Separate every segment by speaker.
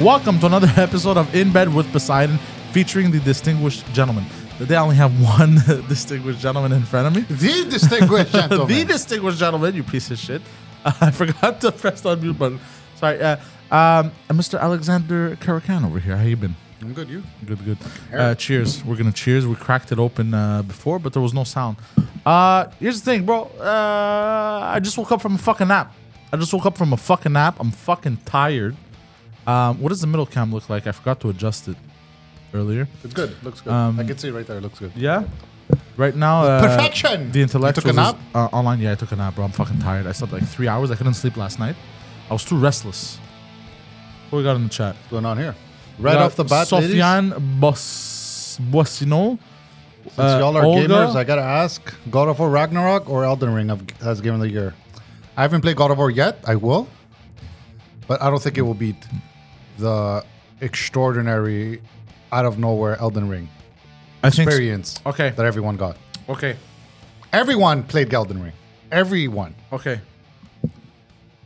Speaker 1: Welcome to another episode of In Bed with Poseidon featuring the distinguished gentleman. Today I only have one distinguished gentleman in front of me.
Speaker 2: The distinguished gentleman.
Speaker 1: The distinguished gentleman, you piece of shit. Uh, I forgot to press the mute button. Sorry. Uh, um, uh, Mr. Alexander Karakan over here. How you been?
Speaker 2: I'm good. You?
Speaker 1: Good, good. Uh, cheers. We're gonna cheers. We cracked it open uh, before, but there was no sound. Uh, here's the thing, bro. Uh, I just woke up from a fucking nap. I just woke up from a fucking nap. I'm fucking tired. Um, what does the middle cam look like? I forgot to adjust it earlier.
Speaker 2: It's good. Looks good. I can see right there. It looks good.
Speaker 1: Yeah. Right now, Um, uh,
Speaker 2: Perfection!
Speaker 1: The
Speaker 2: You took a
Speaker 1: intellectuals is,
Speaker 2: nap?
Speaker 1: uh, online. Yeah, I took a nap, bro. I'm fucking tired. I slept like three hours. I couldn't sleep last night. I was too restless. What we got in the chat?
Speaker 2: What's going on here? Right
Speaker 1: got
Speaker 2: off the bat, ladies, since
Speaker 1: Sofiane Bos- Boissino. uh,
Speaker 2: y'all are
Speaker 1: Olga-
Speaker 2: gamers, I gotta ask: God of War Ragnarok or Elden Ring of, as game of the year? I haven't played God of War yet. I will, but I don't think it will beat the extraordinary, out of nowhere Elden Ring
Speaker 1: I think.
Speaker 2: experience
Speaker 1: Okay.
Speaker 2: that everyone got.
Speaker 1: Okay.
Speaker 2: Everyone played Elden Ring. Everyone.
Speaker 1: Okay.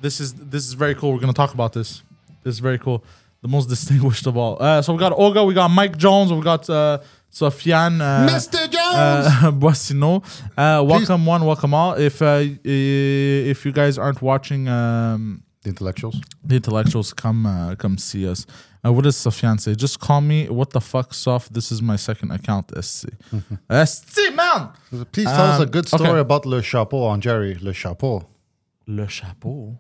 Speaker 1: This is this is very cool. We're gonna talk about this. This is very cool. The most distinguished of all. Uh, so we got Olga, we got Mike Jones, we got uh, Sofiane uh,
Speaker 2: Mr. Jones.
Speaker 1: uh, Boissino. Uh, welcome one, welcome all. If uh, i- if you guys aren't watching, um,
Speaker 2: the intellectuals.
Speaker 1: the intellectuals come uh, come see us. Uh, what does Sofian say? Just call me what the fuck soft. This is my second account. SC. SC man.
Speaker 2: Please tell us a
Speaker 1: Um,
Speaker 2: good
Speaker 1: okay.
Speaker 2: story about Le Chapeau on Jerry. Le Chapeau.
Speaker 1: Le chapeau.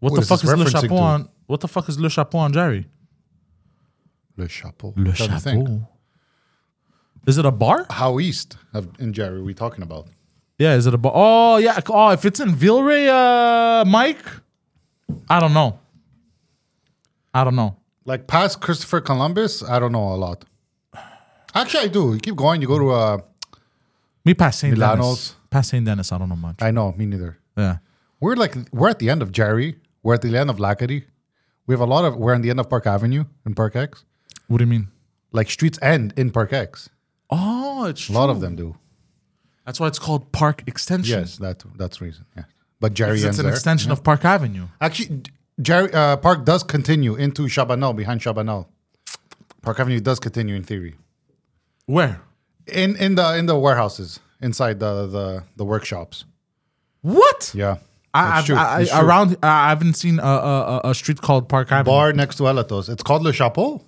Speaker 1: What
Speaker 2: What
Speaker 1: the
Speaker 2: is
Speaker 1: fuck
Speaker 2: this
Speaker 1: is le
Speaker 2: referencing
Speaker 1: chapeau
Speaker 2: to?
Speaker 1: on? What the fuck is le chapeau on Jerry?
Speaker 2: Le Chapeau.
Speaker 1: Le
Speaker 2: Trying to think.
Speaker 1: chapeau. Is it a bar?
Speaker 2: How east of in Jerry we talking about?
Speaker 1: Yeah, is it a bar? Oh yeah. Oh, if it's in Villeray, uh, Mike. I don't know. I don't know.
Speaker 2: Like past Christopher Columbus? I don't know a lot. Actually, I do. You keep going. You go to. Uh,
Speaker 1: Me past Saint Dennis.
Speaker 2: Milano's.
Speaker 1: Past Saint Dennis. I don't know much.
Speaker 2: I know. Me neither.
Speaker 1: Yeah.
Speaker 2: We're like we're at the end of Jerry. We're at the end of Lacadie. We have a lot of. We're on the end of Park Avenue in Park X.
Speaker 1: What do you mean?
Speaker 2: Like streets end in Park X.
Speaker 1: Oh, it's
Speaker 2: A lot of them do.
Speaker 1: That's why it's called Park Extension.
Speaker 2: Yes, that that's the reason. Yeah, but Jerry
Speaker 1: it's
Speaker 2: ends
Speaker 1: an
Speaker 2: there.
Speaker 1: extension of Park Avenue.
Speaker 2: Actually, Jerry uh, Park does continue into Chabanel behind Chabanel. Park Avenue does continue in theory.
Speaker 1: Where?
Speaker 2: In in the in the warehouses inside the the, the workshops.
Speaker 1: What?
Speaker 2: Yeah,
Speaker 1: I,
Speaker 2: That's
Speaker 1: I've,
Speaker 2: true.
Speaker 1: I,
Speaker 2: That's
Speaker 1: I,
Speaker 2: true.
Speaker 1: around I haven't seen a, a, a- a street called Park Avenue.
Speaker 2: bar next to Elatos. It's called Le Chapeau.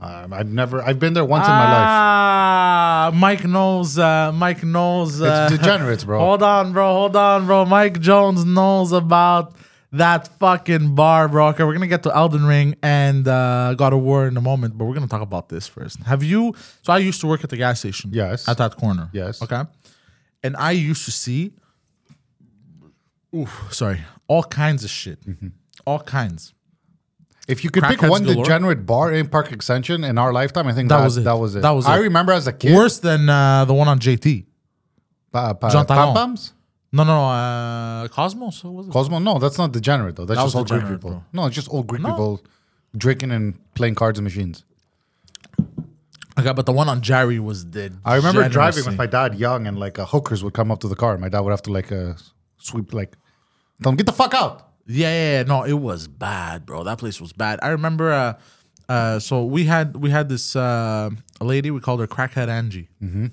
Speaker 2: Um, I've never I've been there once in
Speaker 1: Uh,
Speaker 2: my life.
Speaker 1: Ah, Mike knows. Uh, Mike knows. Uh,
Speaker 2: degenerates, bro.
Speaker 1: Hold on, bro. Hold on, bro. Mike Jones knows about that fucking bar, bro. Okay, we're gonna get to Elden Ring and uh, God of War in a moment, but we're gonna talk about this first. Have you? So I used to work at the gas station.
Speaker 2: Yes.
Speaker 1: At that corner.
Speaker 2: Yes.
Speaker 1: Okay. And I used to see. Oof, sorry. All kinds of shit. All kinds.
Speaker 2: If you could pick
Speaker 1: Crackheads
Speaker 2: one
Speaker 1: galore.
Speaker 2: degenerate bar in Park Extension in our lifetime, I think
Speaker 1: That
Speaker 2: that,
Speaker 1: was it.
Speaker 2: That was it.
Speaker 1: That was
Speaker 2: I
Speaker 1: it.
Speaker 2: remember as a kid.
Speaker 1: Worse than uh, the one on JT.
Speaker 2: pa- pa-
Speaker 1: Jean Talon.
Speaker 2: pom poms.
Speaker 1: No, no, no. Uh, Cosmos. What was it?
Speaker 2: Cosmo, no, that's not degenerate though. That's
Speaker 1: That
Speaker 2: just
Speaker 1: was
Speaker 2: old Greek
Speaker 1: degenerate,
Speaker 2: people. No, it's just old Greek
Speaker 1: No.
Speaker 2: people drinking and playing cards and machines.
Speaker 1: Okay, but the one on Jerry was dead.
Speaker 2: I remember driving with my dad young, and like uh, hookers would come up to the car. and My dad would have to like uh, sweep, like, tell them, get the fuck out.
Speaker 1: Yeah, yeah, yeah, no, it was bad, bro. That place was bad. I remember. Uh, uh, so we had we had this uh, lady. We called her Crackhead Angie. Mm-hmm.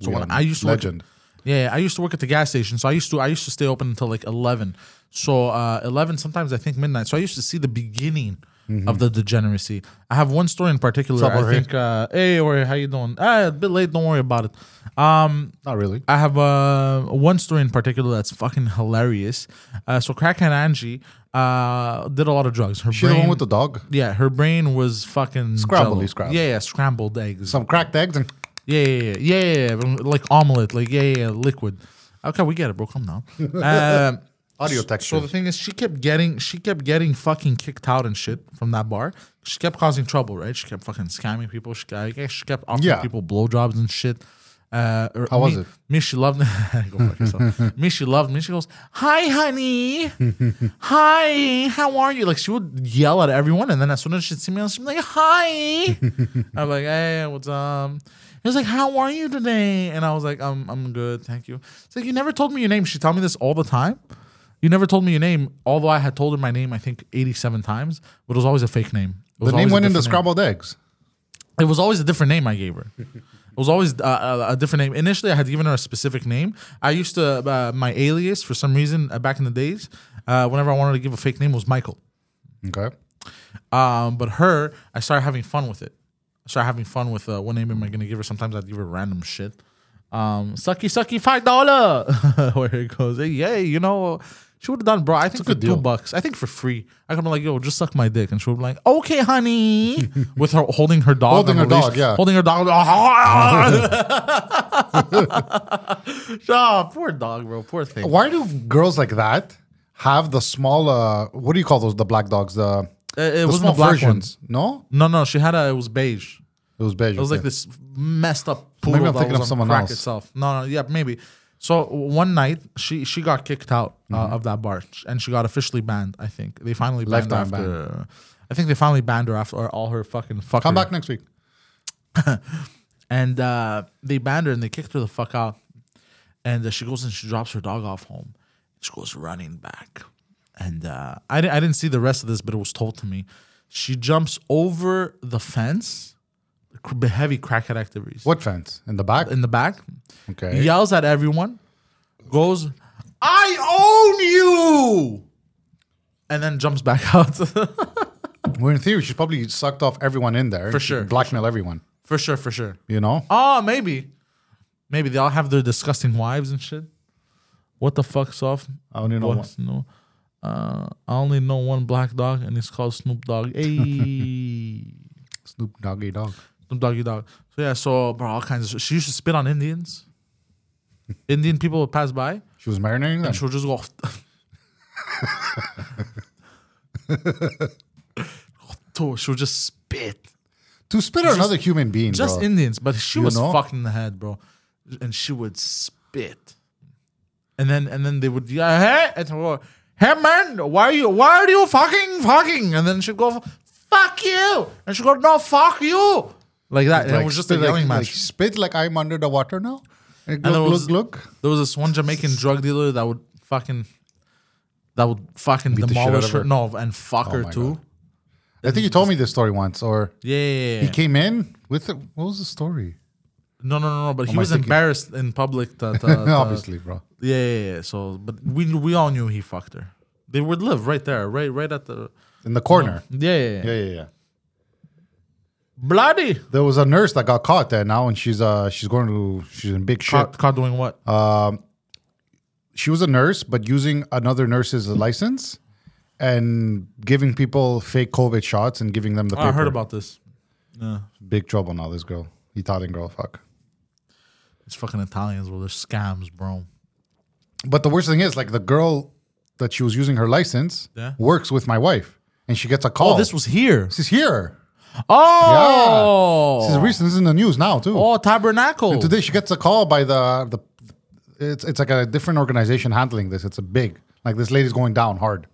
Speaker 1: So
Speaker 2: We
Speaker 1: when
Speaker 2: are
Speaker 1: I used to
Speaker 2: legend.
Speaker 1: Work at, yeah, yeah, I used to work at the gas station. So I used to I used to stay open until like eleven. So uh, eleven, sometimes I think midnight. So I used to see the beginning of the degeneracy. I have one story in particular.
Speaker 2: What's up,
Speaker 1: I
Speaker 2: Jorge?
Speaker 1: think. Uh, hey, Jorge, how you doing? Ah, a bit late. Don't worry about it. Um,
Speaker 2: Not really.
Speaker 1: I have uh, one story in particular that's fucking hilarious. Uh, so Crackhead Angie uh, did a lot of drugs. Her
Speaker 2: She's the
Speaker 1: brain,
Speaker 2: one with the dog.
Speaker 1: yeah, her brain was fucking
Speaker 2: Scrambled,
Speaker 1: jello.
Speaker 2: scrambled.
Speaker 1: Yeah, yeah, scrambled eggs.
Speaker 2: Some cracked eggs and
Speaker 1: Yeah, yeah, yeah, yeah, yeah, yeah, like omelet, like yeah, yeah, yeah, liquid. Okay, we get it, bro. Come now. Um,
Speaker 2: audio
Speaker 1: so
Speaker 2: texture.
Speaker 1: the thing is, she kept getting, she kept getting fucking kicked out and shit from that bar. She kept causing trouble, right? She kept fucking scamming people. She, I guess she kept offering
Speaker 2: Yeah.
Speaker 1: people blowjobs and shit. Uh, or
Speaker 2: How was
Speaker 1: me-
Speaker 2: it?
Speaker 1: Me, she loved me. Go fuck yourself. me, she loved me. She goes, "Hi, honey. Hi, how are you?" Like she would yell at everyone, and then as soon as she'd see me, she'd be like, "Hi." I'm like, "Hey, what's up?" He was like, "How are you today?" And I was like, "I'm I'm good, thank you." It's like you never told me your name. She told me this all the time. You never told me your name, although I had told her my name, I think, 87 times, but it was always a fake name. It was
Speaker 2: The name
Speaker 1: always a
Speaker 2: went in the
Speaker 1: different name.
Speaker 2: scrambled eggs.
Speaker 1: It was always a different name I gave her. It was always uh, a, a different name. Initially, I had given her a specific name. I used to uh, my alias for some reason uh, back in the days. Uh, whenever I wanted to give a fake name, was Michael.
Speaker 2: Okay.
Speaker 1: Um, but her, I started having fun with it. I started having fun with uh, what name am I gonna give her? Sometimes I'd give her random shit. Um, sucky, sucky, five dollar. Where it goes, hey, yay, you know. She would have done, bro. I think for
Speaker 2: good
Speaker 1: two
Speaker 2: deal.
Speaker 1: bucks. I think for free. I could be like, yo, just suck my dick, and she would be like, okay, honey, with her holding her dog,
Speaker 2: Holding
Speaker 1: on
Speaker 2: her
Speaker 1: the leash.
Speaker 2: dog, yeah.
Speaker 1: holding her dog. Ah, poor dog, bro. Poor thing.
Speaker 2: Why do girls like that have the small? Uh, what do you call those? The black dogs. The
Speaker 1: Uh, it
Speaker 2: the
Speaker 1: wasn't
Speaker 2: small
Speaker 1: the black
Speaker 2: versions. No,
Speaker 1: No, no, she had a. It was beige.
Speaker 2: it was beige.
Speaker 1: It was like this messed up poodle
Speaker 2: I'm
Speaker 1: that
Speaker 2: thinking
Speaker 1: was
Speaker 2: of
Speaker 1: on
Speaker 2: someone
Speaker 1: crack
Speaker 2: else.
Speaker 1: itself. No, no, yeah, maybe. So one night she she got kicked out uh,
Speaker 2: Mm-hmm.
Speaker 1: of that bar sh- and she got officially banned. I think they finally banned her
Speaker 2: Lifetime ban.
Speaker 1: after. I think they finally banned her after all her fucking fuckery.
Speaker 2: Come back next week.
Speaker 1: And uh, they banned her and they kicked her the fuck out. And uh, she goes and she drops her dog off home. She goes running back. And uh, I, di- I didn't see the rest of this, but it was told to me. She jumps over the fence, cr- heavy crackhead activities
Speaker 2: What fence in the back?
Speaker 1: in the back,
Speaker 2: Okay.
Speaker 1: yells at everyone, goes, I own you! And then jumps back out.
Speaker 2: Well, in theory, she probably sucked off everyone in there.
Speaker 1: For
Speaker 2: She
Speaker 1: sure, for
Speaker 2: Blackmail everyone.
Speaker 1: for sure, for sure.
Speaker 2: You know.
Speaker 1: Oh, maybe. Maybe they all have their disgusting wives and shit. What the fuck's off?
Speaker 2: I only know one.
Speaker 1: What's no? Uh, I only know one black dog, and it's called Snoop Dogg. Hey,
Speaker 2: Snoop Doggy Dog.
Speaker 1: Snoop Doggy Dog. So yeah, so bro, all kinds of. Shit. She used to spit on Indians. Indian people would pass by,
Speaker 2: She was marinating them.
Speaker 1: and she'll just go. Oh, she'll just spit.
Speaker 2: to spit on another human being,
Speaker 1: Just
Speaker 2: bro.
Speaker 1: Indians, but she
Speaker 2: You
Speaker 1: was
Speaker 2: know?
Speaker 1: fucked in the head, bro, and she would spit, and then and then they would yeah, hey, and she'd go, hey man, why are you why are you fucking fucking? And then she'd go, fuck you, and she'd go, no, fuck you, like that. and it was just a
Speaker 2: spit
Speaker 1: yelling match.
Speaker 2: like, Like, spit like I'm under the water now. Like,
Speaker 1: there
Speaker 2: look,
Speaker 1: was-
Speaker 2: look, look.
Speaker 1: There was this one Jamaican drug dealer that would fucking that would fucking
Speaker 2: the shit out
Speaker 1: demolish
Speaker 2: of
Speaker 1: her.
Speaker 2: her. Oh
Speaker 1: No, and fuck her
Speaker 2: my
Speaker 1: too.
Speaker 2: God. I think you told me this story once, or
Speaker 1: Yeah, yeah, yeah.
Speaker 2: he came in with the, what was the story?
Speaker 1: no, no, no, no. But he
Speaker 2: am I
Speaker 1: was
Speaker 2: thinking?
Speaker 1: embarrassed in public. To, to- to-
Speaker 2: Obviously, bro.
Speaker 1: Yeah, yeah, yeah. So, but we we all knew he fucked her. They would live right there, right, right at the.
Speaker 2: In the corner.
Speaker 1: Yeah, yeah, yeah.
Speaker 2: Yeah, yeah, yeah.
Speaker 1: Bloody.
Speaker 2: There was a nurse that got caught there now, and she's uh she's going to she's in big shit.
Speaker 1: Caught, caught doing what?
Speaker 2: Uh, She was a nurse, but using another nurse's license and giving people fake COVID shots and giving them the.
Speaker 1: Ah, I heard
Speaker 2: paper.
Speaker 1: about this. Yeah,
Speaker 2: big trouble now. This girl, Italian girl, fuck.
Speaker 1: it's fucking Italians. Well, they're scams, bro.
Speaker 2: But the worst thing is, like the girl that she was using her license
Speaker 1: Yeah.
Speaker 2: works with my wife, and she gets a call.
Speaker 1: Oh, this was here.
Speaker 2: she's here.
Speaker 1: Oh,
Speaker 2: This is recent. This is in the news now too.
Speaker 1: oh, tabernacle.
Speaker 2: Today she gets a call by the the. It's it's like a different organization handling this. It's a big like this lady's going down hard.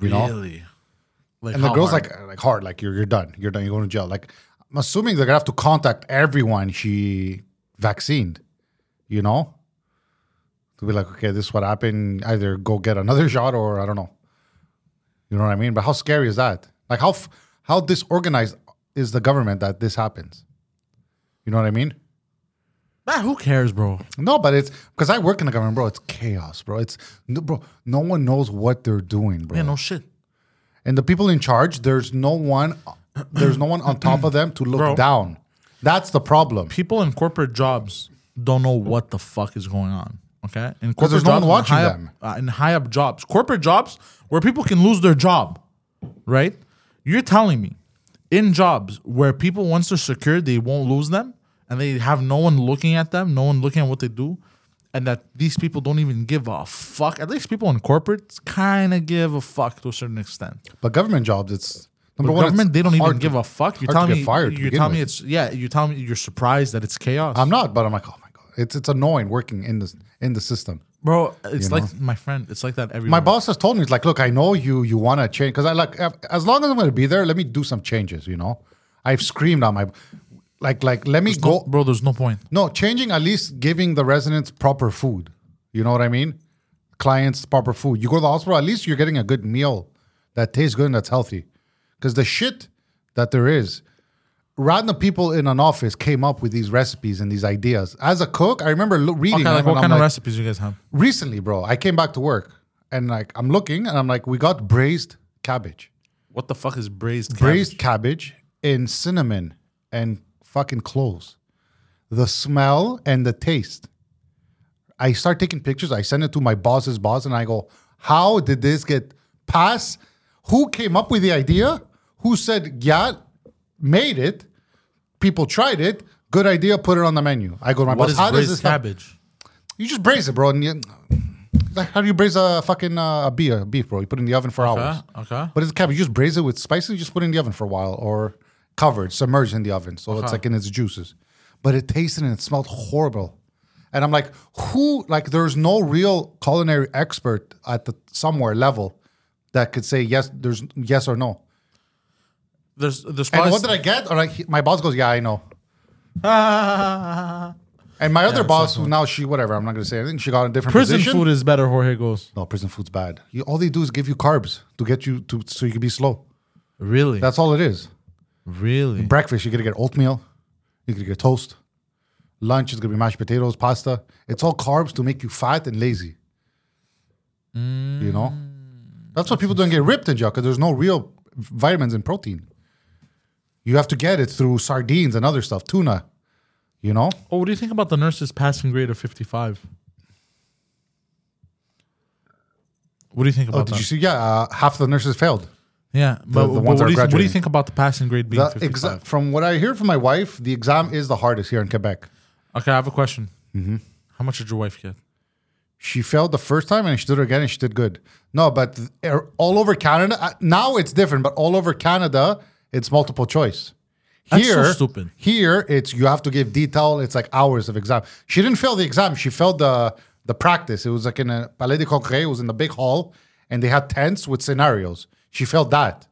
Speaker 2: You know.
Speaker 1: really? Like
Speaker 2: And the
Speaker 1: how
Speaker 2: girl's
Speaker 1: hard?
Speaker 2: like, like hard, like you're you're done, you're done, you're going to jail. Like I'm assuming they're gonna have to contact everyone she vaccinated, you know, to be like, okay, this is what happened. Either go get another shot, or I don't know. You know what I mean? But how scary is that? Like how f- how disorganized is the government that this happens? You know what I mean?
Speaker 1: ah, who cares, bro?
Speaker 2: No, but it's because I work in the government, bro. It's chaos, bro. It's no, bro. No one knows what they're doing, bro
Speaker 1: Yeah, no shit.
Speaker 2: and the people in charge there's no one there's no one on top of them to look
Speaker 1: Bro.
Speaker 2: down that's the problem
Speaker 1: People in corporate jobs don't know what the fuck is going on. Okay, in corporate
Speaker 2: there's no one
Speaker 1: jobs, in
Speaker 2: watching
Speaker 1: high up-
Speaker 2: them.
Speaker 1: uh, in high up jobs, corporate jobs where people can lose their job, right? You're telling me, in jobs where people once they're secured, they won't lose them, and they have no one looking at them, no one looking at what they do, and that these people don't even give a fuck. At least people in corporates kind of give a fuck to a certain extent.
Speaker 2: but government jobs it's number
Speaker 1: But
Speaker 2: one it's
Speaker 1: government, they don't even
Speaker 2: hard
Speaker 1: give
Speaker 2: to-
Speaker 1: a fuck. You're
Speaker 2: hard to
Speaker 1: telling
Speaker 2: get
Speaker 1: me,
Speaker 2: fired to
Speaker 1: you're
Speaker 2: begin
Speaker 1: telling me
Speaker 2: with.
Speaker 1: it's yeah. You're telling me you're surprised that it's chaos.
Speaker 2: i'm not but i'm like oh my god it's it's annoying working in this in the system
Speaker 1: Bro, it's like my friend. It's like that everywhere.
Speaker 2: my boss has told me he's like look i know you you want to change because i like uh, as long as i'm going to be there let me do some changes you know i've screamed on my like like let me go
Speaker 1: No, bro, there's no point.
Speaker 2: No, changing at least giving the residents proper food. You know what I mean? clients proper food. You go to the hospital, at least you're getting a good meal that tastes good and that's healthy. Because the shit that there is, random people in an office came up with these recipes and these ideas. As a cook, I remember lo- reading.
Speaker 1: Okay, like
Speaker 2: and
Speaker 1: what
Speaker 2: I'm
Speaker 1: kind of
Speaker 2: like,
Speaker 1: recipes you guys have?
Speaker 2: recently, bro, I came back to work and like I'm looking and I'm like, we got braised cabbage,
Speaker 1: What the fuck is braised?
Speaker 2: braised cabbage in cinnamon and fucking cloves. The smell and the taste. I start taking pictures. I send it to my boss's boss and I go, how did this get passed? Who came up with the idea? Who said, yeah, made it? People tried it. Good idea. Put it on the menu. I go to my
Speaker 1: What
Speaker 2: boss.
Speaker 1: is
Speaker 2: how does
Speaker 1: braised
Speaker 2: this happen?
Speaker 1: cabbage?
Speaker 2: You just braise it, bro. And you, like, how do you braise a fucking uh, a beer, beef, bro? You put it in the oven for hours.
Speaker 1: Okay, okay.
Speaker 2: But it's cabbage. You just braise it with spices. You just put it in the oven for a while, or covered, submerged in the oven, so
Speaker 1: Uh-huh.
Speaker 2: it's like in its juices. But it tasted and it smelled horrible. And I'm like, who? Like, there's no real culinary expert at the somewhere level that could say yes. There's yes or no.
Speaker 1: There's there's
Speaker 2: And
Speaker 1: probably
Speaker 2: what did I get? Or like, he- my boss goes, yeah, I know.
Speaker 1: Ah.
Speaker 2: And my other boss, who now she whatever, I'm not gonna say anything. She got a different
Speaker 1: prison
Speaker 2: position.
Speaker 1: food is better. Jorge goes
Speaker 2: No, prison food's bad. You, all they do is give you carbs to get you to so you can be slow.
Speaker 1: really,
Speaker 2: That's all it is.
Speaker 1: really.
Speaker 2: Breakfast, you're gonna get oatmeal, you're gonna get toast. Lunch is gonna be mashed potatoes, pasta. It's all carbs to make you fat and lazy. You know, that's why people don't get ripped in jail because there's no real vitamins and protein. You have to get it through sardines and other stuff, tuna. You know,
Speaker 1: oh, what do you think about the nurse's passing grade of 55? What do you think about
Speaker 2: oh, did
Speaker 1: that?
Speaker 2: you see? Yeah, uh, half the nurses failed.
Speaker 1: yeah, but,
Speaker 2: the
Speaker 1: but
Speaker 2: ones
Speaker 1: what,
Speaker 2: that are
Speaker 1: do you, what do you
Speaker 2: graduating.
Speaker 1: think about the passing grade being
Speaker 2: The
Speaker 1: 55?
Speaker 2: exa- from what I hear from my wife, the exam is the hardest here in Quebec.
Speaker 1: Okay, I have a question.
Speaker 2: Mm-hmm.
Speaker 1: How much did your wife get?
Speaker 2: she failed the first time and she did it again and she did good. No, but th- er- all over Canada uh, now it's different, but all over Canada it's multiple choice.
Speaker 1: That's so stupid.
Speaker 2: Here it's you have to give detail. It's like hours of exam. She didn't fail the exam. She failed the the practice. It was like in a Palais des Congrès. It was in the big hall, and they had tents with scenarios. She failed that,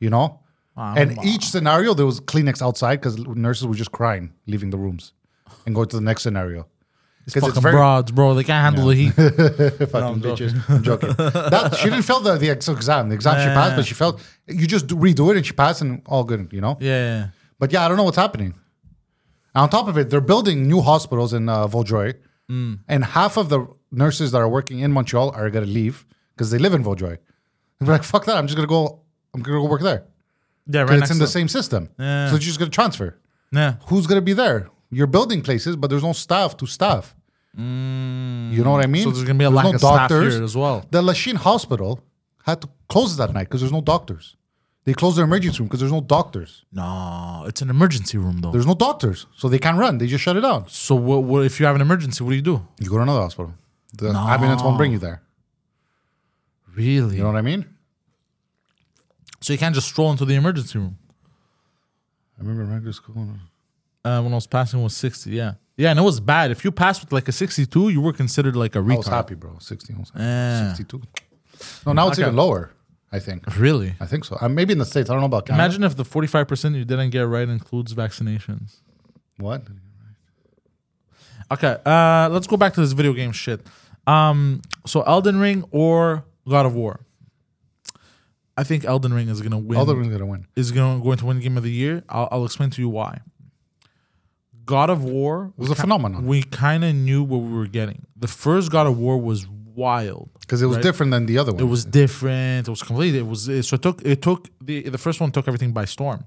Speaker 2: you know.
Speaker 1: Ah,
Speaker 2: and each scenario there was Kleenex outside because nurses were just crying, leaving the rooms, and going to the next scenario. Because
Speaker 1: Fucking broads, bro. They can't handle the heat.
Speaker 2: fucking bitches. I'm joking. That, she didn't fail the, the ex- exam. The exam she passed, but she failed. You just do- redo it and she passed, and all good, you know.
Speaker 1: yeah.
Speaker 2: But yeah, I don't know what's happening. And on top of it, they're building new hospitals in uh, Vaudreuil,
Speaker 1: Mm.
Speaker 2: and half of the nurses that are working in Montreal are gonna leave because they live in Vaudreuil. They're like, fuck that. I'm just gonna go. I'm gonna go work there.
Speaker 1: Yeah, right.
Speaker 2: But
Speaker 1: Next
Speaker 2: it's in the
Speaker 1: to-
Speaker 2: same system,
Speaker 1: Yeah.
Speaker 2: so they're just gonna transfer.
Speaker 1: yeah.
Speaker 2: Who's gonna be there? You're building places, but there's no staff to staff. You know what I mean?
Speaker 1: Mm. So there's gonna be a lack
Speaker 2: no
Speaker 1: of staff
Speaker 2: doctors.
Speaker 1: here as well.
Speaker 2: The Lachine Hospital had to close that night because there's no doctors. They closed their emergency room because there's no doctors.
Speaker 1: No, it's an emergency room though.
Speaker 2: There's no doctors, so they can't run. They just shut it down.
Speaker 1: so what, what if you have an emergency? What do you do?
Speaker 2: You go to another hospital. The ambulance won't bring you there.
Speaker 1: Really?
Speaker 2: You know what I mean?
Speaker 1: So you can't just stroll into the emergency room.
Speaker 2: I remember regular school.
Speaker 1: Uh, when I was passing was sixty. Yeah. Yeah, and it was bad. If you passed with like a sixty-two, you were considered like a
Speaker 2: I was
Speaker 1: retard.
Speaker 2: happy, bro. 16, I was happy.
Speaker 1: Yeah.
Speaker 2: 62. No, now it's
Speaker 1: Okay.
Speaker 2: even lower. I think.
Speaker 1: Really?
Speaker 2: I think so. Uh, maybe in the states. I don't know about Canada.
Speaker 1: Imagine if the forty-five percent you didn't get right includes vaccinations.
Speaker 2: what?
Speaker 1: Okay. Uh, let's go back to this video game shit. Um, so Elden Ring or God of War. I think Elden Ring is gonna win.
Speaker 2: All the rooms gonna win.
Speaker 1: is going, going to win Game of the Year. I'll, I'll explain to you why. God of War
Speaker 2: It was a phenomenon
Speaker 1: We kind of knew what we were getting. The first God of War was wild.
Speaker 2: because it was
Speaker 1: Right.
Speaker 2: different than the other one.
Speaker 1: It was different. It was completely. It was so it took it took the the first one took everything by storm.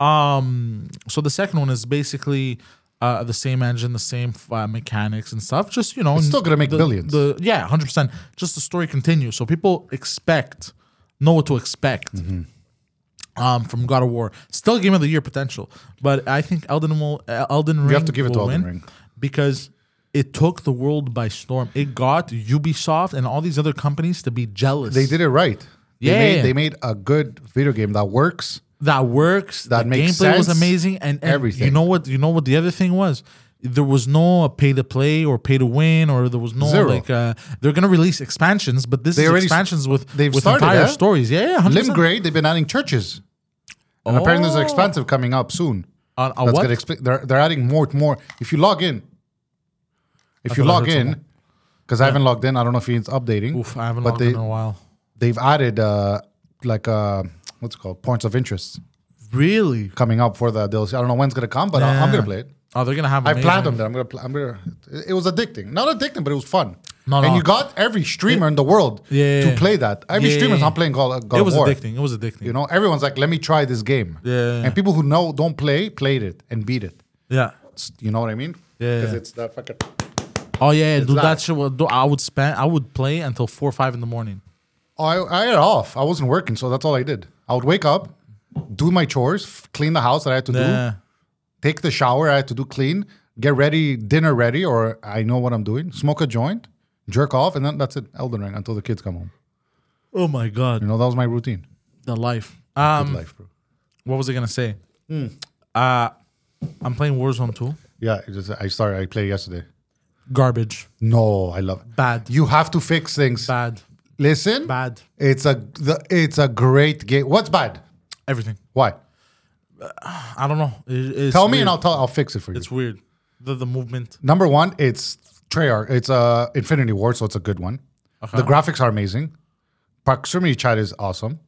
Speaker 1: Um. So the second one is basically. Uh, the same engine, the same uh, mechanics and stuff. Just you know,
Speaker 2: still gonna make
Speaker 1: the-
Speaker 2: billions.
Speaker 1: The yeah, hundred percent. Just the story continues, so people expect know what to expect
Speaker 2: Mm-hmm.
Speaker 1: um, from God of War. Still Game of the Year potential, but I think Elden will, Elden Ring.
Speaker 2: have to give it to
Speaker 1: will
Speaker 2: Elden
Speaker 1: win
Speaker 2: Ring. They did it right.
Speaker 1: Yeah.
Speaker 2: They made, they made a good video game that works.
Speaker 1: that works.
Speaker 2: That
Speaker 1: the
Speaker 2: makes
Speaker 1: gameplay was
Speaker 2: sense.
Speaker 1: amazing, and, and You
Speaker 2: Everything.
Speaker 1: know what? You know what? The other thing was. There was no pay to play or pay to win, or there was no
Speaker 2: Zero.
Speaker 1: like uh, they're gonna release expansions, but this
Speaker 2: They
Speaker 1: is
Speaker 2: already s-
Speaker 1: expansions with
Speaker 2: they've
Speaker 1: with
Speaker 2: started,
Speaker 1: entire
Speaker 2: eh?
Speaker 1: stories. Yeah, yeah, 100%.
Speaker 2: Limgrade, they've been adding churches. And apparently there's an
Speaker 1: Oh.
Speaker 2: expansive coming up soon.
Speaker 1: On- on
Speaker 2: That's
Speaker 1: what?
Speaker 2: gonna explain they're they're adding more more. If you log in, if you
Speaker 1: thought I
Speaker 2: log
Speaker 1: heard
Speaker 2: in,
Speaker 1: someone.
Speaker 2: because I haven't logged in. I don't know if it's updating.
Speaker 1: Oof, I haven't
Speaker 2: But
Speaker 1: logged
Speaker 2: they-
Speaker 1: in in a while.
Speaker 2: They've added uh, like uh, what's it called points of interest
Speaker 1: Really?
Speaker 2: coming up for the DLC. I don't know when it's gonna come, but I- I'm
Speaker 1: Yeah.
Speaker 2: gonna play it.
Speaker 1: Oh, they're gonna have.
Speaker 2: I
Speaker 1: Amazing.
Speaker 2: planned on that. I'm gonna. Pl- I'm gonna. It was addicting. Not addicting, but it was fun.
Speaker 1: No,
Speaker 2: and
Speaker 1: no.
Speaker 2: you got every streamer in the world
Speaker 1: Yeah.
Speaker 2: to play that. Every
Speaker 1: Yeah.
Speaker 2: streamer's not playing God, God
Speaker 1: It
Speaker 2: of
Speaker 1: was
Speaker 2: War.
Speaker 1: addicting. It was addicting.
Speaker 2: You know, everyone's like, "Let me try this game."
Speaker 1: Yeah.
Speaker 2: And people who know don't play played it and beat it.
Speaker 1: yeah.
Speaker 2: It's- you know what I mean?
Speaker 1: Yeah,
Speaker 2: Because
Speaker 1: yeah.
Speaker 2: it's that fucking.
Speaker 1: Oh yeah, dude,
Speaker 2: loud.
Speaker 1: that shit. would- dude, I would spend. I would play until four or five in the morning.
Speaker 2: Oh, I, I had off. I wasn't working, so that's all I did. I would wake up, do my chores, f- clean the house that I had to do,
Speaker 1: Yeah.
Speaker 2: take the shower I had to do, clean, get ready, dinner ready, or I know what I'm doing, smoke a joint, jerk off, and then that's it. Elden Ring until the kids come home.
Speaker 1: Oh my god,
Speaker 2: You know, that was my routine.
Speaker 1: the life.
Speaker 2: Good
Speaker 1: Um,
Speaker 2: life, bro.
Speaker 1: what was I gonna say?
Speaker 2: Hmm.
Speaker 1: Uh, I'm playing Warzone 2.
Speaker 2: Yeah, it just, I started. I played yesterday.
Speaker 1: Garbage.
Speaker 2: No, I love it.
Speaker 1: Bad.
Speaker 2: You have to fix things.
Speaker 1: Bad.
Speaker 2: Listen,
Speaker 1: Bad.
Speaker 2: It's a the, it's a great game. What's bad?
Speaker 1: Everything.
Speaker 2: Why?
Speaker 1: I don't know. It- it's
Speaker 2: Tell me,
Speaker 1: weird.
Speaker 2: and I'll tell. I'll fix it for you.
Speaker 1: It's weird. The the movement.
Speaker 2: Number one, it's Treyarch. It's uh, Infinity War, so it's a good one.
Speaker 1: Uh-huh.
Speaker 2: The graphics are amazing. Proximity chat is awesome.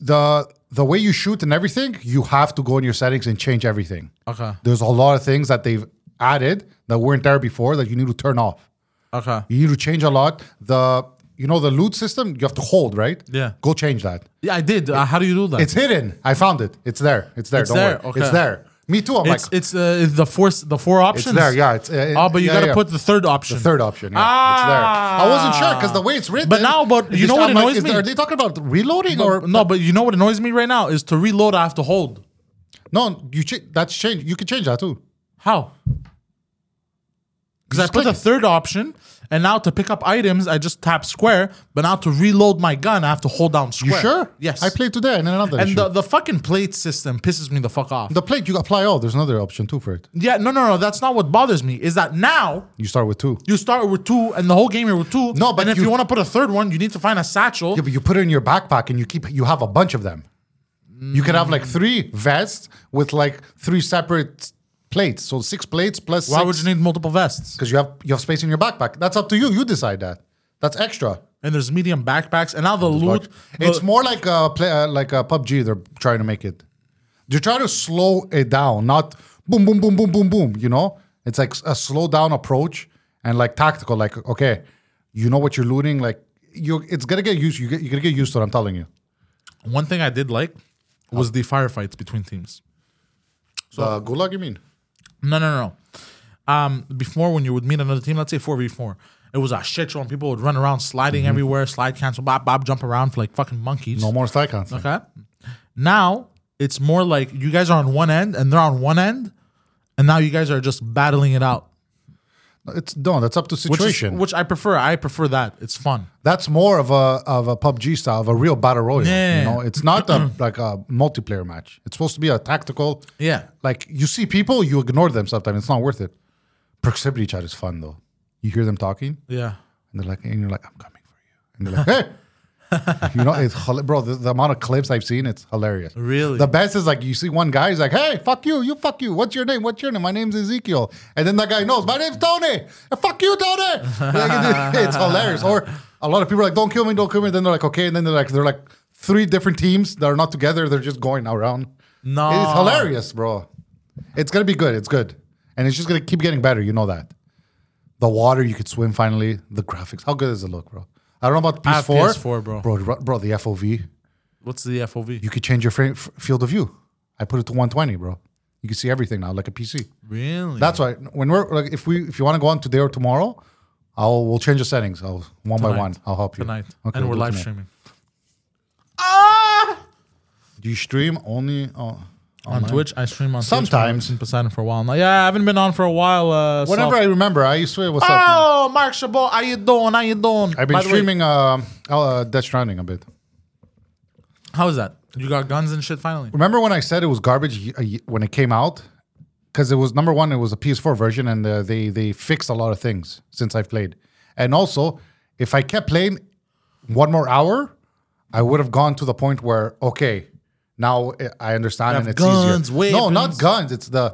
Speaker 2: The the way you shoot and everything, you have to go in your settings and change everything.
Speaker 1: Okay.
Speaker 2: There's a lot of things that they've added that weren't there before that you need to turn off.
Speaker 1: Okay.
Speaker 2: You need to change a lot. The you know the loot system, you have to hold, right?
Speaker 1: Yeah.
Speaker 2: Go change that.
Speaker 1: Yeah, I did. Uh, how do you do that?
Speaker 2: It's hidden. I found it. It's there. It's there.
Speaker 1: It's
Speaker 2: Don't
Speaker 1: there,
Speaker 2: worry.
Speaker 1: okay.
Speaker 2: It's there. Me too. I'm
Speaker 1: it's
Speaker 2: like,
Speaker 1: it's, uh, it's the four s- the four options.
Speaker 2: it's there. Yeah. It's, uh,
Speaker 1: Oh, but you
Speaker 2: yeah,
Speaker 1: gotta
Speaker 2: yeah.
Speaker 1: put the third option.
Speaker 2: Third option, yeah, it's there. I wasn't sure because the way it's written.
Speaker 1: But now, but you know what
Speaker 2: I'm like,
Speaker 1: annoys
Speaker 2: is
Speaker 1: me?
Speaker 2: Are they talking about reloading or
Speaker 1: no, but you know what annoys me right now is to reload. I have to hold.
Speaker 2: no? You ch- that's change. You can change that too.
Speaker 1: How? Because I
Speaker 2: just
Speaker 1: put
Speaker 2: click
Speaker 1: the
Speaker 2: it.
Speaker 1: third option, and now to pick up items, I just tap square. But now to reload my gun, I have to hold down
Speaker 2: You
Speaker 1: square.
Speaker 2: sure?
Speaker 1: Yes.
Speaker 2: I played today and then another.
Speaker 1: and
Speaker 2: And
Speaker 1: the,
Speaker 2: the,
Speaker 1: the fucking plate system pisses me the fuck off.
Speaker 2: plate you apply all. There's another option too for it.
Speaker 1: yeah, no, no, no. That's not what bothers me. Is that now
Speaker 2: You start with two.
Speaker 1: you start with two, and the whole game you're with two.
Speaker 2: No, but
Speaker 1: and if you,
Speaker 2: you-
Speaker 1: want to put a third one, you need to find a satchel.
Speaker 2: Yeah, but you put it in your backpack and you keep. You have a bunch of them. You could have like three vests with like three separate plates. So six plates plus.
Speaker 1: Why
Speaker 2: six-
Speaker 1: would you need multiple vests?
Speaker 2: because you have you have space in your backpack. That's up to you. You decide that. That's extra.
Speaker 1: And there's medium backpacks, and now the loot.
Speaker 2: It's
Speaker 1: the-
Speaker 2: more like a play, uh, like a PUBG. They're trying to make it. They're trying to slow it down, not boom, boom, boom, boom, boom, boom. You know, it's like a slow down approach and like tactical. Like okay, you know what you're looting. Like you, it's gonna get used. You get, you're gonna get used to it. I'm telling you.
Speaker 1: one thing I did like was the firefights between teams.
Speaker 2: So uh, good luck. You mean?
Speaker 1: No, no, no. Um, before when you would meet another team, let's say four v four, it was a shit show and people would run around sliding everywhere, slide cancel, bob, bob, jump around for like fucking monkeys.
Speaker 2: Mm-hmm. No more strike counts.
Speaker 1: Okay. Now it's more like you guys are on one end and they're on one end, and now you guys are just battling it out.
Speaker 2: It's no. That's up to
Speaker 1: Which, is-
Speaker 2: situation.
Speaker 1: which I prefer. I prefer that. It's fun.
Speaker 2: that's more of a of a PUBG style, of a real battle royale.
Speaker 1: Yeah.
Speaker 2: You know, it's not a, like a multiplayer match. It's supposed to be a tactical.
Speaker 1: Yeah.
Speaker 2: Like you see people, you ignore them sometimes. It's not worth it. Proximity chat is fun though. You hear them talking,
Speaker 1: Yeah.
Speaker 2: and they're like, and you're like, I'm coming for you, and they're like, hey. you know, it's hila- bro. The, the amount of clips I've seen, it's hilarious.
Speaker 1: Really?
Speaker 2: the best is like you see one guy, he's like, "Hey, fuck you, you fuck you. What's your name? What's your name? My name's Ezekiel." And then that guy knows, "My name's Tony." And fuck you, Tony. Like, it- it's hilarious. Or a lot of people are like, "Don't kill me, don't kill me." Then they're like, "Okay," and then they're like, they're like three different teams that are not together. They're just going around.
Speaker 1: No.
Speaker 2: It's hilarious, bro. It's gonna be good. It's good, and it's just gonna keep getting better. You know that. The water you could swim finally. The graphics. How good does it look, bro? I don't know about
Speaker 1: I have
Speaker 2: PS4.
Speaker 1: PS4, bro.
Speaker 2: Bro, bro, the FOV
Speaker 1: What's the FOV?
Speaker 2: you could change your frame, f- field of view. I put it to 120, bro. You can see everything now, like a PC.
Speaker 1: really?
Speaker 2: That's why when we're like, if we if you want to go on today or tomorrow, I'll we'll change the settings. I'll one by
Speaker 1: Tonight.
Speaker 2: one. I'll help you
Speaker 1: tonight.
Speaker 2: Okay,
Speaker 1: and we're
Speaker 2: do it
Speaker 1: live
Speaker 2: tonight.
Speaker 1: streaming. Ah!
Speaker 2: Do you stream only? Oh,
Speaker 1: on Twitch. I stream on Twitch.
Speaker 2: Sometimes.
Speaker 1: I've been Poseidon for a while now. Yeah, I haven't been on for a while. Uh,
Speaker 2: whenever
Speaker 1: so-
Speaker 2: I remember, I used to. What's up? man?
Speaker 1: oh, Mark Chabot, how you doing? How you doing?
Speaker 2: I've been
Speaker 1: By the way,
Speaker 2: streaming um, uh, Death Stranding a bit.
Speaker 1: how is that? You got guns and shit finally.
Speaker 2: Remember when I said it was garbage y- a y- when it came out? Because it was number one, it was a PS4 version, and uh, they they fixed a lot of things since I've played. And also, if I kept playing one more hour, I would have gone to the point where okay, Now I- I understand,
Speaker 1: Have
Speaker 2: and it's
Speaker 1: guns,
Speaker 2: easier. No,
Speaker 1: weapons.
Speaker 2: not guns. It's the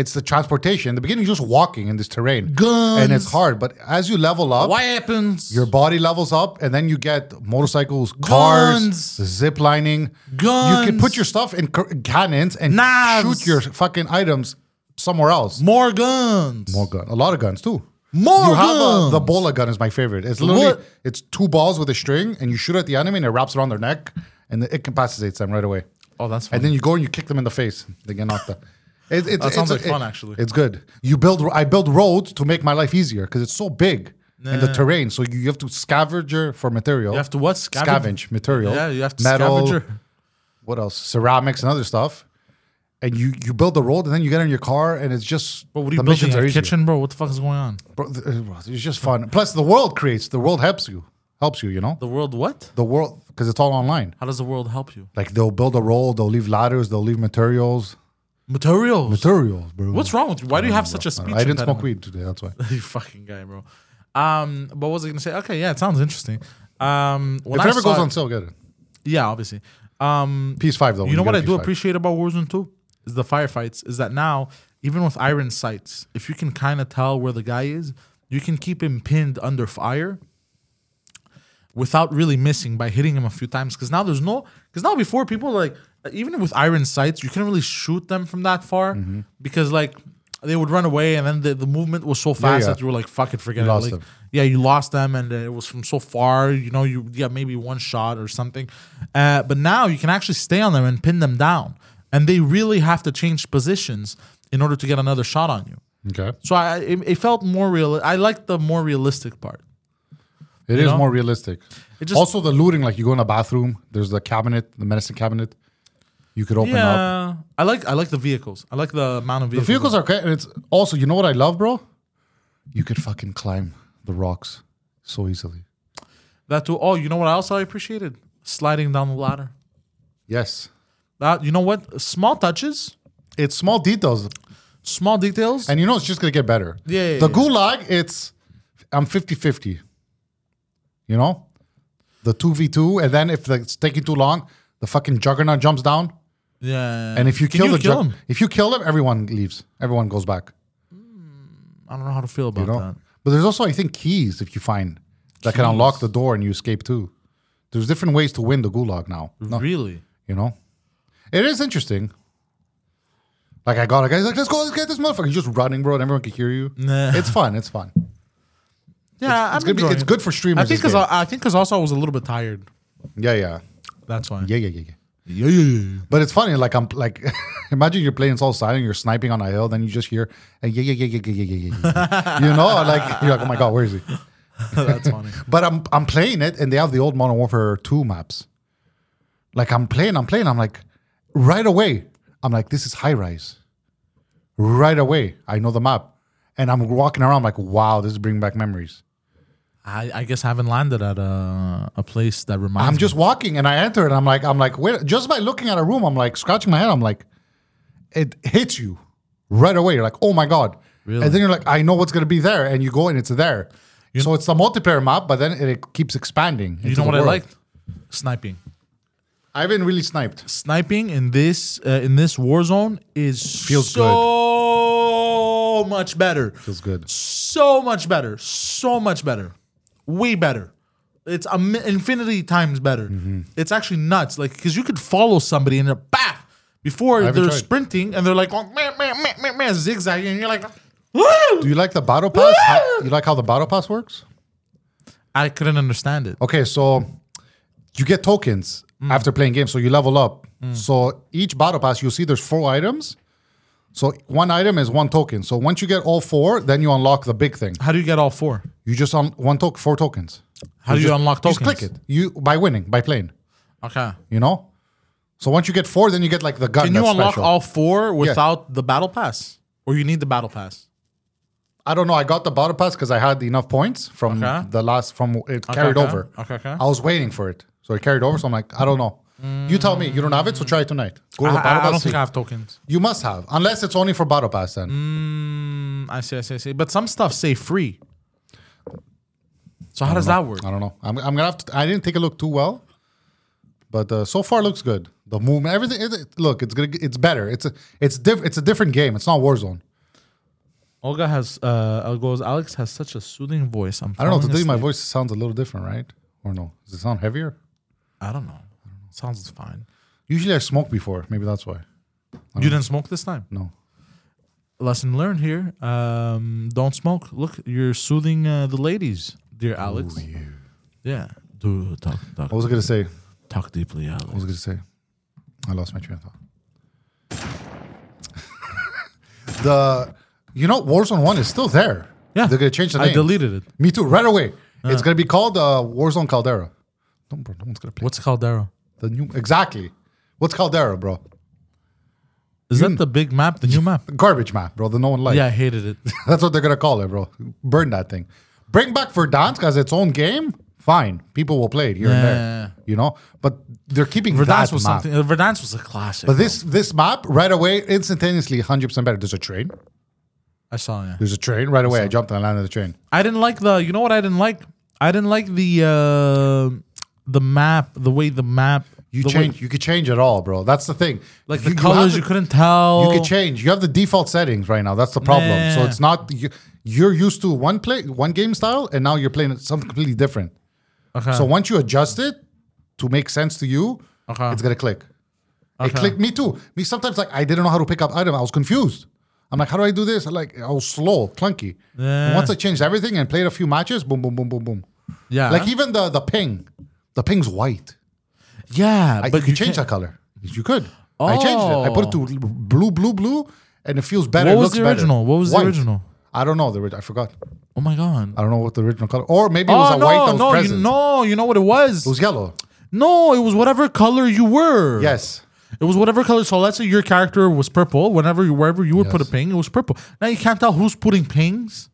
Speaker 2: it's the transportation. In the beginning, you're just walking in this terrain,
Speaker 1: Guns.
Speaker 2: and it's hard. But as you level up,
Speaker 1: What happens?
Speaker 2: your body levels up, and then you get motorcycles, cars,
Speaker 1: Guns.
Speaker 2: zip lining. You can
Speaker 1: Guns.
Speaker 2: put your stuff in cur- cannons and
Speaker 1: Knives.
Speaker 2: shoot your fucking items somewhere else.
Speaker 1: more guns.
Speaker 2: More gun, a lot of guns too.
Speaker 1: More
Speaker 2: you have a,
Speaker 1: guns.
Speaker 2: the bola gun is my favorite. It's literally
Speaker 1: What?
Speaker 2: it's two balls with a string, and you shoot at the enemy, and it wraps around their neck, and it incapacitates them right away.
Speaker 1: Oh, that's
Speaker 2: And
Speaker 1: funny.
Speaker 2: then you go and you kick them in the face. They get knocked out. It, it,
Speaker 1: That sounds
Speaker 2: it's-
Speaker 1: like fun, actually.
Speaker 2: It's good. You build. I build roads to make my life easier because it's so big and the terrain. So you, you have to scavenger for material.
Speaker 1: you have to what?
Speaker 2: scavenge, material.
Speaker 1: Yeah, you have to
Speaker 2: metal,
Speaker 1: scavenger.
Speaker 2: What else? Ceramics and other stuff. And you you build the road and then you get in your car and it's just
Speaker 1: Bro, what are you
Speaker 2: the
Speaker 1: building?
Speaker 2: missions
Speaker 1: A
Speaker 2: are easier.
Speaker 1: kitchen, bro? What the fuck is going on?
Speaker 2: Bro, th- uh, It's just fun. Plus the world creates. The world helps you. Helps you. You know
Speaker 1: The world what?
Speaker 2: the world because it's all online.
Speaker 1: How does the world help you?
Speaker 2: Like they'll build a road. They'll leave ladders. They'll leave materials.
Speaker 1: Materials.
Speaker 2: Materials, bro.
Speaker 1: What's wrong with you? Why do you have such a
Speaker 2: I
Speaker 1: speech?
Speaker 2: don't know. I didn't smoke
Speaker 1: impediment?
Speaker 2: weed today. That's why.
Speaker 1: you fucking guy, bro. Um, but what was I gonna say? Okay, yeah, it sounds interesting. Um, when
Speaker 2: if
Speaker 1: I
Speaker 2: it ever
Speaker 1: saw
Speaker 2: goes
Speaker 1: it-
Speaker 2: on sale, get it.
Speaker 1: yeah, obviously. Um,
Speaker 2: Piece five though. when
Speaker 1: you know what I
Speaker 2: get a
Speaker 1: do
Speaker 2: PS5.
Speaker 1: appreciate about Warzone 2 is the firefights. Is that now even with iron sights, if you can kind of tell where the guy is, you can keep him pinned under fire without really missing by hitting him a few times. Because now there's no because now before people like even with iron sights, you couldn't really shoot them from that far
Speaker 2: Mm-hmm.
Speaker 1: because like they would run away and then the, the movement was so fast
Speaker 2: yeah.
Speaker 1: that you were like, fuck it, forget it.
Speaker 2: lost
Speaker 1: Like,
Speaker 2: them.
Speaker 1: yeah, you lost them, and uh, it was from so far. You know, you got maybe one shot or something. Uh, but now you can actually stay on them and pin them down, and they really have to change positions in order to get another shot on you.
Speaker 2: Okay,
Speaker 1: So I, it, it felt more real. I liked the more realistic part.
Speaker 2: it is
Speaker 1: know?
Speaker 2: more realistic.
Speaker 1: It just-
Speaker 2: also, the looting, like you go in a bathroom. There's the cabinet, the medicine cabinet. You could open up.
Speaker 1: Yeah, I like I like the vehicles. I like the amount of
Speaker 2: The
Speaker 1: vehicles.
Speaker 2: vehicles are okay, and it's also you know what I love, bro. You could fucking climb the rocks so easily.
Speaker 1: that too. Oh, you know what else I appreciated? Sliding down the ladder.
Speaker 2: Yes,
Speaker 1: That you know what? Small touches,
Speaker 2: it's small details,
Speaker 1: small details.
Speaker 2: and you know it's just gonna get better.
Speaker 1: Yeah, yeah,
Speaker 2: the
Speaker 1: yeah.
Speaker 2: gulag, it's I'm 50-50. You know, the two v two, and then if it's taking too long, the fucking juggernaut jumps down.
Speaker 1: yeah.
Speaker 2: And if you
Speaker 1: Can
Speaker 2: kill
Speaker 1: you
Speaker 2: the
Speaker 1: kill
Speaker 2: jug-
Speaker 1: him?
Speaker 2: if you kill them, everyone leaves. Everyone goes back.
Speaker 1: I don't know how to feel about
Speaker 2: You know.
Speaker 1: that.
Speaker 2: But there's also, I think, keys if you find that can unlock the door and you escape too. There's different ways to win the gulag now. No,
Speaker 1: Really?
Speaker 2: you know, it is interesting. Like I got a guy. He's like, let's go, let's get this motherfucker. You're just running, bro, and everyone can hear you.
Speaker 1: Nah.
Speaker 2: It's fun. It's fun.
Speaker 1: Yeah, I'm
Speaker 2: It's good.
Speaker 1: enjoying
Speaker 2: It's
Speaker 1: it.
Speaker 2: good for
Speaker 1: I
Speaker 2: streamers.
Speaker 1: think
Speaker 2: this
Speaker 1: because I, I think because also I was a little bit tired.
Speaker 2: game. yeah, yeah,
Speaker 1: That's why.
Speaker 2: yeah, yeah, yeah, yeah.
Speaker 1: Yeah, yeah, yeah.
Speaker 2: But it's funny. Like I'm like, imagine you're playing Soul Silent, you're sniping on a hill, then you just hear, "Eh, yeah, yeah, yeah, yeah, yeah, yeah, yeah, yeah. you know, like you're like, oh my god, where is he?
Speaker 1: That's funny.
Speaker 2: But I'm I'm playing it, and they have the old Modern Warfare two maps. Like I'm playing, I'm playing, I'm like, right away, I'm like, this is high rise. Right away, I know the map, and I'm walking around like, wow, this is bringing back memories.
Speaker 1: I, I guess I haven't landed at a, a place that reminds
Speaker 2: I'm
Speaker 1: me.
Speaker 2: just walking, and I enter, and I'm like, I'm like, wait, just by looking at a room, I'm like scratching my head, I'm like, it hits you right away. You're like, oh my god,
Speaker 1: Really?
Speaker 2: and then you're like, I know what's gonna be there, and you go, and it's there. so it's the multiplayer map, but then it, it keeps expanding.
Speaker 1: You know what I liked? Sniping.
Speaker 2: I haven't really sniped.
Speaker 1: Sniping in this uh, in this war zone is
Speaker 2: Feels
Speaker 1: so much better.
Speaker 2: Feels good.
Speaker 1: So much better. So much better. Way better. It's a mi- infinity times better.
Speaker 2: Mm-hmm.
Speaker 1: It's actually nuts. Like because you could follow somebody and they're bah! before
Speaker 2: haven't
Speaker 1: they're
Speaker 2: tried.
Speaker 1: sprinting and they're like oh, meh, meh, meh, meh, meh, zigzagging and you're like.
Speaker 2: Do you like the battle pass? How- you like how the battle pass works?
Speaker 1: I couldn't understand it.
Speaker 2: Okay, so you get tokens
Speaker 1: Mm.
Speaker 2: after playing games, so you level up. So each battle pass, you'll see there's four items. So one item is one token. So once you get all four, then you unlock the big thing.
Speaker 1: How do you get all four?
Speaker 2: You just on one token, four tokens.
Speaker 1: How do you unlock tokens?
Speaker 2: Just click it. You by winning, by playing.
Speaker 1: Okay.
Speaker 2: You know. So once you get four, then you get like the gun.
Speaker 1: Can you
Speaker 2: that's
Speaker 1: unlock
Speaker 2: special.
Speaker 1: all four without the battle pass, or you need the battle pass?
Speaker 2: I don't know. I got the battle pass because I had enough points from
Speaker 1: Okay.
Speaker 2: the last from it carried
Speaker 1: okay.
Speaker 2: over.
Speaker 1: Okay, okay.
Speaker 2: I was waiting for it, so it carried over. So I'm like, I don't know. You tell me. You don't have it, so try it tonight. Go to
Speaker 1: I,
Speaker 2: the
Speaker 1: I-
Speaker 2: battle
Speaker 1: I don't
Speaker 2: pass.
Speaker 1: think
Speaker 2: see.
Speaker 1: I have tokens.
Speaker 2: you must have, unless it's only for battle pass. Then
Speaker 1: Mm, I see, I see, I see. But some stuff say free. So how does that work?
Speaker 2: I don't know. I'm, I'm gonna have to. I didn't take a look too well, but uh, so far looks good. the movement, everything. It, it- look, it's gonna, get- it's better. It's a, it's diff, it's a different game. It's not Warzone.
Speaker 1: Olga has uh goes. Alex has such a soothing voice. I'm
Speaker 2: I don't know.
Speaker 1: falling
Speaker 2: Today my
Speaker 1: asleep."
Speaker 2: voice sounds a little different, right? Or no? Does it sound heavier?
Speaker 1: I don't know. Sounds fine.
Speaker 2: Usually I smoke before. Maybe that's why.
Speaker 1: You didn't smoke this time.
Speaker 2: No.
Speaker 1: Lesson learned here. Um, don't smoke. Look, you're soothing uh, the ladies, dear Alex. yeah. Do talk talk
Speaker 2: What was I gonna say?
Speaker 1: talk deeply,
Speaker 2: I
Speaker 1: Alex.
Speaker 2: was gonna say, I lost my train of thought. the, you know, Warzone One is still there.
Speaker 1: Yeah.
Speaker 2: they're gonna change the
Speaker 1: I
Speaker 2: name.
Speaker 1: deleted it.
Speaker 2: Me too, right away. It's gonna be called uh, Warzone Caldera. No, bro, no one's gonna play
Speaker 1: What's Caldera?
Speaker 2: the new. Exactly, what's Caldera, bro?
Speaker 1: Is that the big map? The new map?
Speaker 2: Garbage map, bro. That no one likes.
Speaker 1: Yeah, I hated it.
Speaker 2: That's what they're gonna call it, bro. Burn that thing. Bring back Verdansk as its own game. Fine, people will play it here and
Speaker 1: Yeah.
Speaker 2: there. You know, but they're keeping
Speaker 1: Verdance
Speaker 2: that
Speaker 1: was
Speaker 2: map.
Speaker 1: something. uh, Verdance was a classic.
Speaker 2: But this this map right away, instantaneously, hundred percent better. There's a train.
Speaker 1: I saw. Yeah.
Speaker 2: There's a train right away. I jumped and I landed the train.
Speaker 1: I didn't like the. You know what I didn't like? I didn't like the uh the map. The way the map.
Speaker 2: You
Speaker 1: the way-
Speaker 2: change. you could change it all, bro. That's the thing.
Speaker 1: like the
Speaker 2: You- you have
Speaker 1: colors.
Speaker 2: the-
Speaker 1: You, couldn't tell.
Speaker 2: You could change. You have the default settings right now. That's the problem. So
Speaker 1: Nah.
Speaker 2: it's not you, you're used to one play, one game style, and now you're playing something completely different.
Speaker 1: Okay.
Speaker 2: So once you adjust it to make sense to you,
Speaker 1: Okay.
Speaker 2: it's gonna click. It
Speaker 1: Okay.
Speaker 2: clicked me too. Me sometimes like I didn't know how to pick up item. I was confused. I'm like, how do I do this? I like I was slow, clunky.
Speaker 1: Yeah.
Speaker 2: Once I changed everything and played a few matches, boom, boom, boom, boom, boom.
Speaker 1: yeah.
Speaker 2: Like even the the ping, the ping's white.
Speaker 1: yeah.
Speaker 2: I,
Speaker 1: but
Speaker 2: you could
Speaker 1: can't- Oh.
Speaker 2: change that color. You could. I changed it. I put it to blue, blue, blue, and it feels better.
Speaker 1: What
Speaker 2: It
Speaker 1: was
Speaker 2: looks
Speaker 1: the
Speaker 2: better.
Speaker 1: original? What was the
Speaker 2: White.
Speaker 1: original?
Speaker 2: I don't know the original. I forgot.
Speaker 1: Oh my god.
Speaker 2: I don't know what the original color. Or maybe it was
Speaker 1: oh
Speaker 2: a
Speaker 1: no,
Speaker 2: white that was
Speaker 1: no,
Speaker 2: present.
Speaker 1: you, no! You know what it was?
Speaker 2: It was yellow.
Speaker 1: No, it was whatever color you were.
Speaker 2: Yes.
Speaker 1: it was whatever color. So let's say your character was purple. Whenever you, wherever you would put a
Speaker 2: Yes.
Speaker 1: ping, it was purple. Now you can't tell who's putting pings.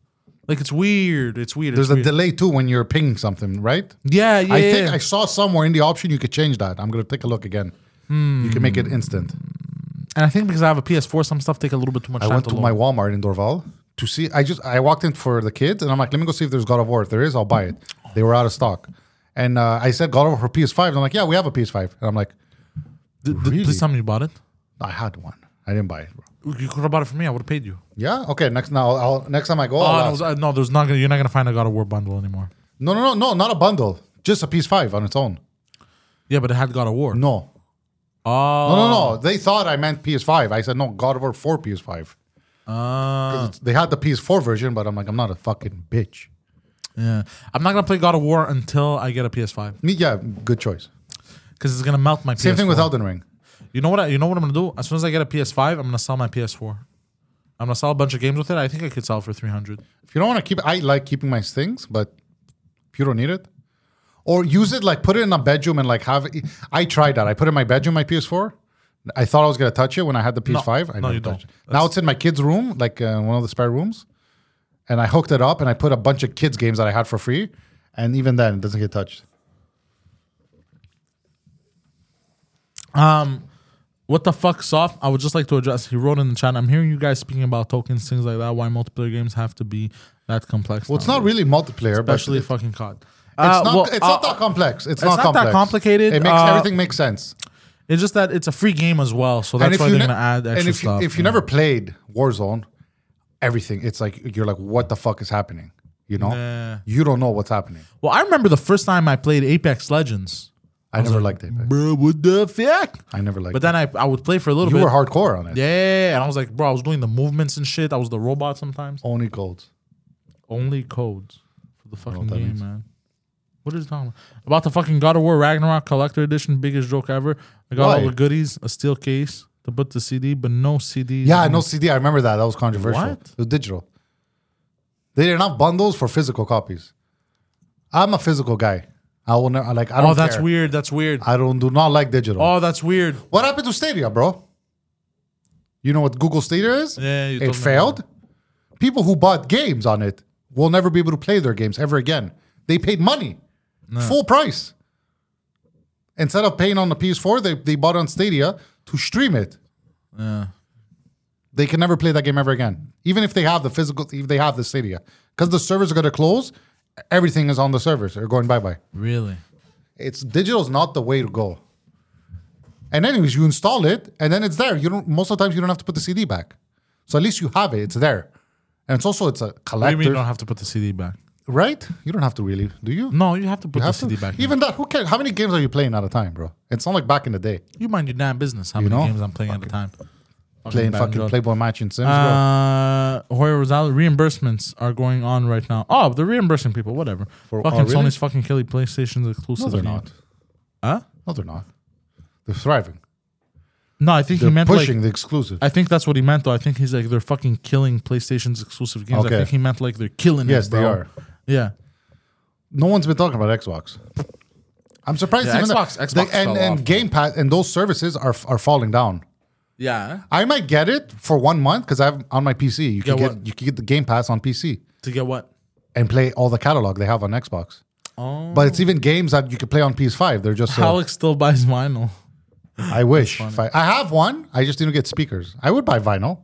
Speaker 1: Like it's weird. It's weird.
Speaker 2: There's
Speaker 1: it's
Speaker 2: a
Speaker 1: weird.
Speaker 2: delay too when you're pinging something, right?
Speaker 1: yeah, yeah.
Speaker 2: I think
Speaker 1: yeah.
Speaker 2: I saw somewhere in the option you could change that. I'm gonna take a look again. You can make it instant.
Speaker 1: and I think because I have a PS4, some stuff take a little bit too much
Speaker 2: I
Speaker 1: time
Speaker 2: went
Speaker 1: to
Speaker 2: to
Speaker 1: load.
Speaker 2: my Walmart in Dorval to see. I just I walked in for the kids, and I'm like, let me go see if there's God of War. If there is, I'll buy it. They were out of stock, and uh, I said God of War for PS5. And I'm like, yeah, we have a PS5. And I'm like,
Speaker 1: D- d-
Speaker 2: Really?
Speaker 1: Please tell me you bought it.
Speaker 2: I had one. I didn't buy it. Bro.
Speaker 1: You could have bought it for me. I would have paid you.
Speaker 2: Yeah. Okay. Next now, I'll, next time I go,
Speaker 1: Oh,
Speaker 2: I'll
Speaker 1: no,
Speaker 2: ask.
Speaker 1: uh, no, there's not. Gonna, you're not gonna find a God of War bundle anymore.
Speaker 2: no, no, no, no, not a bundle. Just a PS5 on its own.
Speaker 1: Yeah, but it had God of War.
Speaker 2: No.
Speaker 1: Oh,
Speaker 2: No, no, no. They thought I meant PS5. I said no, God of War for PS5.
Speaker 1: Uh,
Speaker 2: They had the PS4 version, but I'm like, I'm not a fucking bitch.
Speaker 1: yeah. I'm not gonna play God of War until I get a PS5
Speaker 2: Me, yeah, good choice.
Speaker 1: because it's gonna melt my.
Speaker 2: Same thing
Speaker 1: PS4.
Speaker 2: with Elden Ring.
Speaker 1: You know what? I, you know what I'm gonna do? As soon as I get a PS5, I'm gonna sell my PS4. I'm gonna sell a bunch of games with it. I think I could sell for 300.
Speaker 2: If you don't want to keep, I like keeping my things, but if you don't need it, or use it like put it in a bedroom and like have. It, I tried that. I put it in my bedroom my PS4. I thought I was gonna touch it when I had the PS5. I
Speaker 1: no,
Speaker 2: never
Speaker 1: you don't.
Speaker 2: touched It. Now it's in my kids' room, like uh, one of the spare rooms, and I hooked it up and I put a bunch of kids' games that I had for free, and even then it doesn't get touched.
Speaker 1: Um, What the fuck, soft? I would just like to address. He wrote in the chat. I'm hearing you guys speaking about tokens, things like that. Why multiplayer games have to be that complex?
Speaker 2: Well, it's not really multiplayer,
Speaker 1: especially Uh,
Speaker 2: but it's
Speaker 1: fucking COD.
Speaker 2: not. it's not that complex. It's, not,
Speaker 1: not that
Speaker 2: complex.
Speaker 1: complicated,
Speaker 2: It makes
Speaker 1: uh,
Speaker 2: everything make sense.
Speaker 1: It's just that it's a free game as well, so that's why they're
Speaker 2: ne-
Speaker 1: gonna add extra
Speaker 2: and if you,
Speaker 1: stuff.
Speaker 2: if you never played Warzone, everything it's like you're like, what the fuck is happening? You know,
Speaker 1: Yeah.
Speaker 2: you don't know what's happening.
Speaker 1: well, I remember the first time I played Apex Legends.
Speaker 2: I never liked it.
Speaker 1: Bro, what the fuck?
Speaker 2: I never liked.
Speaker 1: But then I, I would play for a little
Speaker 2: it. you
Speaker 1: bit.
Speaker 2: were hardcore on it.
Speaker 1: yeah, and I was like, bro, I was doing the movements and shit. I was the robot sometimes.
Speaker 2: Only golds.
Speaker 1: Only codes for the fucking
Speaker 2: that
Speaker 1: game,
Speaker 2: means.
Speaker 1: man. What are you talking about? About the fucking God of War Ragnarok Collector Edition, biggest joke ever. I got all
Speaker 2: Why?
Speaker 1: the goodies, a steel case to put the CD, but no CD.
Speaker 2: Yeah, no CD. I remember that. That was controversial.
Speaker 1: What?
Speaker 2: It was digital. They didn't have bundles for physical copies. I'm a physical guy. I will never like. I don't.
Speaker 1: Oh, that's
Speaker 2: care.
Speaker 1: weird. That's weird.
Speaker 2: I don't do not like digital.
Speaker 1: Oh, that's weird.
Speaker 2: What happened to Stadia, bro? You know what Google Stadia is?
Speaker 1: Yeah, you told
Speaker 2: it
Speaker 1: me
Speaker 2: failed. People who bought games on it will never be able to play their games ever again. They paid money, full price. Instead of paying on the PS4, they, they bought on Stadia to stream it.
Speaker 1: Yeah.
Speaker 2: They can never play that game ever again, even if they have the physical, if they have the Stadia, because the servers are going to close. Everything is on the servers. They're going bye bye.
Speaker 1: Really?
Speaker 2: It's digital is not the way to go. And anyways, you install it, and then it's there. You don't. Most of the times, you don't have to put the CD back. So at least you have it. It's there, and it's also it's a
Speaker 1: What do you mean
Speaker 2: collector,
Speaker 1: you don't have to put the CD back?
Speaker 2: right? You don't have to really, do you?
Speaker 1: No, you have to put
Speaker 2: You
Speaker 1: the
Speaker 2: have
Speaker 1: CD
Speaker 2: to.
Speaker 1: back. in.
Speaker 2: Even that. Who cares? How many games are you playing at a time, bro? It's not like back in the day
Speaker 1: you mind your damn business. How
Speaker 2: You
Speaker 1: many
Speaker 2: know?
Speaker 1: games I'm playing at a time?
Speaker 2: playing
Speaker 1: bad
Speaker 2: fucking
Speaker 1: job.
Speaker 2: Playboy Match in Sims, bro.
Speaker 1: Uh, Hoyer Rosales reimbursements are going on right now. Oh, they're reimbursing people. Whatever.
Speaker 2: For-
Speaker 1: fucking
Speaker 2: oh, really?
Speaker 1: Sony's fucking killing PlayStation's
Speaker 2: No,
Speaker 1: exclusive.
Speaker 2: they're not.
Speaker 1: Huh?
Speaker 2: No, they're not. They're thriving.
Speaker 1: No, I think he
Speaker 2: They're
Speaker 1: meant
Speaker 2: pushing
Speaker 1: like.
Speaker 2: the exclusive.
Speaker 1: I think that's what he meant though. I think he's like they're fucking killing PlayStation's exclusive games.
Speaker 2: Okay.
Speaker 1: I think he meant like they're killing.
Speaker 2: Yes,
Speaker 1: it,
Speaker 2: they
Speaker 1: bro.
Speaker 2: are.
Speaker 1: Yeah.
Speaker 2: No one's been talking about Xbox. I'm surprised
Speaker 1: Yeah,
Speaker 2: even
Speaker 1: Xbox-
Speaker 2: that,
Speaker 1: Xbox
Speaker 2: the, and,
Speaker 1: fell
Speaker 2: and
Speaker 1: off.
Speaker 2: Game Pass and those services are are falling down.
Speaker 1: Yeah.
Speaker 2: I might get it for one month because I'm on my PC. You can
Speaker 1: Get
Speaker 2: get,
Speaker 1: what?
Speaker 2: you can get the Game Pass on PC
Speaker 1: To get what?
Speaker 2: and play all the catalog they have on Xbox.
Speaker 1: Oh.
Speaker 2: But it's even games that you can play on PS5. They're just uh,
Speaker 1: Alex still buys vinyl.
Speaker 2: I wish if I, I have one. I just didn't get speakers. I would buy vinyl.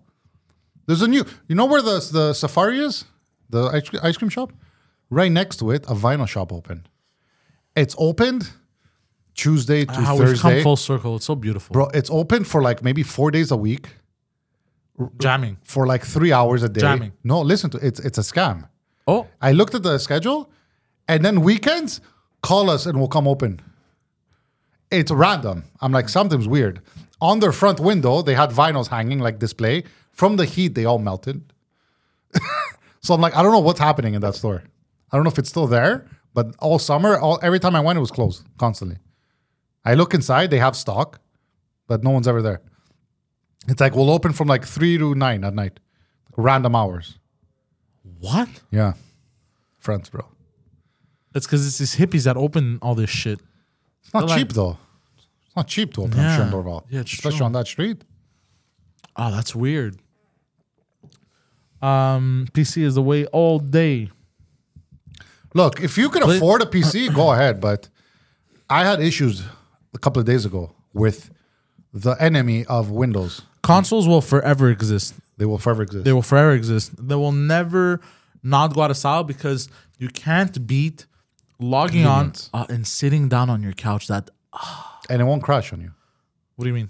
Speaker 2: There's a new. You know where the the Safari is, the ice, cre- ice cream shop, right next to it, a vinyl shop opened. It's opened Tuesday to
Speaker 1: How we've come
Speaker 2: Thursday,
Speaker 1: full circle. It's so beautiful.
Speaker 2: bro. It's open for like maybe four days a week
Speaker 1: Jamming.
Speaker 2: for like three hours a day.
Speaker 1: Jamming.
Speaker 2: No, listen to it's it's a scam.
Speaker 1: Oh.
Speaker 2: I looked at the schedule, and then weekends, call us and we'll come open. It's random. I'm like, something's weird. On their front window, they had vinyls hanging like display. From the heat, they all melted. so I'm like, I don't know what's happening in that store. I don't know if it's still there, but all summer, all every time I went, it was closed constantly. I look inside, they have stock, but no one's ever there. It's like we'll open from like three to nine at night, random hours.
Speaker 1: What?
Speaker 2: Yeah, France, bro.
Speaker 1: It's because it's these hippies that open all this shit.
Speaker 2: It's not
Speaker 1: But, like-
Speaker 2: cheap though. It's not cheap to open up
Speaker 1: Yeah.
Speaker 2: Shem Dorval.
Speaker 1: Yeah, it's
Speaker 2: especially
Speaker 1: true.
Speaker 2: on that street.
Speaker 1: Oh, that's weird. Um, PC is the way all day.
Speaker 2: Look, if you can afford a PC, go ahead. But I had issues a couple of days ago with the enemy of Windows.
Speaker 1: Consoles will forever exist.
Speaker 2: They will forever exist.
Speaker 1: They will forever exist. They will never not go out of style because you can't beat logging on
Speaker 2: Convenience.
Speaker 1: uh, and sitting down on your couch. That
Speaker 2: and it won't crash on you.
Speaker 1: what do you mean?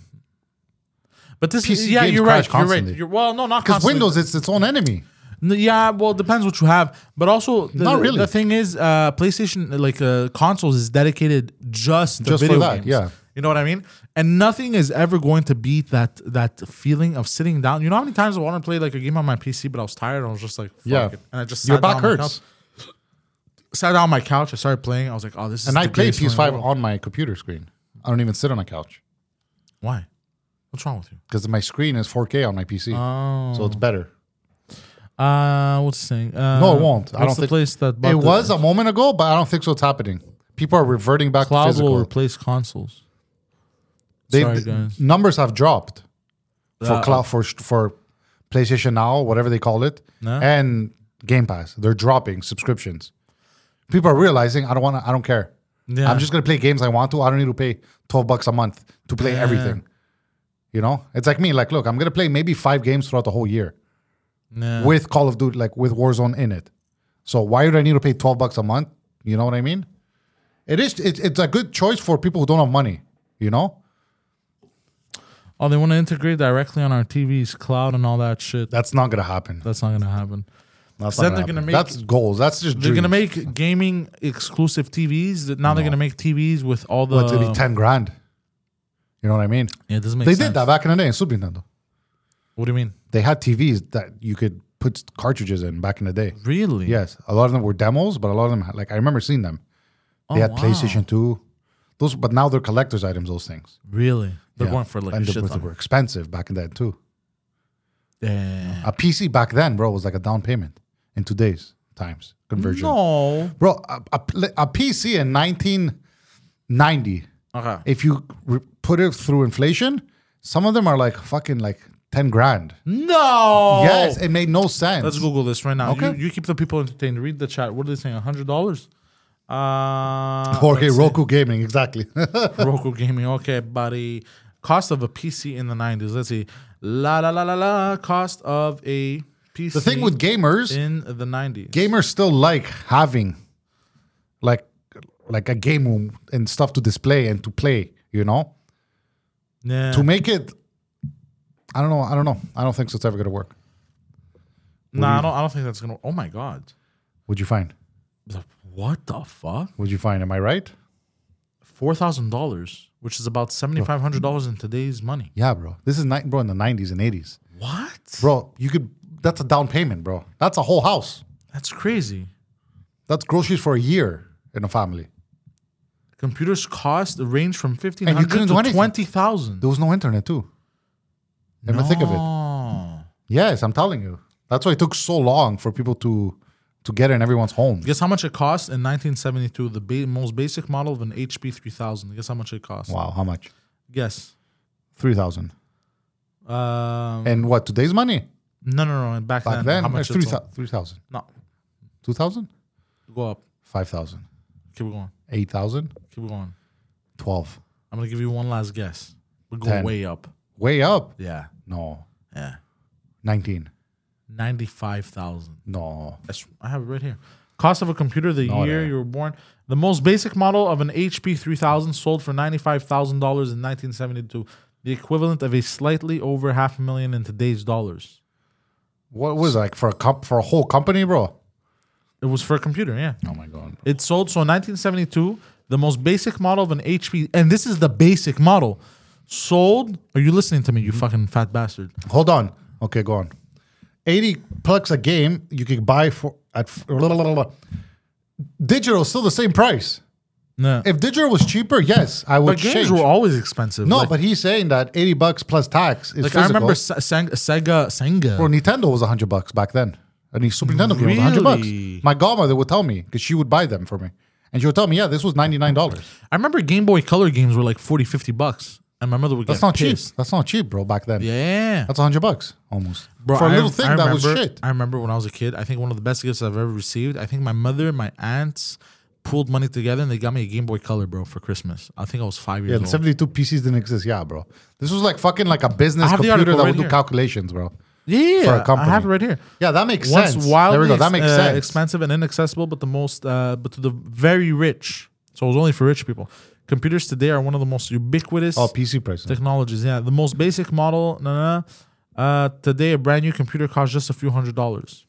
Speaker 1: But this is
Speaker 2: PC
Speaker 1: yeah,
Speaker 2: games
Speaker 1: you're right.
Speaker 2: crash
Speaker 1: You're right.
Speaker 2: constantly.
Speaker 1: You're well, no, not
Speaker 2: Because
Speaker 1: constantly.
Speaker 2: Windows, it's its own enemy.
Speaker 1: N- Yeah, well, it depends what you have, but also the,
Speaker 2: Not really.
Speaker 1: the thing is, uh, PlayStation like uh, consoles is dedicated just to
Speaker 2: Just for
Speaker 1: video
Speaker 2: that,
Speaker 1: games.
Speaker 2: yeah.
Speaker 1: you know what I mean. And nothing is ever going to beat that that feeling of sitting down. You know how many times I want to play like a game on my PC, but I was tired. I was just like, fuck
Speaker 2: Yeah.
Speaker 1: it. and I just sat
Speaker 2: Your back
Speaker 1: down on my
Speaker 2: hurts.
Speaker 1: couch- Sat down on my couch. I started playing. I was like, oh, this is.
Speaker 2: And
Speaker 1: the
Speaker 2: I play
Speaker 1: greatest feeling in the
Speaker 2: PS5
Speaker 1: world.
Speaker 2: on my computer screen. I don't even sit on a couch
Speaker 1: Why? What's wrong with you?
Speaker 2: because my screen is 4K on my PC. So
Speaker 1: Oh.
Speaker 2: it's better.
Speaker 1: Uh, what's the thing? Uh,
Speaker 2: No, it won't.
Speaker 1: what's
Speaker 2: I don't
Speaker 1: the
Speaker 2: think-
Speaker 1: place that bought
Speaker 2: It
Speaker 1: the-
Speaker 2: was a moment ago, but I don't think so. It's happening. People are reverting back to
Speaker 1: cloud will
Speaker 2: physical.
Speaker 1: replace consoles.
Speaker 2: They,
Speaker 1: Sorry,
Speaker 2: th-
Speaker 1: guys.
Speaker 2: Numbers have dropped. for
Speaker 1: Uh,
Speaker 2: cloud for for PlayStation Now, whatever they call it,
Speaker 1: No.
Speaker 2: and Game Pass. They're dropping subscriptions. People are realizing I don't want to. I don't care.
Speaker 1: Yeah.
Speaker 2: I'm just gonna play games I want to. I don't need to pay twelve bucks a month to play everything. You know, it's like me. Like, look, I'm gonna play maybe five games throughout the whole year
Speaker 1: Nah.
Speaker 2: with Call of Duty, like with Warzone in it. So why would I need to pay twelve bucks a month? You know what I mean? It is. It, it's a good choice for people who don't have money. You know,
Speaker 1: Oh, they want to integrate directly on our TVs, cloud, and all that shit.
Speaker 2: that's not gonna happen.
Speaker 1: That's not gonna happen.
Speaker 2: That's
Speaker 1: then
Speaker 2: not
Speaker 1: they're gonna
Speaker 2: gonna happen.
Speaker 1: make-
Speaker 2: That's goals. That's just
Speaker 1: They're gonna
Speaker 2: dreams.
Speaker 1: make gaming exclusive TVs. That now they're gonna make TVs with all the.
Speaker 2: But it'd be 10 grand. You know what I mean?
Speaker 1: yeah, it doesn't make
Speaker 2: They
Speaker 1: uh, sense.
Speaker 2: did that back in the day in Super Nintendo.
Speaker 1: What do you mean?
Speaker 2: They had TVs that you could put cartridges in back in the day.
Speaker 1: Really?
Speaker 2: Yes. A lot of them were demos, but a lot of them, had, like, I remember seeing them. They
Speaker 1: Oh,
Speaker 2: had
Speaker 1: wow.
Speaker 2: PlayStation 2. Those, but now they're collector's items, those things.
Speaker 1: Really? They're
Speaker 2: Yeah.
Speaker 1: going for like
Speaker 2: and
Speaker 1: a
Speaker 2: they,
Speaker 1: shit
Speaker 2: were- they
Speaker 1: ton.
Speaker 2: were expensive back in that too.
Speaker 1: Damn.
Speaker 2: A PC back then, bro, was like a down payment in today's times conversion.
Speaker 1: No.
Speaker 2: Bro, a, a, pl- a PC in 1990
Speaker 1: Okay.
Speaker 2: if you re- put it through inflation, some of them are like fucking like 10 grand.
Speaker 1: No.
Speaker 2: Yes, it made no sense.
Speaker 1: Let's Google this right now.
Speaker 2: Okay.
Speaker 1: You, you keep the people entertained. Read the chat. What are they saying? hundred dollars. Uh.
Speaker 2: Okay,
Speaker 1: let's see.
Speaker 2: Roku Gaming, exactly.
Speaker 1: Roku Gaming. Okay, buddy. Cost of a PC in the 90s. Let's see. La la la la la. Cost of a PC
Speaker 2: the thing with gamers,
Speaker 1: in the 90s.
Speaker 2: gamers still like having like like a game room and stuff to display and to play, you know?
Speaker 1: Yeah.
Speaker 2: to make it i don't know i don't know i don't think so it's ever going to work
Speaker 1: nah, I don't, I don't think that's gonna. Oh my god.
Speaker 2: what'd you find
Speaker 1: What the fuck?
Speaker 2: what'd you find am i right
Speaker 1: Four thousand dollars, which is about seventy five hundred dollars in today's money.
Speaker 2: yeah bro this is ni- bro in the 90s and 80s
Speaker 1: What?
Speaker 2: bro you could that's a down payment bro that's a whole house
Speaker 1: That's crazy.
Speaker 2: that's groceries for a year in a family
Speaker 1: Computers cost range from fifteen
Speaker 2: you
Speaker 1: hundred
Speaker 2: couldn't do
Speaker 1: to
Speaker 2: anything.
Speaker 1: twenty thousand.
Speaker 2: there was no internet too never think of it yes i'm telling you that's why it took so long for people to to get in everyone's home
Speaker 1: Guess how much it cost in 1972? The ba- most basic model of an HP 3000. Guess how much it cost?
Speaker 2: wow how much
Speaker 1: Guess.
Speaker 2: 3000
Speaker 1: Um,
Speaker 2: and what today's money
Speaker 1: no, no, no. Back,
Speaker 2: back
Speaker 1: then,
Speaker 2: then
Speaker 1: how
Speaker 2: it's
Speaker 1: much? it's all-
Speaker 2: 3000 3000
Speaker 1: No,
Speaker 2: 2000
Speaker 1: go up.
Speaker 2: 5000
Speaker 1: Keep going.
Speaker 2: 8000
Speaker 1: Keep going.
Speaker 2: 12
Speaker 1: I'm gonna give you one last guess. We're going
Speaker 2: Ten.
Speaker 1: way up.
Speaker 2: way up
Speaker 1: Yeah,
Speaker 2: no
Speaker 1: yeah.
Speaker 2: 19
Speaker 1: Ninety-five thousand.
Speaker 2: no
Speaker 1: That's I have it right here. Cost of a computer the
Speaker 2: No,
Speaker 1: year
Speaker 2: no.
Speaker 1: you were born. The most basic model of an HP 3000 sold for ninety-five thousand dollars in 1972, the equivalent of a slightly over half a million in today's dollars.
Speaker 2: what was it, like for a comp for a whole company bro
Speaker 1: It was for a computer, yeah.
Speaker 2: oh my god
Speaker 1: It sold so in 1972, the most basic model of an HP, and this is the basic model, sold. Are you listening to me, you fucking fat bastard?
Speaker 2: hold on okay go on 80 bucks a game you could buy for at f- blah, blah, blah, blah. digital is still the same price
Speaker 1: No,
Speaker 2: if digital was cheaper yes i would
Speaker 1: but games
Speaker 2: change
Speaker 1: were always expensive.
Speaker 2: no
Speaker 1: like,
Speaker 2: but he's saying that 80 bucks plus tax is
Speaker 1: like
Speaker 2: physical.
Speaker 1: I remember Se- Sang- Sega, Sega.
Speaker 2: Bro, Nintendo was 100 bucks back then. And the Super Nintendo game was 100
Speaker 1: Really?
Speaker 2: bucks. My godmother would tell me because she would buy them for me. And she would tell me, yeah, this was $99.
Speaker 1: I remember Game Boy Color games were like 40, 50 bucks, and my mother would
Speaker 2: That's
Speaker 1: get
Speaker 2: not
Speaker 1: pissed.
Speaker 2: cheap. That's not cheap, bro, back then.
Speaker 1: Yeah,
Speaker 2: That's 100 bucks almost.
Speaker 1: Bro,
Speaker 2: for a
Speaker 1: I-
Speaker 2: little thing
Speaker 1: I
Speaker 2: that was
Speaker 1: remember-
Speaker 2: shit.
Speaker 1: I remember when I was a kid. I think one of the best gifts I've ever received. I think my mother, and my aunts, pooled money together and they got me a Game Boy Color, bro, for Christmas. I think I was five
Speaker 2: Yeah,
Speaker 1: years
Speaker 2: the
Speaker 1: old.
Speaker 2: 72 PCs didn't exist. Yeah, bro. This was like fucking like a business
Speaker 1: have the
Speaker 2: computer
Speaker 1: article
Speaker 2: that
Speaker 1: right
Speaker 2: would do
Speaker 1: here.
Speaker 2: calculations, bro.
Speaker 1: Yeah,
Speaker 2: for a company.
Speaker 1: I have it right here.
Speaker 2: Yeah, that makes
Speaker 1: Once
Speaker 2: sense.
Speaker 1: wildly
Speaker 2: There we go. That
Speaker 1: ex-
Speaker 2: makes
Speaker 1: uh,
Speaker 2: sense.
Speaker 1: expensive and inaccessible, but the most, uh, but to the very rich. So it was only for rich people. Computers today are one of the most ubiquitous
Speaker 2: oh, PC prices.
Speaker 1: technologies. Yeah, the most basic model. Nah, nah, uh, today, a brand new computer costs just a few hundred dollars.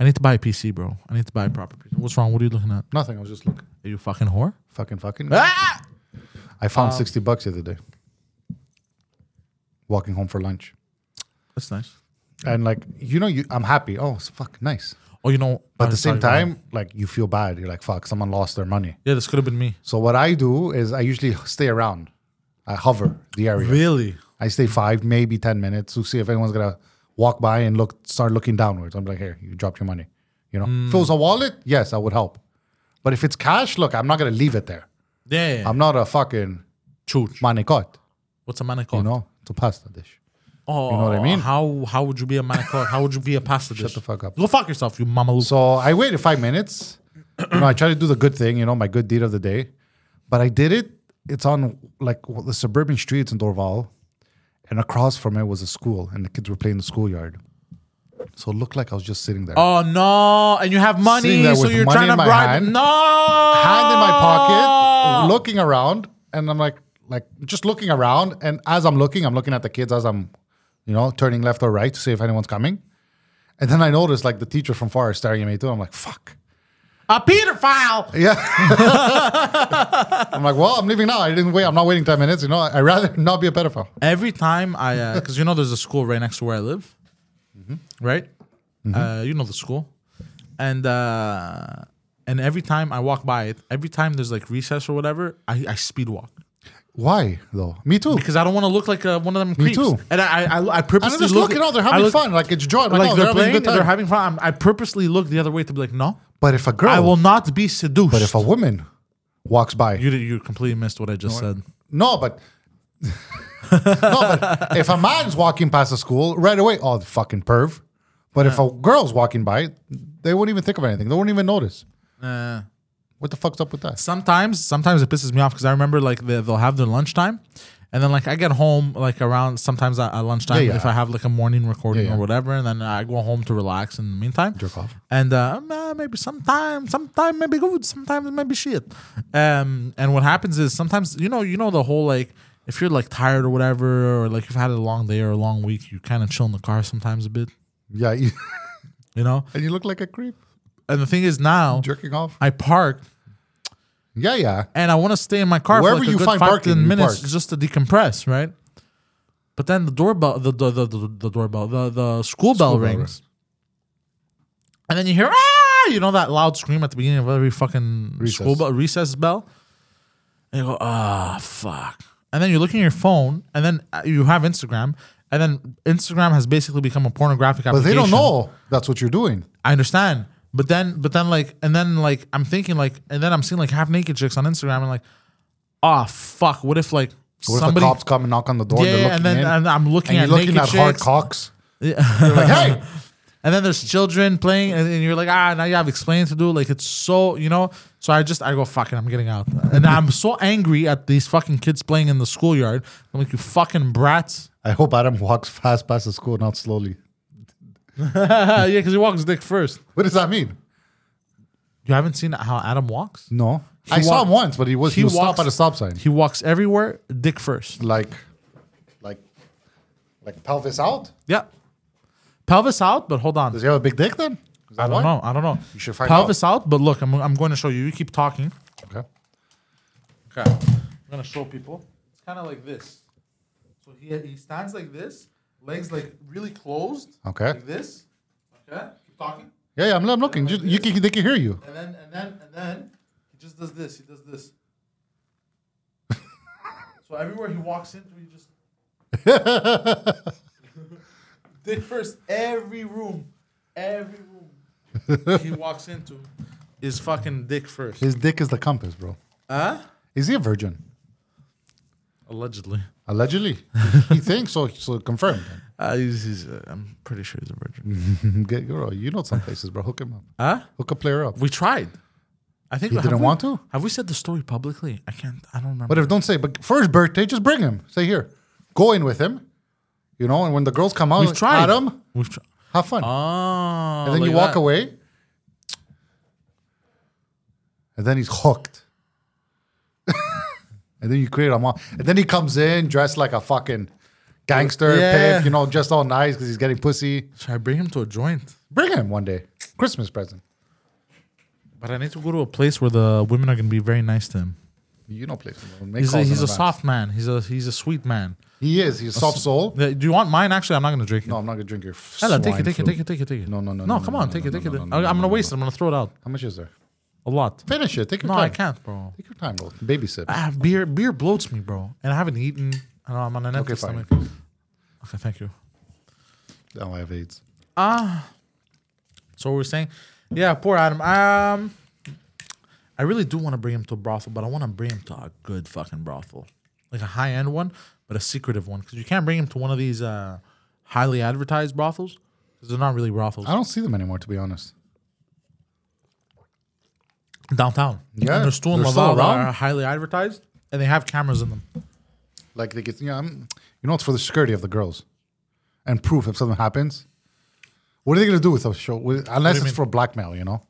Speaker 1: I need to buy a PC, bro. I need to buy a proper PC. What's wrong? What are you looking at?
Speaker 2: Nothing. I was just looking.
Speaker 1: Are you fucking whore?
Speaker 2: Fucking, fucking.
Speaker 1: Ah! Um,
Speaker 2: I found 60 bucks the other day. Walking home for lunch.
Speaker 1: That's nice.
Speaker 2: and like you know you i'm happy oh it's fuck nice
Speaker 1: Oh, you know.
Speaker 2: but at the same time like you feel bad you're like fuck someone lost their money
Speaker 1: yeah, this could have been me.
Speaker 2: so what i do is i usually stay around i hover the area
Speaker 1: Really?
Speaker 2: i stay five maybe ten minutes to see if anyone's gonna walk by and look start looking downwards i'm like here you dropped your money you know if it was a wallet yes i would help but if it's cash look i'm not gonna leave it there
Speaker 1: Yeah. yeah.
Speaker 2: i'm not a fucking
Speaker 1: Chooch.
Speaker 2: manicot
Speaker 1: What's a manicot?
Speaker 2: you know it's a pasta dish
Speaker 1: Oh,
Speaker 2: know what I mean?
Speaker 1: How how would you be a manicot? how would you be a pasta dish?
Speaker 2: shut the fuck up
Speaker 1: Go fuck yourself, you mama.
Speaker 2: So I waited five minutes. You know, I tried to do the good thing, you know, my good deed of the day. But I did it. It's on like w- the suburban streets in Dorval. And across from it was a school, and the kids were playing in the schoolyard. So it looked like I was just sitting there.
Speaker 1: Oh no! And you have money,
Speaker 2: Sitting there
Speaker 1: so
Speaker 2: with
Speaker 1: you're
Speaker 2: money
Speaker 1: trying
Speaker 2: in
Speaker 1: to
Speaker 2: my
Speaker 1: bribe.
Speaker 2: hand.
Speaker 1: no,
Speaker 2: Hand in my pocket,
Speaker 1: Look.
Speaker 2: looking around, and I'm like, like just looking around. And as I'm looking, I'm looking at the kids as I'm, you know, turning left or right to see if anyone's coming. And then I noticed like the teacher from far is staring at me too. I'm like, fuck.
Speaker 1: A pedophile.
Speaker 2: I'm like, well, I'm leaving now. I didn't wait. I'm not waiting 10 minutes. You know, I'd rather not be a pedophile.
Speaker 1: Every time I, because you know, there's a school right next to where I live,
Speaker 2: Mm-hmm.
Speaker 1: right? Uh, you know the school, and uh, and every time I walk by it, every time there's like recess or whatever, I, I speed walk
Speaker 2: Why though? Me too.
Speaker 1: because I don't want to look like uh, one of them creeps.
Speaker 2: too.
Speaker 1: And I I, I- I
Speaker 2: And
Speaker 1: purposely
Speaker 2: I'm just
Speaker 1: look,
Speaker 2: looking out. They're
Speaker 1: I
Speaker 2: having
Speaker 1: look-
Speaker 2: fun. Like it's joy. I'm
Speaker 1: Like
Speaker 2: oh,
Speaker 1: they're, playing,
Speaker 2: having a good
Speaker 1: they're
Speaker 2: time.
Speaker 1: having fun. I'm, I purposely look the other way to be like, no,
Speaker 2: but if a girl,
Speaker 1: I will not be seduced.
Speaker 2: but if a woman walks by,
Speaker 1: you you completely missed what I just said.
Speaker 2: no, but no, but if a man's walking past a school right away, oh, the fucking perv. But if a girl's walking by, they wouldn't even think of anything. They wouldn't even notice.
Speaker 1: Uh,
Speaker 2: What the fuck's up with that?
Speaker 1: sometimes sometimes it pisses me off because I remember like they, they'll have their lunchtime, and then like I get home like around sometimes at, at lunchtime
Speaker 2: Yeah, yeah.
Speaker 1: if I have like a morning recording
Speaker 2: Yeah, yeah.
Speaker 1: or whatever, and then I go home to relax in the meantime.
Speaker 2: Jerk off.
Speaker 1: And uh, nah, maybe sometimes, sometimes maybe good, sometimes maybe shit. Um, and what happens is sometimes you know you know the whole like if you're like tired or whatever, or like you've had a long day or a long week, you kind of chill in the car sometimes a bit,
Speaker 2: Yeah, you,
Speaker 1: you know.
Speaker 2: and you look like a creep
Speaker 1: And the thing is now,
Speaker 2: jerking off.
Speaker 1: I park
Speaker 2: Yeah, yeah.
Speaker 1: and I want to stay in my car
Speaker 2: Wherever
Speaker 1: for like a
Speaker 2: you
Speaker 1: good
Speaker 2: find
Speaker 1: five,
Speaker 2: parking,
Speaker 1: 10
Speaker 2: you
Speaker 1: minutes
Speaker 2: park.
Speaker 1: just to decompress, right? But then the doorbell, the the the, the, the doorbell, the the school bell
Speaker 2: School bell
Speaker 1: rings,
Speaker 2: rings.
Speaker 1: and then you hear ah, you know that loud scream at the beginning of every fucking
Speaker 2: Recess.
Speaker 1: school bell recess bell, and you go ah fuck, and then you're looking at your phone, and then uh, you have Instagram. And then Instagram has basically become a pornographic
Speaker 2: But
Speaker 1: application.
Speaker 2: they don't know that's what you're doing.
Speaker 1: I understand. But then, but then, like, and then, like, I'm thinking, like, and then I'm seeing like half naked chicks on Instagram, and like, oh fuck, what if like
Speaker 2: What if the
Speaker 1: somebody,
Speaker 2: cops come and knock on the door?
Speaker 1: yeah,
Speaker 2: and they're
Speaker 1: yeah, and then
Speaker 2: looking in,
Speaker 1: and I'm looking
Speaker 2: and
Speaker 1: at
Speaker 2: you're looking
Speaker 1: naked
Speaker 2: at hard
Speaker 1: chicks,
Speaker 2: cocks.
Speaker 1: Yeah.
Speaker 2: You're like, hey,
Speaker 1: and then there's children playing, and, and you're like, ah, now you have explaining to do. Like, it's so, you know. So I just, I go, fucking, I'm getting out, and I'm so angry at these fucking kids playing in the schoolyard. I'm like, you fucking brats.
Speaker 2: I hope Adam walks fast past the school, not slowly.
Speaker 1: yeah, because he walks dick first.
Speaker 2: What does that mean?
Speaker 1: You haven't seen how Adam walks.
Speaker 2: No, I saw
Speaker 1: walk-
Speaker 2: him once, but he was he,
Speaker 1: he
Speaker 2: was stopped
Speaker 1: walks-
Speaker 2: at a stop sign,
Speaker 1: He walks everywhere, dick first.
Speaker 2: like, like, like pelvis out.
Speaker 1: Yeah. Pelvis out, but hold on.
Speaker 2: Does he have a big dick then? Is that
Speaker 1: I don't
Speaker 2: why?
Speaker 1: know. I don't know.
Speaker 2: You should find
Speaker 1: Pelvis out, but look, I'm, I'm going to show you. You keep talking.
Speaker 2: Okay.
Speaker 1: Okay. I'm going to show people. It's kind of like this. So he, he stands like this, legs like really closed.
Speaker 2: Okay.
Speaker 1: Like this. Okay. Keep talking.
Speaker 2: Yeah, yeah, I'm, I'm looking. Just, you can, they can hear you.
Speaker 1: And then, and then, and then he just does this. He does this. so everywhere he walks into, he just. Dick first, every room, every room he walks into is fucking dick first.
Speaker 2: His dick is the compass, bro.
Speaker 1: Huh?
Speaker 2: Is he a virgin?
Speaker 1: Allegedly.
Speaker 2: Allegedly, he thinks so. So confirmed.
Speaker 1: Uh, he's, he's, uh, I'm pretty sure he's a virgin.
Speaker 2: Get, girl, you know some places, bro. Hook him up.
Speaker 1: Huh?
Speaker 2: Hook a player up.
Speaker 1: We tried. I think
Speaker 2: He
Speaker 1: have
Speaker 2: didn't
Speaker 1: we-
Speaker 2: want to.
Speaker 1: Have we said the story publicly? I can't. I don't remember.
Speaker 2: But if don't say, but for his birthday, just bring him. Say here, go in with him. You know, and when the girls come out,
Speaker 1: We've tried.
Speaker 2: Adam,
Speaker 1: We've tried.
Speaker 2: have fun.
Speaker 1: Oh.
Speaker 2: and then you
Speaker 1: like
Speaker 2: walk
Speaker 1: that.
Speaker 2: away, and then he's hooked. and then you create a mom. And then he comes in dressed like a fucking gangster,
Speaker 1: Yeah.
Speaker 2: pimp, you know, just all nice because he's getting pussy.
Speaker 1: Should I bring him to a joint?
Speaker 2: Bring him one day, Christmas present.
Speaker 1: But I need to go to a place where the women are going to be very nice to him.
Speaker 2: You know, place.
Speaker 1: He's a, he's a soft man. He's a he's a sweet man.
Speaker 2: He is. He's a soft soul.
Speaker 1: Uh, Do you want mine? Actually, I'm not going to drink it.
Speaker 2: No, I'm not gonna drink your. f-
Speaker 1: Ella, take
Speaker 2: swine
Speaker 1: it, take it,
Speaker 2: food.
Speaker 1: take it, take it, take it.
Speaker 2: No, no, no,
Speaker 1: No,
Speaker 2: no,
Speaker 1: come
Speaker 2: no,
Speaker 1: on,
Speaker 2: no,
Speaker 1: take
Speaker 2: no,
Speaker 1: it, take
Speaker 2: no,
Speaker 1: it.
Speaker 2: no, no,
Speaker 1: I- I'm gonna
Speaker 2: no, no,
Speaker 1: waste it. I'm gonna throw it out.
Speaker 2: How much is there?
Speaker 1: A lot.
Speaker 2: Finish it. Take your
Speaker 1: No,
Speaker 2: time.
Speaker 1: I can't, bro.
Speaker 2: Take your time, bro. Babysit.
Speaker 1: Ah, beer beer bloats me, bro. And I haven't eaten. I know I'm on an empty
Speaker 2: Okay, fine.
Speaker 1: stomach. Okay, thank you.
Speaker 2: Oh, I have AIDS.
Speaker 1: So we we're saying, yeah, poor Adam. Um, I really do want to bring him to a brothel, but I want to bring him to a good fucking brothel, like a high end one, but a secretive one, because you can't bring him to one of these uh, highly advertised brothels, because they're not really brothels.
Speaker 2: I don't see them anymore, to be honest.
Speaker 1: Downtown,
Speaker 2: Yeah,
Speaker 1: and they're still in
Speaker 2: they're still
Speaker 1: Laval that
Speaker 2: around.
Speaker 1: are highly advertised, and they have cameras in them.
Speaker 2: Like they get, yeah, I'm, you know, it's for the security of the girls, and proof if something happens. What are they gonna do with a show? With, unless
Speaker 1: you
Speaker 2: it's
Speaker 1: mean?
Speaker 2: for blackmail, you know.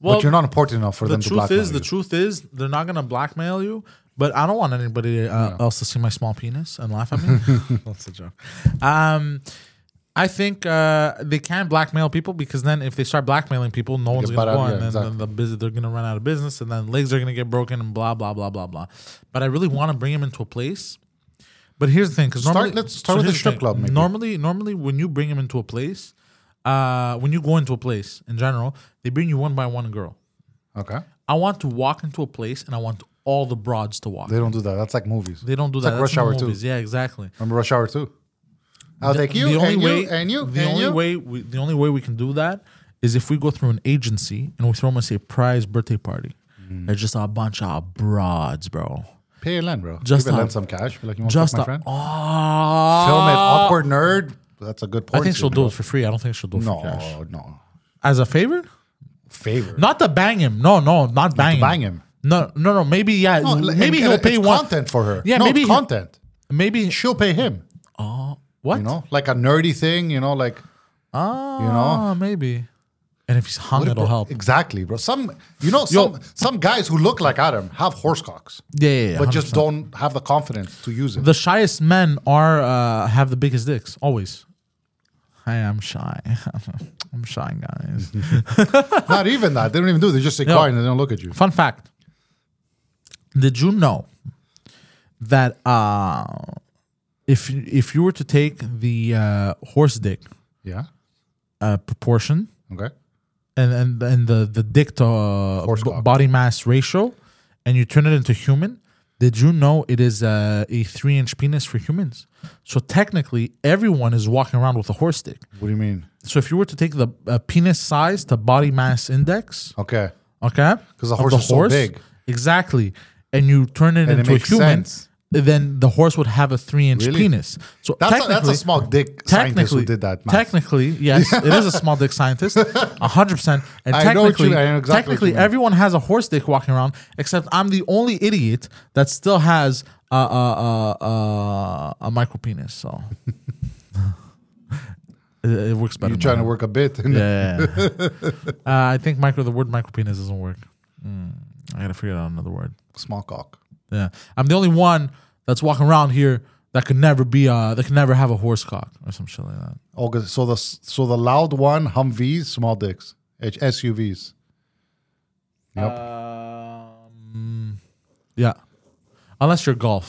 Speaker 1: Well,
Speaker 2: but you're not important enough for
Speaker 1: the
Speaker 2: them to
Speaker 1: truth
Speaker 2: blackmail.
Speaker 1: is, the
Speaker 2: you.
Speaker 1: truth is, they're not gonna blackmail you. But I don't want anybody uh, else to see my small penis and laugh at me. That's a joke. Um, I think uh, they can blackmail people because then if they start blackmailing people, no one's
Speaker 2: get
Speaker 1: gonna
Speaker 2: bought
Speaker 1: go,
Speaker 2: out,
Speaker 1: and
Speaker 2: yeah,
Speaker 1: then,
Speaker 2: exactly.
Speaker 1: then the business they're gonna run out of business, and then legs are gonna get broken, and blah blah blah blah blah. But I really want to bring him into a place. But here's the thing, because
Speaker 2: Start-
Speaker 1: normally
Speaker 2: let's start with
Speaker 1: here's
Speaker 2: a
Speaker 1: the
Speaker 2: strip
Speaker 1: thing.
Speaker 2: club, maybe.
Speaker 1: Normally, normally when you bring him into a place, uh, when you go into a place in general, they bring you one by one girl.
Speaker 2: okay.
Speaker 1: I want to walk into a place and I want all the broads to walk.
Speaker 2: They don't do that. That's like movies.
Speaker 1: They don't do
Speaker 2: It's
Speaker 1: that.
Speaker 2: Like
Speaker 1: That's
Speaker 2: rush
Speaker 1: in
Speaker 2: hour
Speaker 1: the
Speaker 2: two.
Speaker 1: movies. Yeah, exactly.
Speaker 2: Remember rush hour two? I'll take you and you and you
Speaker 1: the
Speaker 2: and
Speaker 1: only
Speaker 2: you.
Speaker 1: way, we, the only way we can do that is if we go through an agency and we throw them a surprise birthday party.
Speaker 2: Mm.
Speaker 1: It's just a bunch of broads, bro.
Speaker 2: Pay a land, bro.
Speaker 1: Just
Speaker 2: Give a
Speaker 1: a-
Speaker 2: land some cash. Be like, you want to
Speaker 1: Just
Speaker 2: fuck my
Speaker 1: a,
Speaker 2: friend?
Speaker 1: Aw.
Speaker 2: Film it, awkward nerd. That's a good point.
Speaker 1: I think she'll do it for free. I don't think she'll do it
Speaker 2: No,
Speaker 1: for cash.
Speaker 2: no.
Speaker 1: As a favor,
Speaker 2: Favor.
Speaker 1: not to bang him. No, no, not bang him.
Speaker 2: bang him.
Speaker 1: No, no, no. Maybe yeah.
Speaker 2: No, like-
Speaker 1: maybe
Speaker 2: and-
Speaker 1: he'll
Speaker 2: and
Speaker 1: pay
Speaker 2: it's
Speaker 1: one.
Speaker 2: content for her.
Speaker 1: Yeah,
Speaker 2: no,
Speaker 1: maybe
Speaker 2: it's
Speaker 1: he-
Speaker 2: content.
Speaker 1: Maybe
Speaker 2: She'll pay him.
Speaker 1: what?
Speaker 2: You know, like a nerdy thing. You know, like
Speaker 1: Ah,
Speaker 2: know?
Speaker 1: maybe. And if he's hung, it'll
Speaker 2: Bro,
Speaker 1: help.
Speaker 2: Exactly, bro. Some you know some some guys who look like Adam have horse cocks,
Speaker 1: Yeah, yeah, yeah
Speaker 2: but just
Speaker 1: 100%.
Speaker 2: don't have the confidence to use it.
Speaker 1: The shyest men are uh, have the biggest dicks always. I am shy. I'm shy, guys.
Speaker 2: Not even that. They don't even do. it. They just sit quiet and they don't look at you.
Speaker 1: Fun fact: Did you know that uh, if you- if you were to take the uh, horse dick
Speaker 2: Yeah.
Speaker 1: uh, proportion
Speaker 2: Okay.
Speaker 1: and and, and the the dick to uh,
Speaker 2: Horse
Speaker 1: b-
Speaker 2: cock.
Speaker 1: body mass ratio, and you turn it into human, did you know it is uh, a three inch penis for humans? So technically, everyone is walking around with a horse dick.
Speaker 2: What do you mean?
Speaker 1: So if you were to take the uh, penis size to body mass index,
Speaker 2: Okay.
Speaker 1: okay,
Speaker 2: 'Cause the
Speaker 1: of
Speaker 2: horse is so big.
Speaker 1: exactly, and you turn it
Speaker 2: it
Speaker 1: into a
Speaker 2: makes
Speaker 1: human,
Speaker 2: sense.
Speaker 1: then the horse would have a three-inch
Speaker 2: Really?
Speaker 1: penis. So
Speaker 2: That's a,
Speaker 1: technically,
Speaker 2: that's a small dick scientist
Speaker 1: technically
Speaker 2: who did that. Math.
Speaker 1: Technically, yes, it is a small dick scientist, hundred percent. And
Speaker 2: I know what
Speaker 1: technically,
Speaker 2: you- I know exactly what you
Speaker 1: technically,
Speaker 2: mean.
Speaker 1: everyone has a horse dick walking around, except I'm the only idiot that still has a a a, a, a micro penis. So it, it works better.
Speaker 2: You're
Speaker 1: now.
Speaker 2: trying to work a bit.
Speaker 1: Yeah. uh, I think micro the word micro penis doesn't work. Mm, I gotta figure out another word.
Speaker 2: Small cock.
Speaker 1: Yeah, I'm the only one that's walking around here that could never be uh that could never have a horse cock or some shit like that.
Speaker 2: Okay. So the s- so the loud one Humvees, small dicks, H- SUVs. Yep.
Speaker 1: Um, yeah, unless you're golf.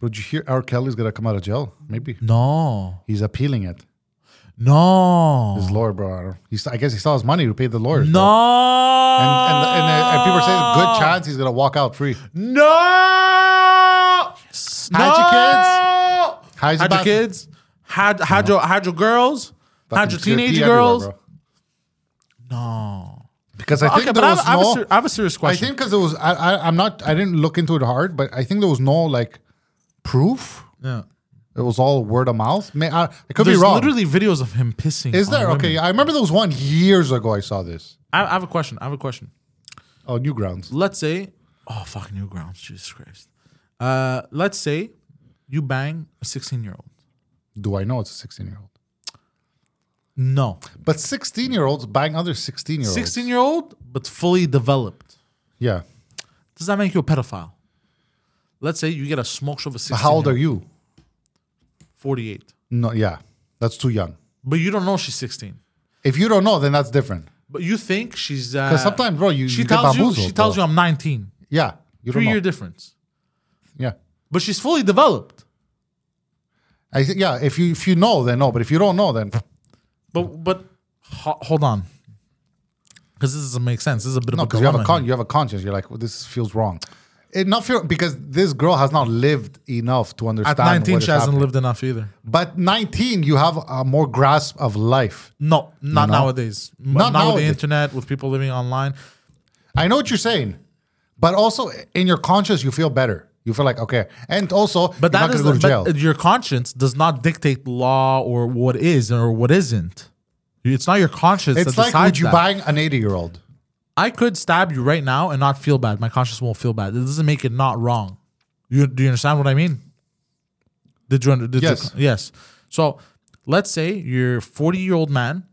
Speaker 2: but you hear R. Kelly's gonna come out of jail? Maybe
Speaker 1: No,
Speaker 2: he's appealing it.
Speaker 1: no,
Speaker 2: His lawyer, bro. I don't- He's, I guess he saw his money to pay the lawyers. bro.
Speaker 1: no,
Speaker 2: And and, and, uh, and people are saying good chance he's gonna walk out free.
Speaker 1: No, No!
Speaker 2: Hide Hide your
Speaker 1: Hide your
Speaker 2: bas-
Speaker 1: kids. Hide, hide your hide your girls. Hide your
Speaker 2: Fucking CRT
Speaker 1: teenage
Speaker 2: everywhere,
Speaker 1: girls.
Speaker 2: bro.
Speaker 1: No.
Speaker 2: Because I think
Speaker 1: Okay, but
Speaker 2: there
Speaker 1: I
Speaker 2: was
Speaker 1: have, I, have
Speaker 2: no.
Speaker 1: a ser- I have a serious
Speaker 2: I
Speaker 1: question.
Speaker 2: think because it was I, I I'm not I didn't look into it hard, but I think there was no like proof.
Speaker 1: yeah.
Speaker 2: It was all word of mouth. May, I, I could
Speaker 1: There's
Speaker 2: be wrong.
Speaker 1: literally Oh, videos of him pissing.
Speaker 2: Is
Speaker 1: on
Speaker 2: there?
Speaker 1: women.
Speaker 2: Okay, I remember there was one years ago. I saw this.
Speaker 1: I, I have a question. I have a question.
Speaker 2: Oh, Newgrounds.
Speaker 1: Let's say, oh fuck, newgrounds. Jesus Christ. Uh, let's say you bang a 16 year old.
Speaker 2: Do I know it's a 16 year old?
Speaker 1: No,
Speaker 2: But 16 year olds bang other 16 year olds.
Speaker 1: 16 year old, but fully developed.
Speaker 2: Yeah.
Speaker 1: Does that make you a pedophile? Let's say you get a smoke show of a 16.
Speaker 2: How old are you?
Speaker 1: 48.
Speaker 2: No. Yeah, that's too young.
Speaker 1: But you don't know she's 16.
Speaker 2: If you don't know, then that's different.
Speaker 1: But you think she's. Uh,
Speaker 2: 'Cause sometimes, bro, you-
Speaker 1: she
Speaker 2: you get
Speaker 1: tells you.
Speaker 2: bamboozled,
Speaker 1: She tells
Speaker 2: bro.
Speaker 1: you I'm 19.
Speaker 2: Yeah, you don't
Speaker 1: Three
Speaker 2: know.
Speaker 1: year difference.
Speaker 2: yeah.
Speaker 1: But she's fully developed.
Speaker 2: I think yeah. If you if you know, then no. But if you don't know, then
Speaker 1: But but ho- hold on, because this doesn't make sense. This is a bit
Speaker 2: No,
Speaker 1: of a
Speaker 2: because you have a
Speaker 1: dilemma
Speaker 2: con-
Speaker 1: here.
Speaker 2: you have a conscience. You're like, well, this feels wrong. It not feel because this girl has not lived enough to
Speaker 1: At
Speaker 2: understand.
Speaker 1: nineteen,
Speaker 2: what is
Speaker 1: she hasn't
Speaker 2: happening.
Speaker 1: lived enough either.
Speaker 2: But 19, you have a more grasp of life.
Speaker 1: No, not
Speaker 2: know?
Speaker 1: nowadays. M-
Speaker 2: Not
Speaker 1: now with the
Speaker 2: nowadays.
Speaker 1: internet, with people living online.
Speaker 2: I know what you're saying, but also in your conscience, you feel better. You feel like okay, and also,
Speaker 1: But
Speaker 2: you're
Speaker 1: that
Speaker 2: not
Speaker 1: is
Speaker 2: gonna go to jail.
Speaker 1: but your conscience does not dictate law or what is or what isn't. It's not your conscience
Speaker 2: it's
Speaker 1: that
Speaker 2: like would
Speaker 1: decides
Speaker 2: you
Speaker 1: that.
Speaker 2: buying an 80 year old?
Speaker 1: I could stab you right now and not feel bad. My conscience won't feel bad. It doesn't make it not wrong. You do you understand what I mean? Did you under, did you-
Speaker 2: Yes.
Speaker 1: yes. So let's say you're 40 year old man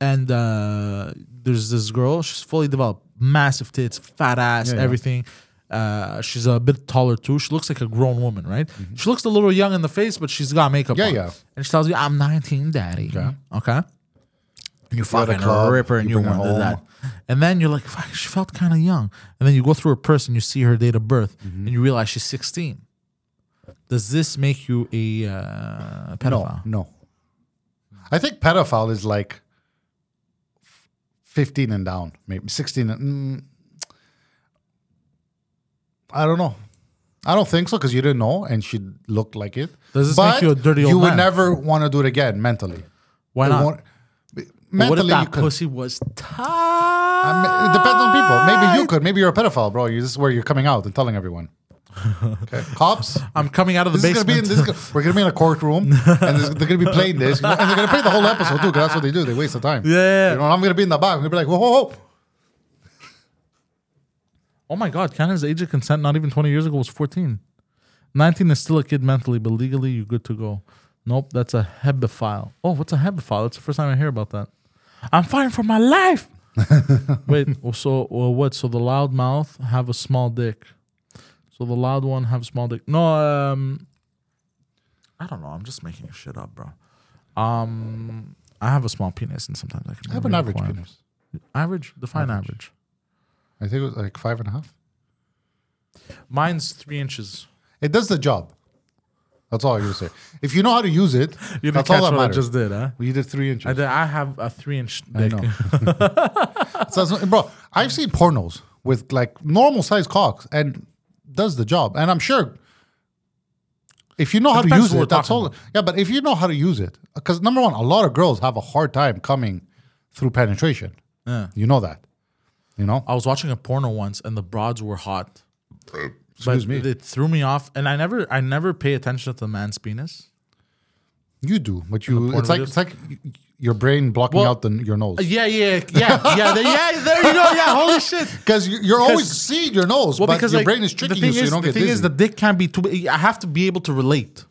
Speaker 1: and uh, there's this girl, she's fully developed, massive tits, fat ass,
Speaker 2: yeah.
Speaker 1: everything. Uh, she's a bit taller too. She looks like a grown woman, right? She looks a little young in the face, but she's got makeup
Speaker 2: Mm-hmm. Yeah,
Speaker 1: on.
Speaker 2: yeah.
Speaker 1: And she tells you, I'm 19, daddy. Okay. Okay. You
Speaker 2: at a
Speaker 1: fucking
Speaker 2: club,
Speaker 1: rip her and
Speaker 2: you
Speaker 1: you
Speaker 2: bring her
Speaker 1: wanted that.
Speaker 2: home.
Speaker 1: And then you're like, fuck, she felt kind of young. And then you go through her purse and you see her date of birth
Speaker 2: Mm-hmm.
Speaker 1: and you realize she's 16. Does this make you a uh, pedophile?
Speaker 2: No, no. I think pedophile is like f- 15 and down, maybe 16. And, mm, I don't know. I don't think so because you didn't know and she looked like it.
Speaker 1: Does this make you a dirty old
Speaker 2: You would
Speaker 1: man?
Speaker 2: never want to do it again mentally.
Speaker 1: Why
Speaker 2: You
Speaker 1: not?
Speaker 2: won't-
Speaker 1: But What if
Speaker 2: Mentally, you
Speaker 1: that
Speaker 2: could.
Speaker 1: pussy was tight?
Speaker 2: I mean, it depends on people. Maybe you could. Maybe you're a pedophile, bro. You, this is where you're coming out and telling everyone. Okay. Cops,
Speaker 1: I'm coming out of the
Speaker 2: this is
Speaker 1: basement.
Speaker 2: gonna be in, this is gonna- we're gonna be in a courtroom, and this- they're gonna be playing this, you know, and they're gonna play the whole episode too. 'cause that's what they do. They waste the time.
Speaker 1: yeah.
Speaker 2: You know, and I'm gonna be in the back. I'm gonna be like, whoa, whoa, whoa.
Speaker 1: oh my God, Canada's age of consent not even 20 years ago was 14. 19 is still a kid mentally, but legally you're good to go. Nope, that's a hebephile. Oh, what's a hebephile? That's the first time I hear about that. I'm fighting for my life. Wait, oh, so well, what? So the loud mouth have a small dick. So the loud one have small dick. No, um, I don't know. I'm just making shit up, bro. Um, I have a small penis, and sometimes I can.
Speaker 2: I have an
Speaker 1: really
Speaker 2: average
Speaker 1: acquire-
Speaker 2: penis.
Speaker 1: Average, define average.
Speaker 2: I think it was like five and a half.
Speaker 1: Mine's three inches.
Speaker 2: It does the job. That's all I gotta say. If you know how to use it,
Speaker 1: You didn't
Speaker 2: that's
Speaker 1: catch
Speaker 2: all that
Speaker 1: what I
Speaker 2: matters.
Speaker 1: just did, huh?
Speaker 2: we did three
Speaker 1: I,
Speaker 2: inches.
Speaker 1: did, I have a three inch
Speaker 2: I
Speaker 1: dick.
Speaker 2: know. So that's- bro, I've seen pornos with like normal size cocks and does the job. And I'm sure if you know how to
Speaker 1: depends
Speaker 2: use
Speaker 1: what we're
Speaker 2: it, that's
Speaker 1: talking
Speaker 2: all. Yeah, but if you know how to use it, because number one, a lot of girls have a hard time coming through penetration.
Speaker 1: Yeah.
Speaker 2: You know that. You know?
Speaker 1: I was watching a porno once, and the broads were hot.
Speaker 2: Excuse me.
Speaker 1: It threw me off, and I never, I never pay attention to the man's penis.
Speaker 2: you do, but you.
Speaker 1: porn
Speaker 2: It's like
Speaker 1: videos.
Speaker 2: it's like y- y- your brain blocking
Speaker 1: Well, uh,
Speaker 2: out the, your nose
Speaker 1: Yeah, yeah, yeah, yeah, there, yeah. There you go. Yeah, holy shit.
Speaker 2: because you're always seeing your nose,
Speaker 1: Well,
Speaker 2: but
Speaker 1: because
Speaker 2: your
Speaker 1: like,
Speaker 2: brain is
Speaker 1: the
Speaker 2: tricking
Speaker 1: thing
Speaker 2: you, so you
Speaker 1: is-
Speaker 2: don't
Speaker 1: the
Speaker 2: get
Speaker 1: thing
Speaker 2: dizzy.
Speaker 1: is, the dick can't be too. big. I have to be able to relate.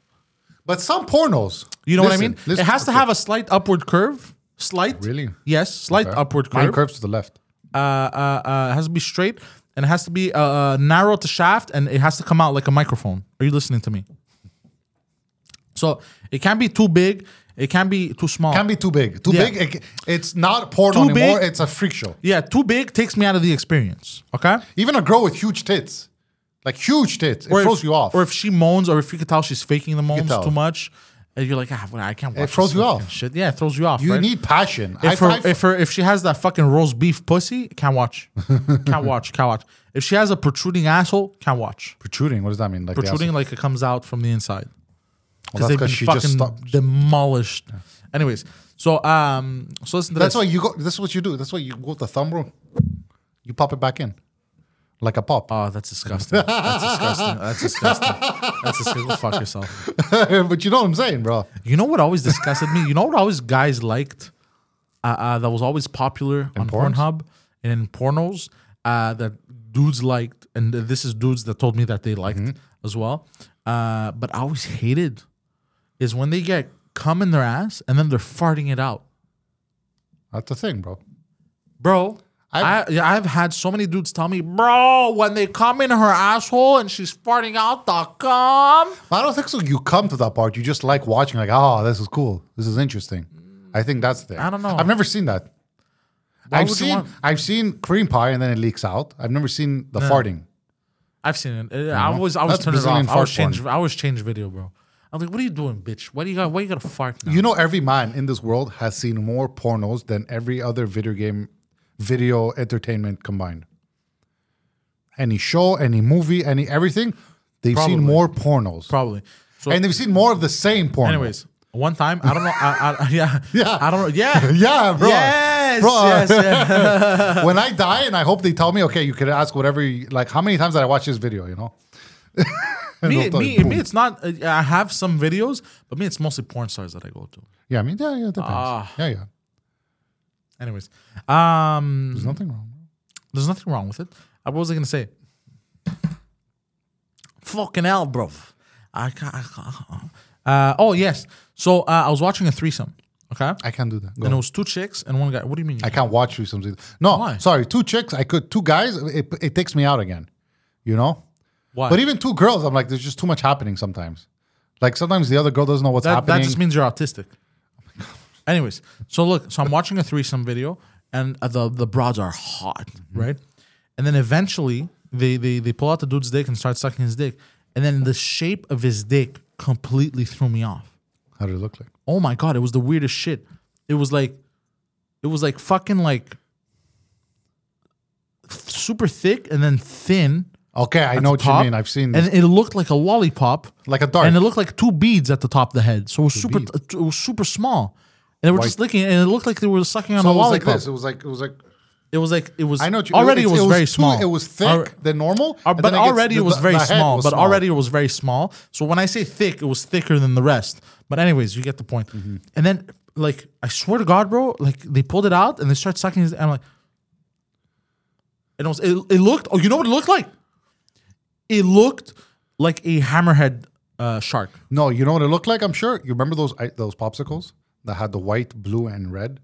Speaker 2: but some pornos,
Speaker 1: You know what I
Speaker 2: Listen,
Speaker 1: mean?
Speaker 2: listen,
Speaker 1: it has to
Speaker 2: okay.
Speaker 1: have a slight upward curve. Slight.
Speaker 2: Really?
Speaker 1: Yes, slight upward
Speaker 2: Mine
Speaker 1: curve.
Speaker 2: curves to the left.
Speaker 1: Uh, uh, uh, it has to be straight, and it has to be uh, uh, narrow to shaft, and it has to come out like a microphone. Are you listening to me? So it can't be too big. It can't be too small.
Speaker 2: Can be too big. Too
Speaker 1: Yeah.
Speaker 2: big. It, it's not porn
Speaker 1: Too
Speaker 2: anymore.
Speaker 1: big?
Speaker 2: It's a freak show.
Speaker 1: yeah, too big takes me out of the experience. Okay.
Speaker 2: Even a girl with huge tits, like huge tits, it throws
Speaker 1: if,
Speaker 2: you off.
Speaker 1: Or if she moans, or if you can tell she's faking the moans
Speaker 2: tell.
Speaker 1: too much, and you're like, ah, well, I can't watch.
Speaker 2: throws
Speaker 1: this
Speaker 2: you
Speaker 1: fucking
Speaker 2: off.
Speaker 1: Shit, yeah, it throws you off.
Speaker 2: you
Speaker 1: right?
Speaker 2: need passion. High
Speaker 1: if her,
Speaker 2: five.
Speaker 1: if her if she has that fucking roast beef pussy, can't watch, can't watch, can't watch. If she has a protruding asshole, can't watch.
Speaker 2: protruding. What does that mean? Like the
Speaker 1: Protruding
Speaker 2: asshole.
Speaker 1: like it comes out from the inside
Speaker 2: Well, that's
Speaker 1: because
Speaker 2: because she
Speaker 1: they've been
Speaker 2: just
Speaker 1: fucking
Speaker 2: stopped.
Speaker 1: demolished. Anyways, so um, so listen to
Speaker 2: That's
Speaker 1: this.
Speaker 2: why you go. This is what you do. That's why you go with the thumb rule. You pop it back in, like a pop.
Speaker 1: Oh, that's disgusting. That's disgusting. That's disgusting. That's disgusting. Go fuck yourself.
Speaker 2: but you know what I'm saying, bro.
Speaker 1: You know what always disgusted me? You know what always guys liked? Uh, uh, that was always popular on
Speaker 2: porns?
Speaker 1: Pornhub and in pornos uh, that dudes liked, and th- this is dudes that told me that they liked
Speaker 2: Mm-hmm.
Speaker 1: as well. Uh, but I always hated is when they get cum in their ass and then they're farting it out,
Speaker 2: That's the thing, bro.
Speaker 1: bro. I,
Speaker 2: I've-
Speaker 1: I've had so many dudes tell me, bro, when they come in her asshole and she's farting out the cum.
Speaker 2: I don't think so. You come to that part. You just like watching. Like, oh, this is cool. This is interesting. I think that's the.
Speaker 1: I don't know.
Speaker 2: I've never seen that.
Speaker 1: Why
Speaker 2: I've
Speaker 1: would you
Speaker 2: seen.
Speaker 1: want-
Speaker 2: I've seen cream pie and then it leaks out. I've never seen the farting.
Speaker 1: I've seen it. Uh, I always, I always
Speaker 2: That's
Speaker 1: turn it
Speaker 2: Brazilian
Speaker 1: off. I always
Speaker 2: fart
Speaker 1: change. I always change video, bro. I'm like, what are you doing, bitch? Why do you got? Why you got to fart now?
Speaker 2: You know, every man in this world has seen more pornos than every other video game, video entertainment combined. Any show, any movie, any everything, they've
Speaker 1: Probably.
Speaker 2: seen more pornos,
Speaker 1: Probably. So,
Speaker 2: and they've seen more of the same porno.
Speaker 1: anyways, one time, I don't know. I, I, yeah,
Speaker 2: Yeah.
Speaker 1: I don't know. Yeah.
Speaker 2: Yeah, bro.
Speaker 1: Yes,
Speaker 2: Bro.
Speaker 1: yes, yeah.
Speaker 2: when I die, and I hope they tell me, okay, you could ask whatever, you, like how many times did I watch this video? You know, And
Speaker 1: me,
Speaker 2: they'll tell
Speaker 1: me,
Speaker 2: you,
Speaker 1: me,
Speaker 2: boom.
Speaker 1: it's not. Uh, I have some videos, but me, it's mostly porn stars that I go to.
Speaker 2: yeah, I mean, yeah, yeah, it depends.
Speaker 1: Ah.
Speaker 2: yeah, yeah,
Speaker 1: Anyways, um,
Speaker 2: there's nothing wrong.
Speaker 1: there's nothing wrong with it. Uh, What was I gonna say? Fucking hell, bro. I can't. I can't. Uh, oh yes. So uh, I was watching a threesome. Okay.
Speaker 2: I can't do that. Go.
Speaker 1: And it was two chicks and one guy. What do you mean? you
Speaker 2: I can't watch threesomes either. No,
Speaker 1: Why?
Speaker 2: sorry, two chicks. I could two guys. It, it takes me out again. You know,
Speaker 1: Why?
Speaker 2: but even two girls, I'm like, there's just too much happening sometimes. Like sometimes the other girl doesn't know what's
Speaker 1: that,
Speaker 2: happening.
Speaker 1: that just means you're autistic. Anyways, so look, so I'm watching a threesome video, and uh, the the broads are hot,
Speaker 2: Mm-hmm.
Speaker 1: right? And then eventually they, they they pull out the dude's dick and start sucking his dick, and then the shape of his dick completely threw me off.
Speaker 2: How did it look like?
Speaker 1: Oh my god, it was the weirdest shit. It was like, it was like fucking like super thick and then thin.
Speaker 2: Okay, I know what you
Speaker 1: top,
Speaker 2: mean. I've seen this.
Speaker 1: and it looked like a lollipop.
Speaker 2: like a dart.
Speaker 1: and it looked like two beads at the top of the head. So it was super,
Speaker 2: beads.
Speaker 1: it was super small, and they were just licking, it, and it looked like they were sucking on
Speaker 2: so
Speaker 1: a
Speaker 2: it was like
Speaker 1: lollipop.
Speaker 2: this. It was like it was like
Speaker 1: it was like it was.
Speaker 2: I know what you,
Speaker 1: already it,
Speaker 2: it's-
Speaker 1: was very
Speaker 2: too-
Speaker 1: small.
Speaker 2: It was thick
Speaker 1: Alre-
Speaker 2: than normal,
Speaker 1: uh,
Speaker 2: and
Speaker 1: but
Speaker 2: then it gets-
Speaker 1: already
Speaker 2: the-
Speaker 1: it was
Speaker 2: the-
Speaker 1: very
Speaker 2: the head
Speaker 1: small.
Speaker 2: was
Speaker 1: but
Speaker 2: small.
Speaker 1: already it was very small. So when I say thick, it was thicker than the rest. But anyways, you get the point.
Speaker 2: Mm-hmm.
Speaker 1: And then like I swear to God, bro, like they pulled it out and they start sucking. His, and I'm like, and it was it, it looked. Oh, you know what it looked like? It looked like a hammerhead uh, shark.
Speaker 2: No, you know what it looked like. I'm sure you remember those I- those popsicles that had the white, blue, and red.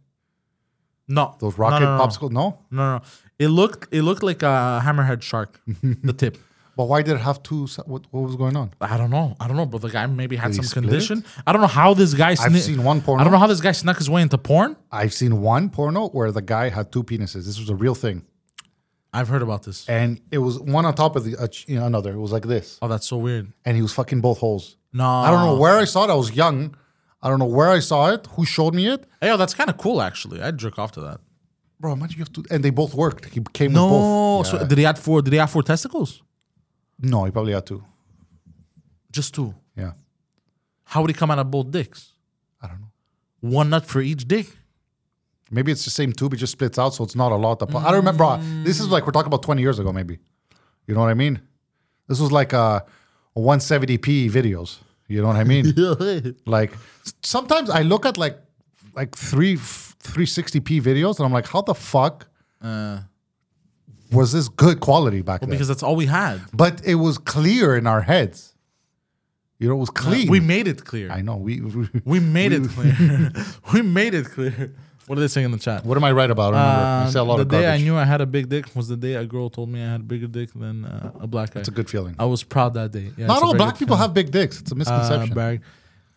Speaker 1: No,
Speaker 2: Those rocket
Speaker 1: no, no, no.
Speaker 2: popsicle? No.
Speaker 1: No, no, it looked it looked like a hammerhead shark. the tip.
Speaker 2: But why did it have two? s- What, what was going on?
Speaker 1: I don't know. I don't know, but the guy maybe had
Speaker 2: Did he
Speaker 1: some
Speaker 2: split
Speaker 1: condition. I don't know how this guy.
Speaker 2: I've
Speaker 1: sne-
Speaker 2: seen one porno.
Speaker 1: I don't know how this guy snuck his way into porn.
Speaker 2: I've seen one porno where the guy had two penises. This was a real thing,
Speaker 1: I've heard about this.
Speaker 2: and it was one on top of the uh, you know, another. It was like this,
Speaker 1: Oh, that's so weird.
Speaker 2: and he was fucking both holes.
Speaker 1: No,
Speaker 2: I don't know where I saw it. I was young. I don't know where I saw it. Who showed me it,
Speaker 1: Hey, yo, that's kind of cool actually. I'd jerk off to that.
Speaker 2: bro? Imagine you have to. And they both worked. He came with
Speaker 1: No,
Speaker 2: both.
Speaker 1: so did he had four? Did he have four testicles?
Speaker 2: No, he probably had two.
Speaker 1: Just two.
Speaker 2: Yeah,
Speaker 1: How would he come out of both dicks?
Speaker 2: I don't know.
Speaker 1: One nut for each dick.
Speaker 2: Maybe it's the same tube. It just splits out, so it's not a lot. That I don't remember. bro, This is like we're talking about 20 years ago, maybe. You know what I mean? This was like uh 170p videos. You know what I mean? like s- sometimes I look at like like three 360p videos, and I'm like, how the fuck was this good quality back then?
Speaker 1: Uh. because that's all we had.
Speaker 2: But it was clear in our heads. You know, it was clean.
Speaker 1: Uh, We made it clear.
Speaker 2: I know. We, we-
Speaker 1: we made it clear. we made it clear. What are they saying in the chat?
Speaker 2: What am I right about? I don't remember.
Speaker 1: Um,
Speaker 2: I say a lot
Speaker 1: the
Speaker 2: of
Speaker 1: day
Speaker 2: garbage.
Speaker 1: I knew I had a big dick was the day a girl told me I had a bigger dick than uh, a black guy.
Speaker 2: it's a good feeling.
Speaker 1: I was proud that day. Yeah,
Speaker 2: Not
Speaker 1: it's a
Speaker 2: all
Speaker 1: very
Speaker 2: black
Speaker 1: good
Speaker 2: people
Speaker 1: feeling.
Speaker 2: have big dicks. It's a misconception.
Speaker 1: Uh, brag.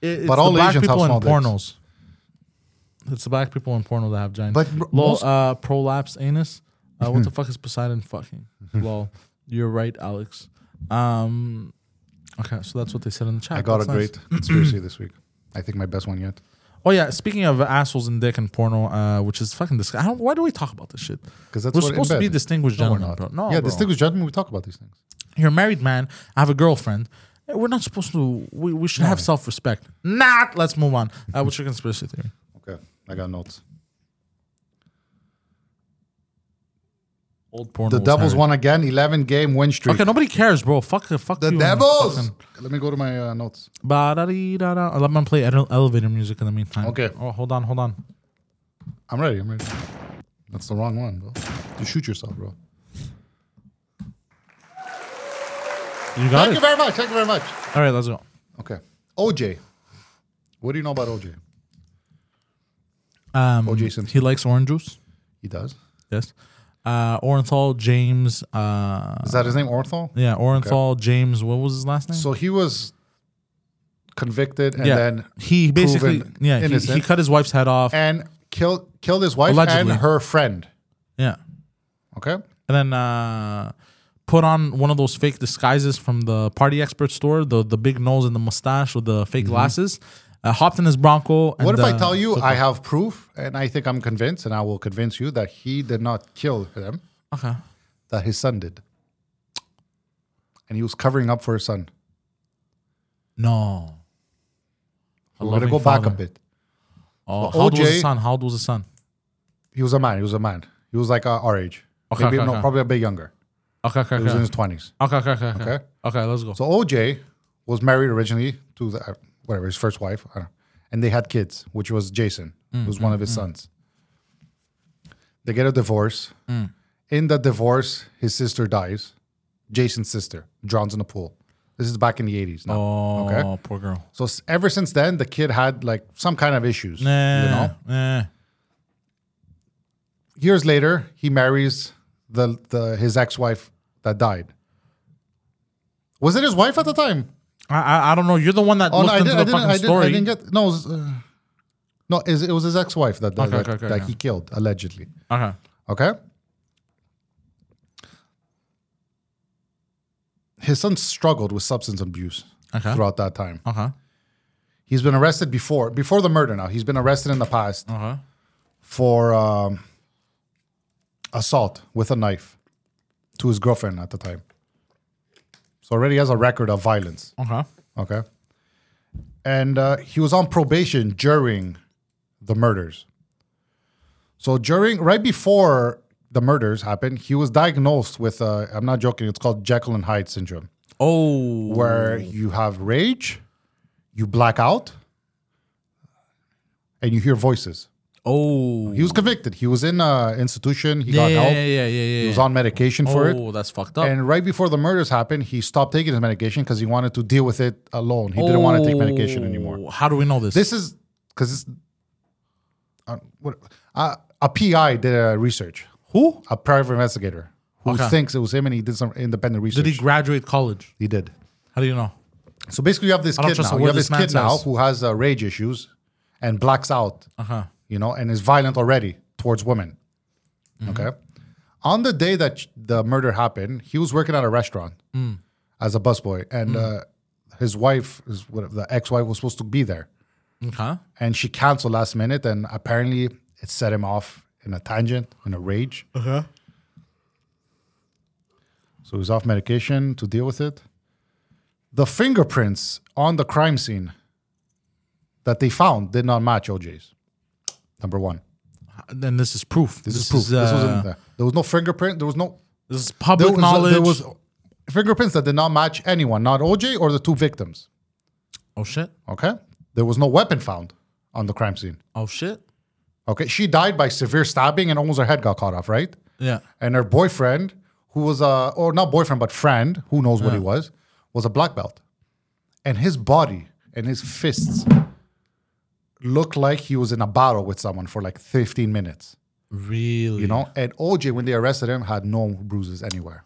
Speaker 1: It- it's
Speaker 2: But
Speaker 1: the
Speaker 2: all
Speaker 1: black
Speaker 2: Asians have
Speaker 1: people in
Speaker 2: small dicks.
Speaker 1: pornos. It's the black people in porno that have giant.
Speaker 2: But br-
Speaker 1: lol,
Speaker 2: most-
Speaker 1: uh, prolapse anus. Uh, what the fuck is Poseidon fucking? lol, you're right, Alex. Um, okay, so that's what they said in the chat.
Speaker 2: I got a
Speaker 1: That's nice.
Speaker 2: great conspiracy this week. I think my best one yet.
Speaker 1: Oh yeah, speaking of assholes and dick and porno, uh, which is fucking disgusting. I don't, why do we talk about this shit?
Speaker 2: 'Cause that's
Speaker 1: we're
Speaker 2: what- in
Speaker 1: supposed to
Speaker 2: bed.
Speaker 1: be distinguished
Speaker 2: No, we're
Speaker 1: gentlemen,
Speaker 2: not.
Speaker 1: bro. No,
Speaker 2: yeah,
Speaker 1: bro.
Speaker 2: distinguished gentlemen, we talk about these things.
Speaker 1: You're a married man. I have a girlfriend. Eh, We're not supposed to. We, we should have self respect. Not. Let's move on. Uh, what's your conspiracy theory?
Speaker 2: Okay, I got notes.
Speaker 1: Old porno.
Speaker 2: The
Speaker 1: was
Speaker 2: Devils
Speaker 1: Harry.
Speaker 2: won again, 11 game win streak.
Speaker 1: Okay, nobody cares, bro. Fuck the fuck.
Speaker 2: The
Speaker 1: you and
Speaker 2: Devils!
Speaker 1: fucking-
Speaker 2: Let me go to my uh, notes.
Speaker 1: Ba-da-dee-da-da. Let me play ele- elevator music in the meantime.
Speaker 2: Okay.
Speaker 1: Oh, hold on, hold on.
Speaker 2: I'm ready, I'm ready. That's the wrong one, bro. You shoot yourself, bro.
Speaker 1: You got
Speaker 2: Thank you
Speaker 1: it.
Speaker 2: very much, thank you very much.
Speaker 1: All right, let's go.
Speaker 2: Okay, OJ. What do you know about OJ?
Speaker 1: Um,
Speaker 2: OJ Simpson.
Speaker 1: He likes orange juice.
Speaker 2: He does.
Speaker 1: Yes. Uh, Orenthal James. Uh,
Speaker 2: Is that his name, Orthol?
Speaker 1: yeah, Orenthal James. What was his last name?
Speaker 2: So he was convicted and
Speaker 1: yeah.
Speaker 2: then
Speaker 1: he basically.
Speaker 2: proven
Speaker 1: Yeah. He, he
Speaker 2: innocent.
Speaker 1: cut his wife's head off.
Speaker 2: and killed killed his wife
Speaker 1: Allegedly.
Speaker 2: and her friend.
Speaker 1: yeah.
Speaker 2: Okay.
Speaker 1: and then uh, put on one of those fake disguises from the party expert store the the big nose and the mustache with the fake glasses uh, hopped in his bronco and,
Speaker 2: Mm-hmm. What if I
Speaker 1: uh,
Speaker 2: tell you I have proof and I think I'm convinced and I will convince you that he did not kill them,
Speaker 1: okay
Speaker 2: that his son did. And he was covering up for his son.
Speaker 1: no A
Speaker 2: We're gonna
Speaker 1: loving
Speaker 2: go back
Speaker 1: father.
Speaker 2: a bit.
Speaker 1: oh, how
Speaker 2: So
Speaker 1: old was his
Speaker 2: OJ
Speaker 1: son how old was his son
Speaker 2: He was a man. He was a man. He was like uh, our age.
Speaker 1: Okay,
Speaker 2: Maybe
Speaker 1: okay,
Speaker 2: no,
Speaker 1: okay.
Speaker 2: probably a bit younger.
Speaker 1: okay okay
Speaker 2: He was in
Speaker 1: okay
Speaker 2: his twenties.
Speaker 1: okay okay okay, okay.
Speaker 2: Okay.
Speaker 1: Okay, let's go
Speaker 2: So OJ was married originally to the, uh, whatever his first wife, I don't know, and they had kids, which was Jason,
Speaker 1: Mm,
Speaker 2: who was one of his sons. They get a divorce.
Speaker 1: Mm.
Speaker 2: In the divorce, his sister dies. Jason's sister drowns in a pool. This is back in the eighties. Now.
Speaker 1: oh
Speaker 2: Okay.
Speaker 1: poor girl
Speaker 2: So s- ever since then, the kid had like some kind of issues.
Speaker 1: nah,
Speaker 2: You know.
Speaker 1: nah.
Speaker 2: Years later, he marries the the his ex wife that died. Was it his wife at the time?
Speaker 1: I, I I don't know you're the one that
Speaker 2: Oh,
Speaker 1: looked
Speaker 2: no, I,
Speaker 1: into
Speaker 2: did,
Speaker 1: the
Speaker 2: I, didn't,
Speaker 1: fucking
Speaker 2: I, didn't,
Speaker 1: story
Speaker 2: I didn't get. No, it was, uh, no, is it was his ex-wife that
Speaker 1: Okay,
Speaker 2: that,
Speaker 1: okay, okay,
Speaker 2: that
Speaker 1: yeah.
Speaker 2: he killed allegedly.
Speaker 1: okay
Speaker 2: Okay. His son struggled with substance abuse
Speaker 1: Okay.
Speaker 2: throughout that time.
Speaker 1: okay
Speaker 2: He's been arrested before before the murder. Now he's been arrested in the past
Speaker 1: okay
Speaker 2: for um, assault with a knife to his girlfriend at the time. So already has a record of violence.
Speaker 1: okay
Speaker 2: Okay. And uh, he was on probation during the murders. So during right before the murders happened, he was diagnosed with uh, I'm not joking. It's called Jekyll and Hyde syndrome,
Speaker 1: oh
Speaker 2: where you have rage, you black out, and you hear voices.
Speaker 1: oh
Speaker 2: He was convicted. He was in an institution. He got
Speaker 1: yeah,
Speaker 2: help.
Speaker 1: yeah yeah yeah yeah
Speaker 2: He was on medication for it.
Speaker 1: oh that's fucked up
Speaker 2: And right before the murders happened, he stopped taking his medication because he wanted to deal with it alone. He didn't want to take medication anymore.
Speaker 1: Oh, How do we know this?
Speaker 2: This is because it's. Uh, um, what, I a PI did a research,
Speaker 1: Who?
Speaker 2: a private investigator who
Speaker 1: Okay.
Speaker 2: thinks it was him, and he did some independent research.
Speaker 1: Did he graduate college?
Speaker 2: He did.
Speaker 1: How do you know?
Speaker 2: So basically, you have this
Speaker 1: don't
Speaker 2: kid
Speaker 1: trust a
Speaker 2: now. You
Speaker 1: word
Speaker 2: have
Speaker 1: this
Speaker 2: this
Speaker 1: man
Speaker 2: kid now
Speaker 1: says.
Speaker 2: who has uh, rage issues and blacks out.
Speaker 1: Uh-huh.
Speaker 2: You know, and is violent already towards women.
Speaker 1: Mm-hmm.
Speaker 2: Okay. On the day that sh- the murder happened, he was working at a restaurant
Speaker 1: Mm.
Speaker 2: as a busboy, and uh, his wife, is what the ex-wife, was supposed to be there,
Speaker 1: Okay.
Speaker 2: and she canceled last minute, and apparently it set him off in a tangent, in a rage.
Speaker 1: Uh-huh.
Speaker 2: So he's off medication to deal with it. The fingerprints on the crime scene that they found did not match OJ's. Number one.
Speaker 1: Then this is proof. This,
Speaker 2: This, is proof. this was
Speaker 1: uh,
Speaker 2: in there. there was no fingerprint. There was no
Speaker 1: this is
Speaker 2: there
Speaker 1: public
Speaker 2: was,
Speaker 1: knowledge.
Speaker 2: there was fingerprints that did not match anyone, not OJ or the two victims.
Speaker 1: oh shit.
Speaker 2: Okay? There was no weapon found on the crime scene.
Speaker 1: Oh shit.
Speaker 2: Okay? She died by severe stabbing and almost her head got cut off, right?
Speaker 1: Yeah.
Speaker 2: And her boyfriend, who was a or not boyfriend but friend, who knows what he was, was a black belt. And his body and his fists looked like he was in a battle with someone for like 15 minutes.
Speaker 1: Really?
Speaker 2: You know? And OJ, when they arrested him, had no bruises anywhere.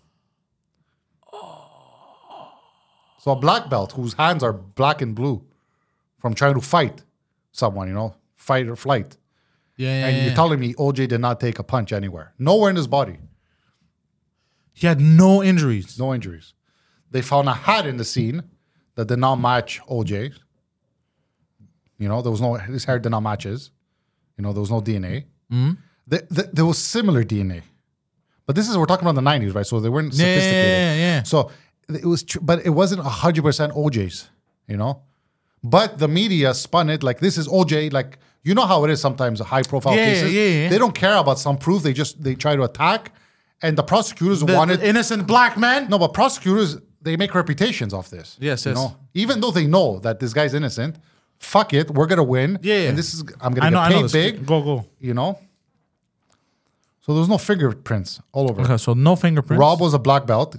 Speaker 2: So a black belt whose hands are black and blue from trying to fight someone, you know, fight or flight.
Speaker 1: Yeah. yeah,
Speaker 2: And
Speaker 1: yeah.
Speaker 2: you're telling me OJ did not take a punch anywhere. Nowhere in his body.
Speaker 1: he had no injuries.
Speaker 2: no injuries. They found a hat in the scene that did not match OJ's. You know, there was no his hair did not match his. You know, there was no DNA.
Speaker 1: Mm-hmm.
Speaker 2: The- the- there was similar DNA, but this is we're talking about the nineties, right? So they weren't
Speaker 1: yeah,
Speaker 2: sophisticated.
Speaker 1: yeah, yeah.
Speaker 2: So it was, tr- but it wasn't hundred percent OJ's. You know, but the media spun it like this is OJ. Like you know how it is sometimes high profile
Speaker 1: Yeah,
Speaker 2: cases.
Speaker 1: yeah, yeah.
Speaker 2: They don't care about some proof. They just they try to attack, and the prosecutors
Speaker 1: The-
Speaker 2: wanted
Speaker 1: the innocent black man.
Speaker 2: no, but prosecutors they make reputations off this.
Speaker 1: Yes,
Speaker 2: you
Speaker 1: yes.
Speaker 2: know? even though they know that this guy's innocent, fuck it, we're gonna win.
Speaker 1: Yeah, yeah.
Speaker 2: and this is I'm
Speaker 1: I
Speaker 2: gonna
Speaker 1: know. I
Speaker 2: get
Speaker 1: know.
Speaker 2: paid
Speaker 1: This.
Speaker 2: big.
Speaker 1: Go go.
Speaker 2: You know. So there's no fingerprints all over.
Speaker 1: Okay. So no fingerprints.
Speaker 2: Rob was a black belt.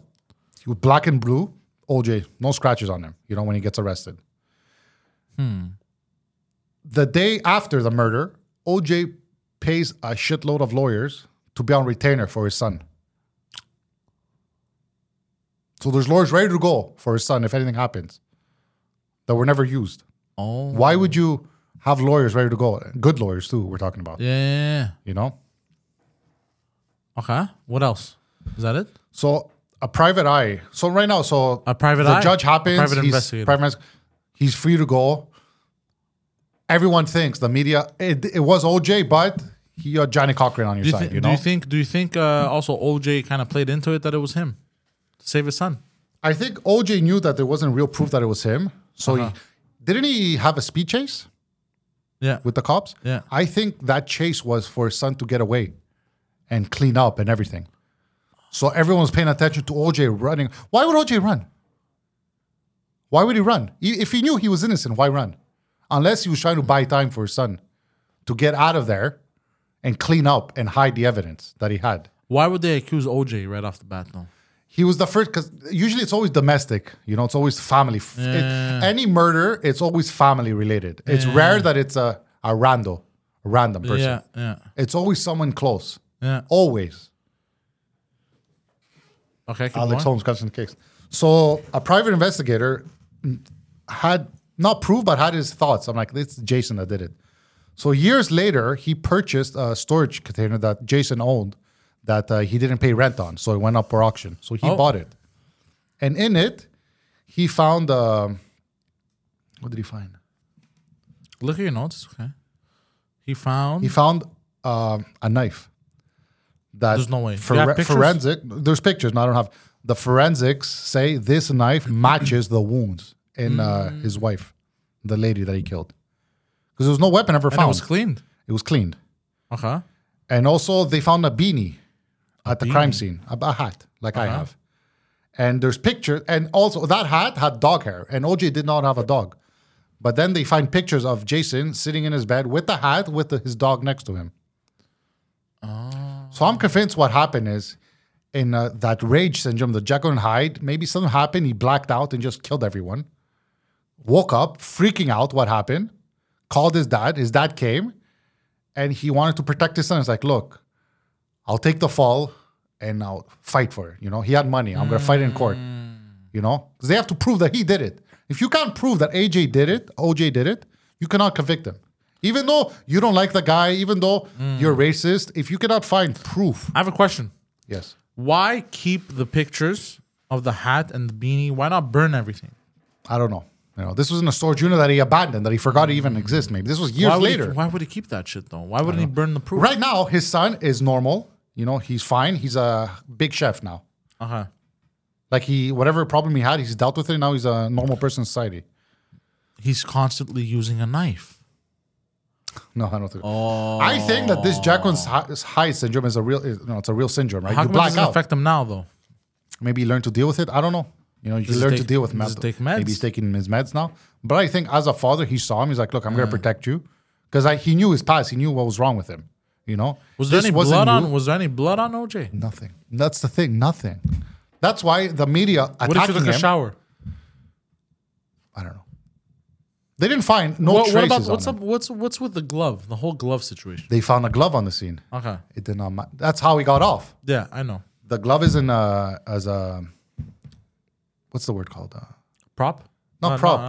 Speaker 2: He was black and blue. OJ, no scratches on him. You know when he gets arrested. Hmm. The day after the murder, OJ pays a shitload of lawyers to be on retainer for his son. So there's lawyers ready to go for his son if anything happens that were never used.
Speaker 1: Oh.
Speaker 2: Why would you have lawyers ready to go? Good lawyers too. We're talking about.
Speaker 1: Yeah, yeah.
Speaker 2: You know.
Speaker 1: yeah. Okay. What else? Is that it?
Speaker 2: So a private eye. So right now, so
Speaker 1: A private
Speaker 2: the
Speaker 1: eye?
Speaker 2: judge happens.
Speaker 1: Private
Speaker 2: he's,
Speaker 1: investigator.
Speaker 2: private invest- he's free to go. Everyone thinks the media. It, it was OJ, but he uh, Johnny Cochran on your
Speaker 1: Do you,
Speaker 2: side.
Speaker 1: thi-
Speaker 2: you
Speaker 1: do
Speaker 2: know.
Speaker 1: you think? Do you think uh, also OJ kind of played into it that it was him to save his son?
Speaker 2: I think OJ knew that there wasn't real proof that it was him. So
Speaker 1: Uh-huh.
Speaker 2: he, didn't he have a speed chase
Speaker 1: Yeah.
Speaker 2: with the cops?
Speaker 1: Yeah.
Speaker 2: I think that chase was for his son to get away and clean up and everything. So everyone was paying attention to OJ running. Why would OJ run? Why would he run? I- If he knew he was innocent, why run? Unless he was trying to buy time for his son to get out of there and clean up and hide the evidence that he had.
Speaker 1: Why would they accuse OJ right off the bat though?
Speaker 2: He was the first because usually it's always domestic, you know, it's always family. F- it- any murder, it's always family related. It's rare that it's a, a rando, a random person.
Speaker 1: Yeah. Yeah.
Speaker 2: It's always someone close.
Speaker 1: Yeah.
Speaker 2: Always.
Speaker 1: Okay. Keep
Speaker 2: Alex
Speaker 1: going.
Speaker 2: Holmes cuts in the case. So a private investigator had not proved, but had his thoughts. I'm like, it's Jason that did it. So years later, he purchased a storage container that Jason owned that uh, he didn't pay rent on. So it went up for auction. So he
Speaker 1: Oh.
Speaker 2: bought it. And in it, he found, um, what did he find?
Speaker 1: Look at your notes. Okay. He found. Oh,
Speaker 2: He found um, a knife. That
Speaker 1: There's no way. You
Speaker 2: fore-
Speaker 1: have pictures?
Speaker 2: forensic. There's pictures. No, I don't have. The forensics say this knife matches the wounds in uh,
Speaker 1: Mm.
Speaker 2: his wife, the lady that he killed, because there was no weapon ever
Speaker 1: and it
Speaker 2: found.
Speaker 1: was cleaned.
Speaker 2: cleaned,
Speaker 1: Okay.
Speaker 2: and also they found a beanie at the crime scene, a, a hat like I have, and there's pictures, and also that hat had dog hair, and OJ did not have a dog, but then they find pictures of Jason sitting in his bed with the hat with the- his dog next to him. So I'm convinced what happened is in uh, that rage syndrome, the Jekyll and Hyde, maybe something happened. He blacked out and just killed everyone. Woke up, freaking out what happened, called his dad. His dad came and he wanted to protect his son. It's like, look, I'll take the fall and I'll fight for it. You know, he had money. I'm gonna fight in court. You know, because they have to prove that he did it. If you can't prove that AJ did it, OJ did it, you cannot convict him. Even though you don't like the guy, even though you're racist, if you cannot find proof,
Speaker 1: I have a question.
Speaker 2: yes,
Speaker 1: Why keep the pictures of the hat and the beanie? Why not burn everything?
Speaker 2: I don't know. You know, this was in a storage unit that he abandoned, that he forgot even exist. Maybe this was years
Speaker 1: Why would
Speaker 2: later.
Speaker 1: He, why would he keep that shit though? Why wouldn't he burn the proof?
Speaker 2: Right now, his son is normal. You know, he's fine. He's a big chef now.
Speaker 1: Uh huh.
Speaker 2: Like he, whatever problem he had, he's dealt with it. Now he's a normal person in society.
Speaker 1: He's constantly using a knife.
Speaker 2: No, I don't think. I think that this Jacqueline's high syndrome is a real. Is, no, it's a real syndrome, right?
Speaker 1: How
Speaker 2: you
Speaker 1: come it
Speaker 2: black
Speaker 1: doesn't
Speaker 2: out.
Speaker 1: affect him now though?
Speaker 2: Maybe you learn to deal with it. I don't know. You know, you
Speaker 1: he
Speaker 2: learn to
Speaker 1: take-
Speaker 2: deal with
Speaker 1: does
Speaker 2: meds.
Speaker 1: he take meds?
Speaker 2: Maybe he's taking his meds now. But I think as a father, he saw him. He's like, look,
Speaker 1: Mm.
Speaker 2: I'm going to protect you because he knew his past. He knew what was wrong with him. You know,
Speaker 1: Was there
Speaker 2: This
Speaker 1: any
Speaker 2: wasn't
Speaker 1: blood
Speaker 2: new.
Speaker 1: on? Was there any blood on OJ?
Speaker 2: Nothing. That's the thing. Nothing. That's why the media attacking
Speaker 1: What if he took
Speaker 2: him.
Speaker 1: a shower?
Speaker 2: I don't know. They didn't find no
Speaker 1: what,
Speaker 2: traces.
Speaker 1: what about
Speaker 2: on
Speaker 1: what's
Speaker 2: him.
Speaker 1: up? What's what's with the glove? The whole glove situation.
Speaker 2: They found a glove on the scene.
Speaker 1: Okay.
Speaker 2: It did not. Ma- That's how he got off.
Speaker 1: Yeah, I know.
Speaker 2: The glove is in a as a what's the word called? Uh,
Speaker 1: Prop.
Speaker 2: Not
Speaker 1: Uh,
Speaker 2: prop,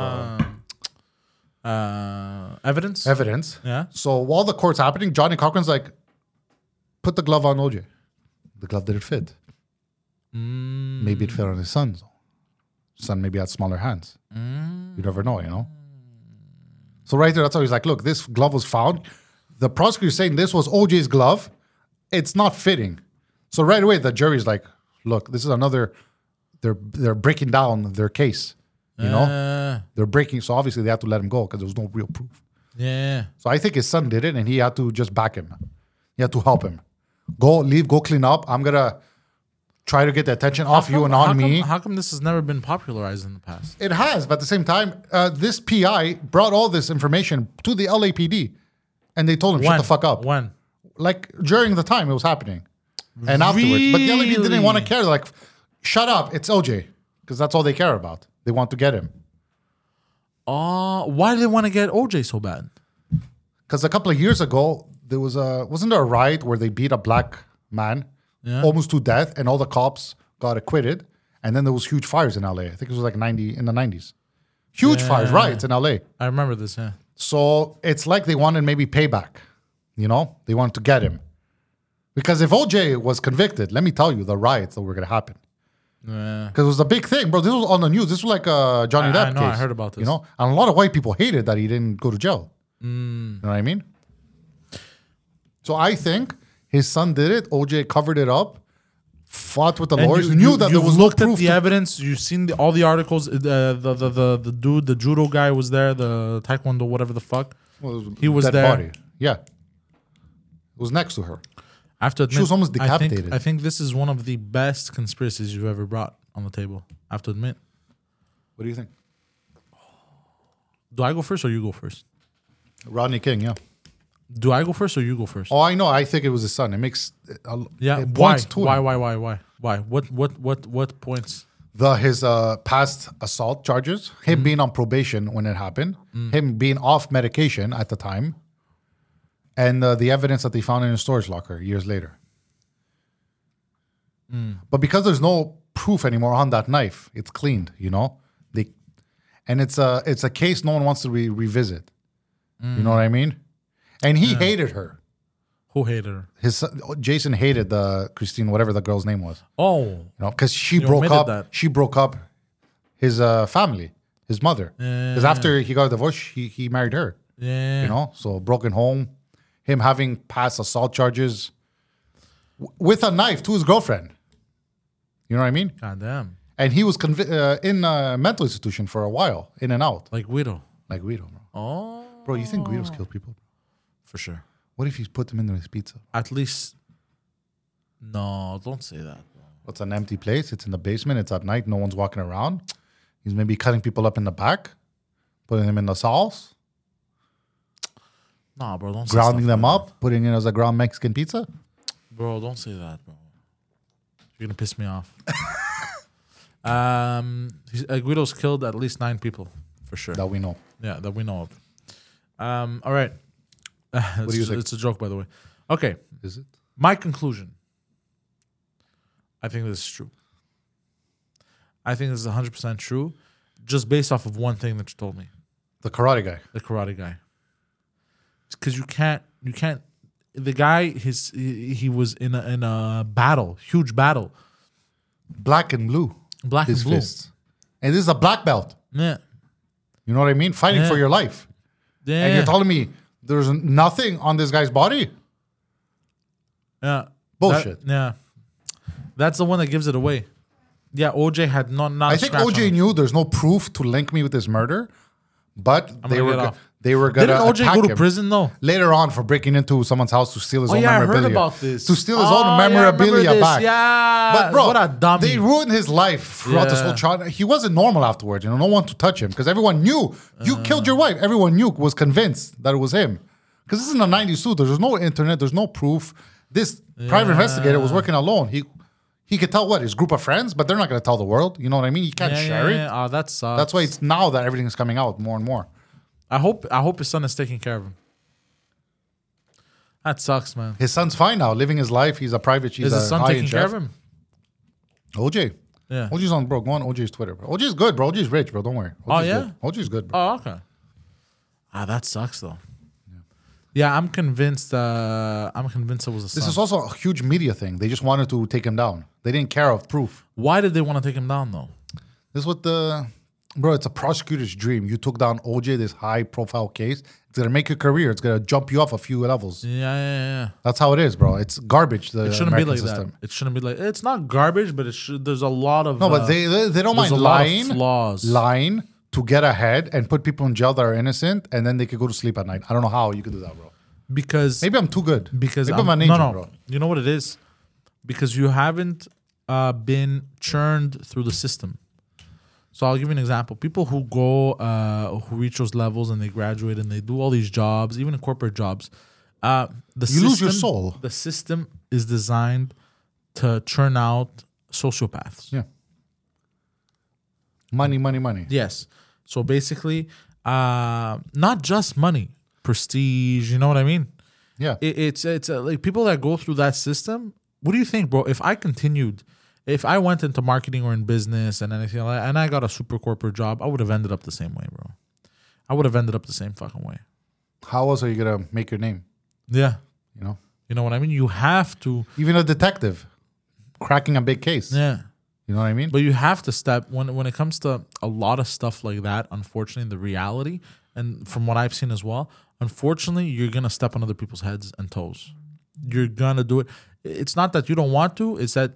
Speaker 1: uh, uh, evidence.
Speaker 2: evidence.
Speaker 1: yeah.
Speaker 2: So while the court's happening, Johnny Cochran's like, "Put the glove on OJ." The glove didn't fit. Maybe it fit on his son's. Son maybe had smaller hands. You never know, you know. So right there, that's how he's like, "Look, this glove was found. The prosecutor's saying this was OJ's glove. It's not fitting." So right away, the jury's like, "Look, this is another. They're they're breaking down their case. You know,
Speaker 1: Uh,
Speaker 2: they're breaking. So obviously, they have to let him go because there was no real proof."
Speaker 1: yeah.
Speaker 2: So I think his son did it, and he had to just back him. He had to help him. Go leave. Go clean up. I'm gonna try to get the attention off you and
Speaker 1: How
Speaker 2: on
Speaker 1: come-
Speaker 2: me.
Speaker 1: How come this has never been popularized in the past?
Speaker 2: It has, but at the same time, uh, this PI brought all this information to the LAPD, and they told him shut the fuck up.
Speaker 1: When?
Speaker 2: Like during the time it was happening, and afterwards, but the LAPD didn't want to
Speaker 1: Really?
Speaker 2: care. They're Like, shut up. It's OJ, because that's all they care about. They want to get him.
Speaker 1: Oh, why do they want to get OJ so bad?
Speaker 2: because a couple of years ago there was a wasn't there a riot where they beat a black man
Speaker 1: Yeah.
Speaker 2: almost to death and all the cops got acquitted and then there was huge fires in la i think it was like 90 in the 90s huge fires riots in la
Speaker 1: I remember this. Yeah.
Speaker 2: so it's like they wanted maybe payback you know they wanted to get him because if oj was convicted let me tell you the riots that were going to happen
Speaker 1: Yeah.
Speaker 2: because it was a big thing, bro. This was on the news. This was like a Johnny
Speaker 1: I-
Speaker 2: Depp
Speaker 1: I know, I
Speaker 2: case.
Speaker 1: heard about
Speaker 2: You
Speaker 1: this. Mm.
Speaker 2: know, and a lot of white people hated that he didn't go to jail. You know what I mean? So I think his son did it. OJ covered it up, fought with the
Speaker 1: And
Speaker 2: lawyers,
Speaker 1: you,
Speaker 2: knew
Speaker 1: you-
Speaker 2: that
Speaker 1: you've
Speaker 2: there was no
Speaker 1: looked at
Speaker 2: proof.
Speaker 1: the
Speaker 2: to-
Speaker 1: evidence. You've seen the, all the articles. Uh, the, the the the dude, the judo guy was there. The taekwondo, whatever the fuck.
Speaker 2: Well, it
Speaker 1: he was
Speaker 2: dead
Speaker 1: there.
Speaker 2: Yeah, it was next to her.
Speaker 1: I have to admit,
Speaker 2: was almost
Speaker 1: I think- I
Speaker 2: decapitated.
Speaker 1: think, this is one of the best conspiracies you've ever brought on the table. I have to admit.
Speaker 2: What do you think?
Speaker 1: Do I go first or you go first?
Speaker 2: Rodney King. Yeah.
Speaker 1: Do I go first or you go first?
Speaker 2: Oh, I know. I think it was his son. It makes uh,
Speaker 1: yeah.
Speaker 2: It
Speaker 1: Why?
Speaker 2: points to
Speaker 1: Why?
Speaker 2: him.
Speaker 1: Why? Why? Why? Why? What? What? What? What points?
Speaker 2: the his uh, past assault charges, him being on probation when it happened, him being off medication at the time, and uh, the evidence that they found in a storage locker years later. But because there's no proof anymore on that knife, it's cleaned, you know. They and it's a it's a case no one wants to re- revisit. You know what I mean? And he hated her.
Speaker 1: Who hated her?
Speaker 2: His son- Jason hated the Christine, whatever the girl's name was
Speaker 1: Oh,
Speaker 2: you know, because she broke
Speaker 1: omitted
Speaker 2: up.
Speaker 1: that.
Speaker 2: She broke up his uh, family, his mother, because after he got a divorce, he he married her.
Speaker 1: yeah.
Speaker 2: You know, so broken home, him having past assault charges w- with a knife to his girlfriend. You know what I mean?
Speaker 1: God damn.
Speaker 2: And he was convi- uh, in a mental institution for a while, in and out,
Speaker 1: Like Guido.
Speaker 2: like Guido. Bro,
Speaker 1: Oh,
Speaker 2: bro you think Guido's killed people?
Speaker 1: for sure.
Speaker 2: What if he's put them in his pizza?
Speaker 1: At least. No, don't say that.
Speaker 2: It's an empty place. It's in the basement. It's at night. No one's walking around. He's maybe cutting people up in the back, putting them in the sauce.
Speaker 1: Nah, bro, don't say
Speaker 2: grounding
Speaker 1: stuff
Speaker 2: them
Speaker 1: like
Speaker 2: up, putting it as a ground Mexican pizza.
Speaker 1: that. Bro, don't say that, bro. You're gonna piss me off. um, he's- uh, Guido's killed at least nine people for sure.
Speaker 2: That we know.
Speaker 1: Yeah, that we know of. Um, all right. what
Speaker 2: do you think?
Speaker 1: It's a joke, by the way. Okay,
Speaker 2: Is it?
Speaker 1: my conclusion. I think this is true. I think this is 100% true, just based off of one thing that you told me,
Speaker 2: The karate guy.
Speaker 1: the karate guy. Because you can't, you can't. The guy, his he he was in a, in a battle, huge battle,
Speaker 2: Black and blue.
Speaker 1: black
Speaker 2: His
Speaker 1: and blue.
Speaker 2: fists. And this is a black belt.
Speaker 1: Yeah,
Speaker 2: You know what I mean? Fighting
Speaker 1: Yeah.
Speaker 2: for your life.
Speaker 1: yeah,
Speaker 2: And you're telling me there's nothing on this guy's body?
Speaker 1: yeah.
Speaker 2: Bullshit.
Speaker 1: That- yeah, that's the one that gives it away. Yeah, OJ had not not.
Speaker 2: I
Speaker 1: a
Speaker 2: think
Speaker 1: scratch on
Speaker 2: OJ
Speaker 1: him.
Speaker 2: knew there's no proof to link me with this murder, but they
Speaker 1: gonna
Speaker 2: were
Speaker 1: get
Speaker 2: go-
Speaker 1: off.
Speaker 2: they were gonna
Speaker 1: Didn't OJ
Speaker 2: attack
Speaker 1: go to
Speaker 2: him
Speaker 1: prison though?
Speaker 2: later on for breaking into someone's house to steal his
Speaker 1: Oh
Speaker 2: own
Speaker 1: yeah, I
Speaker 2: memorabilia.
Speaker 1: heard about this.
Speaker 2: To steal his
Speaker 1: Oh,
Speaker 2: own
Speaker 1: yeah, I remember
Speaker 2: memorabilia
Speaker 1: this.
Speaker 2: back.
Speaker 1: Yeah,
Speaker 2: But bro,
Speaker 1: Uh, what a dummy.
Speaker 2: they ruined his life throughout this
Speaker 1: Yeah.
Speaker 2: whole trial. He wasn't normal afterwards. You know, no one to touch him because everyone knew
Speaker 1: Uh.
Speaker 2: you killed your wife. Everyone knew was convinced that it was him. Because this is in the '90s too. There's no internet. There's no proof. This private investigator was working alone. He he could tell what his group of friends, but they're not going to tell the world. You know what I mean? You can't
Speaker 1: yeah, yeah,
Speaker 2: share it.
Speaker 1: yeah. Oh, that sucks.
Speaker 2: That's why it's now that everything is coming out more and more.
Speaker 1: I hope I hope his son is taking care of him. That sucks, man.
Speaker 2: His son's fine now, living his life. He's a private. He's
Speaker 1: Is
Speaker 2: a
Speaker 1: his son
Speaker 2: high
Speaker 1: taking care of him?
Speaker 2: OJ.
Speaker 1: Yeah.
Speaker 2: OJ's on, bro. Go on OJ's Twitter, bro. OJ's good, bro. OJ's rich, bro. Don't worry.
Speaker 1: Oh,
Speaker 2: OJ's
Speaker 1: yeah?
Speaker 2: Good. OJ's good, bro.
Speaker 1: Oh, okay. Ah, that sucks though. Yeah, I'm convinced. Uh, I'm convinced it was a son.
Speaker 2: This is also a huge media thing. They just wanted to take him down. They didn't care of proof.
Speaker 1: Why did they want to take him down though?
Speaker 2: This is what the bro. It's a prosecutor's dream. You took down OJ, this high-profile case. It's gonna make your career. It's gonna jump you off a few levels.
Speaker 1: Yeah, yeah, yeah. yeah.
Speaker 2: That's how it is, bro. It's garbage. The
Speaker 1: It shouldn't be
Speaker 2: American
Speaker 1: like
Speaker 2: system.
Speaker 1: that. It shouldn't be like. It's not garbage, but it should. There's a lot of
Speaker 2: No,
Speaker 1: uh,
Speaker 2: but they they, they don't
Speaker 1: there's
Speaker 2: mind
Speaker 1: a lot of
Speaker 2: lying,
Speaker 1: flaws.
Speaker 2: lying to get ahead and put people in jail that are innocent, and then they could go to sleep at night. I don't know how you could do that, bro.
Speaker 1: because
Speaker 2: Maybe I'm too good.
Speaker 1: because
Speaker 2: Maybe I'm,
Speaker 1: I'm-
Speaker 2: an angel,
Speaker 1: no, no.
Speaker 2: bro.
Speaker 1: You know what it is? Because you haven't uh, been churned through the system. So I'll give you an example. People who go, uh, who reach those levels and they graduate and they do all these jobs, even in corporate jobs, uh, the
Speaker 2: You
Speaker 1: system,
Speaker 2: lose your soul.
Speaker 1: The system is designed to churn out sociopaths.
Speaker 2: Yeah. Money, money, money.
Speaker 1: Yes. So basically, uh, not just money, prestige. You know what I mean?
Speaker 2: Yeah.
Speaker 1: it, it's it's uh, like people that go through that system. What do you think, bro? If I continued, if I went into marketing or in business and anything like that, and I got a super corporate job, I would have ended up the same way, bro. I would have ended up the same fucking way.
Speaker 2: How else are you gonna make your name?
Speaker 1: Yeah,
Speaker 2: You know,
Speaker 1: you know what I mean. You have to,
Speaker 2: even a detective cracking a big case.
Speaker 1: yeah,
Speaker 2: You know what I mean?
Speaker 1: but you have to step when when it comes to a lot of stuff like that. Unfortunately, the reality, and from what I've seen as well, unfortunately, you're gonna step on other people's heads and toes. You're gonna do it. It's not that you don't want to; it's that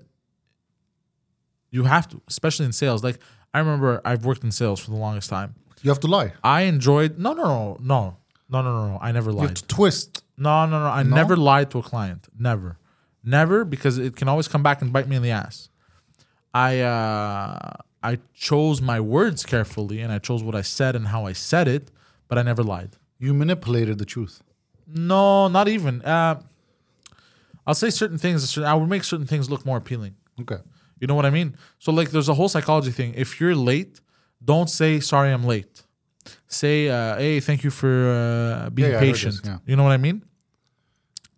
Speaker 1: you have to, especially in sales. Like I remember, I've worked in sales for the longest time.
Speaker 2: you have to lie.
Speaker 1: I enjoyed no, no, no, no, no, no, no. no. I never
Speaker 2: You have
Speaker 1: lied.
Speaker 2: to twist.
Speaker 1: No, no, no. I never lied to a client. Never. Never because it can always come back and bite me in the ass. I uh I chose my words carefully and I chose what I said and how I said it, but I never lied.
Speaker 2: You manipulated the truth.
Speaker 1: No, not even. Uh, I'll say certain things. I would make certain things look more appealing.
Speaker 2: Okay.
Speaker 1: You know what I mean? So like, there's a whole psychology thing. If you're late, don't say sorry I'm late. Say, uh, hey, thank you for uh, being
Speaker 2: Yeah, yeah, I heard this,
Speaker 1: patient.
Speaker 2: yeah.
Speaker 1: You know what I mean?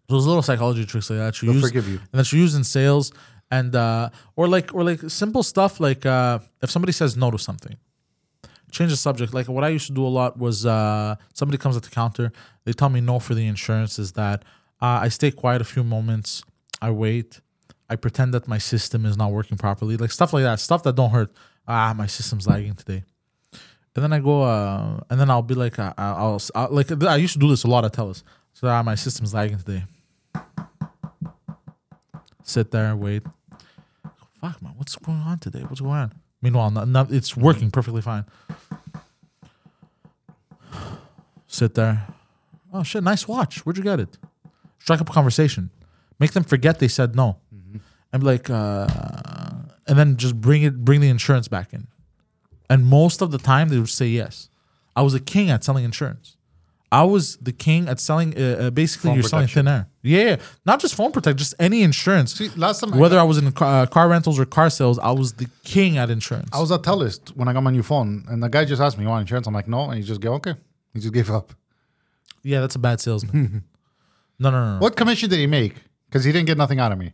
Speaker 1: Those little psychology tricks like that you
Speaker 2: They'll
Speaker 1: use,
Speaker 2: forgive you.
Speaker 1: and that you use in sales, and uh, or like or like simple stuff like uh, if somebody says no to something, change the subject. Like what I used to do a lot was uh, somebody comes at the counter, they tell me no for the insurance. Is that uh, I stay quiet a few moments, I wait, I pretend that my system is not working properly, like stuff like that, stuff that don't hurt. Ah, my system's lagging today. And then I go, uh, and then I'll be like, uh, I'll, I'll, s- I'll- like I used to do this a lot. I tell us, so ah, my system's lagging today. Sit there, wait. Fuck man, what's going on today? What's going on? Meanwhile, no- no- it's working perfectly fine. Sit there. Oh shit, nice watch. Where'd you get it? Strike up a conversation. Make them forget they said no. And be like, uh, and then just bring it, bring the insurance back in. And most of the time, they would say yes. I was a king at selling insurance. I was the king at selling. Uh, uh, basically,
Speaker 2: Phone
Speaker 1: you're
Speaker 2: protection.
Speaker 1: selling thin air. Yeah, yeah, not just phone protect, just any insurance.
Speaker 2: See, last time I-
Speaker 1: whether I was in car, uh, car rentals or car sales, I was the king at insurance.
Speaker 2: I was at Telus when I got my new phone, and the guy just asked me, "You want insurance?" I'm like, "No," and he just go, "Okay." He just gave up.
Speaker 1: yeah, that's a bad salesman. No, no, no. no.
Speaker 2: What commission did he make? Because he didn't get nothing out of me.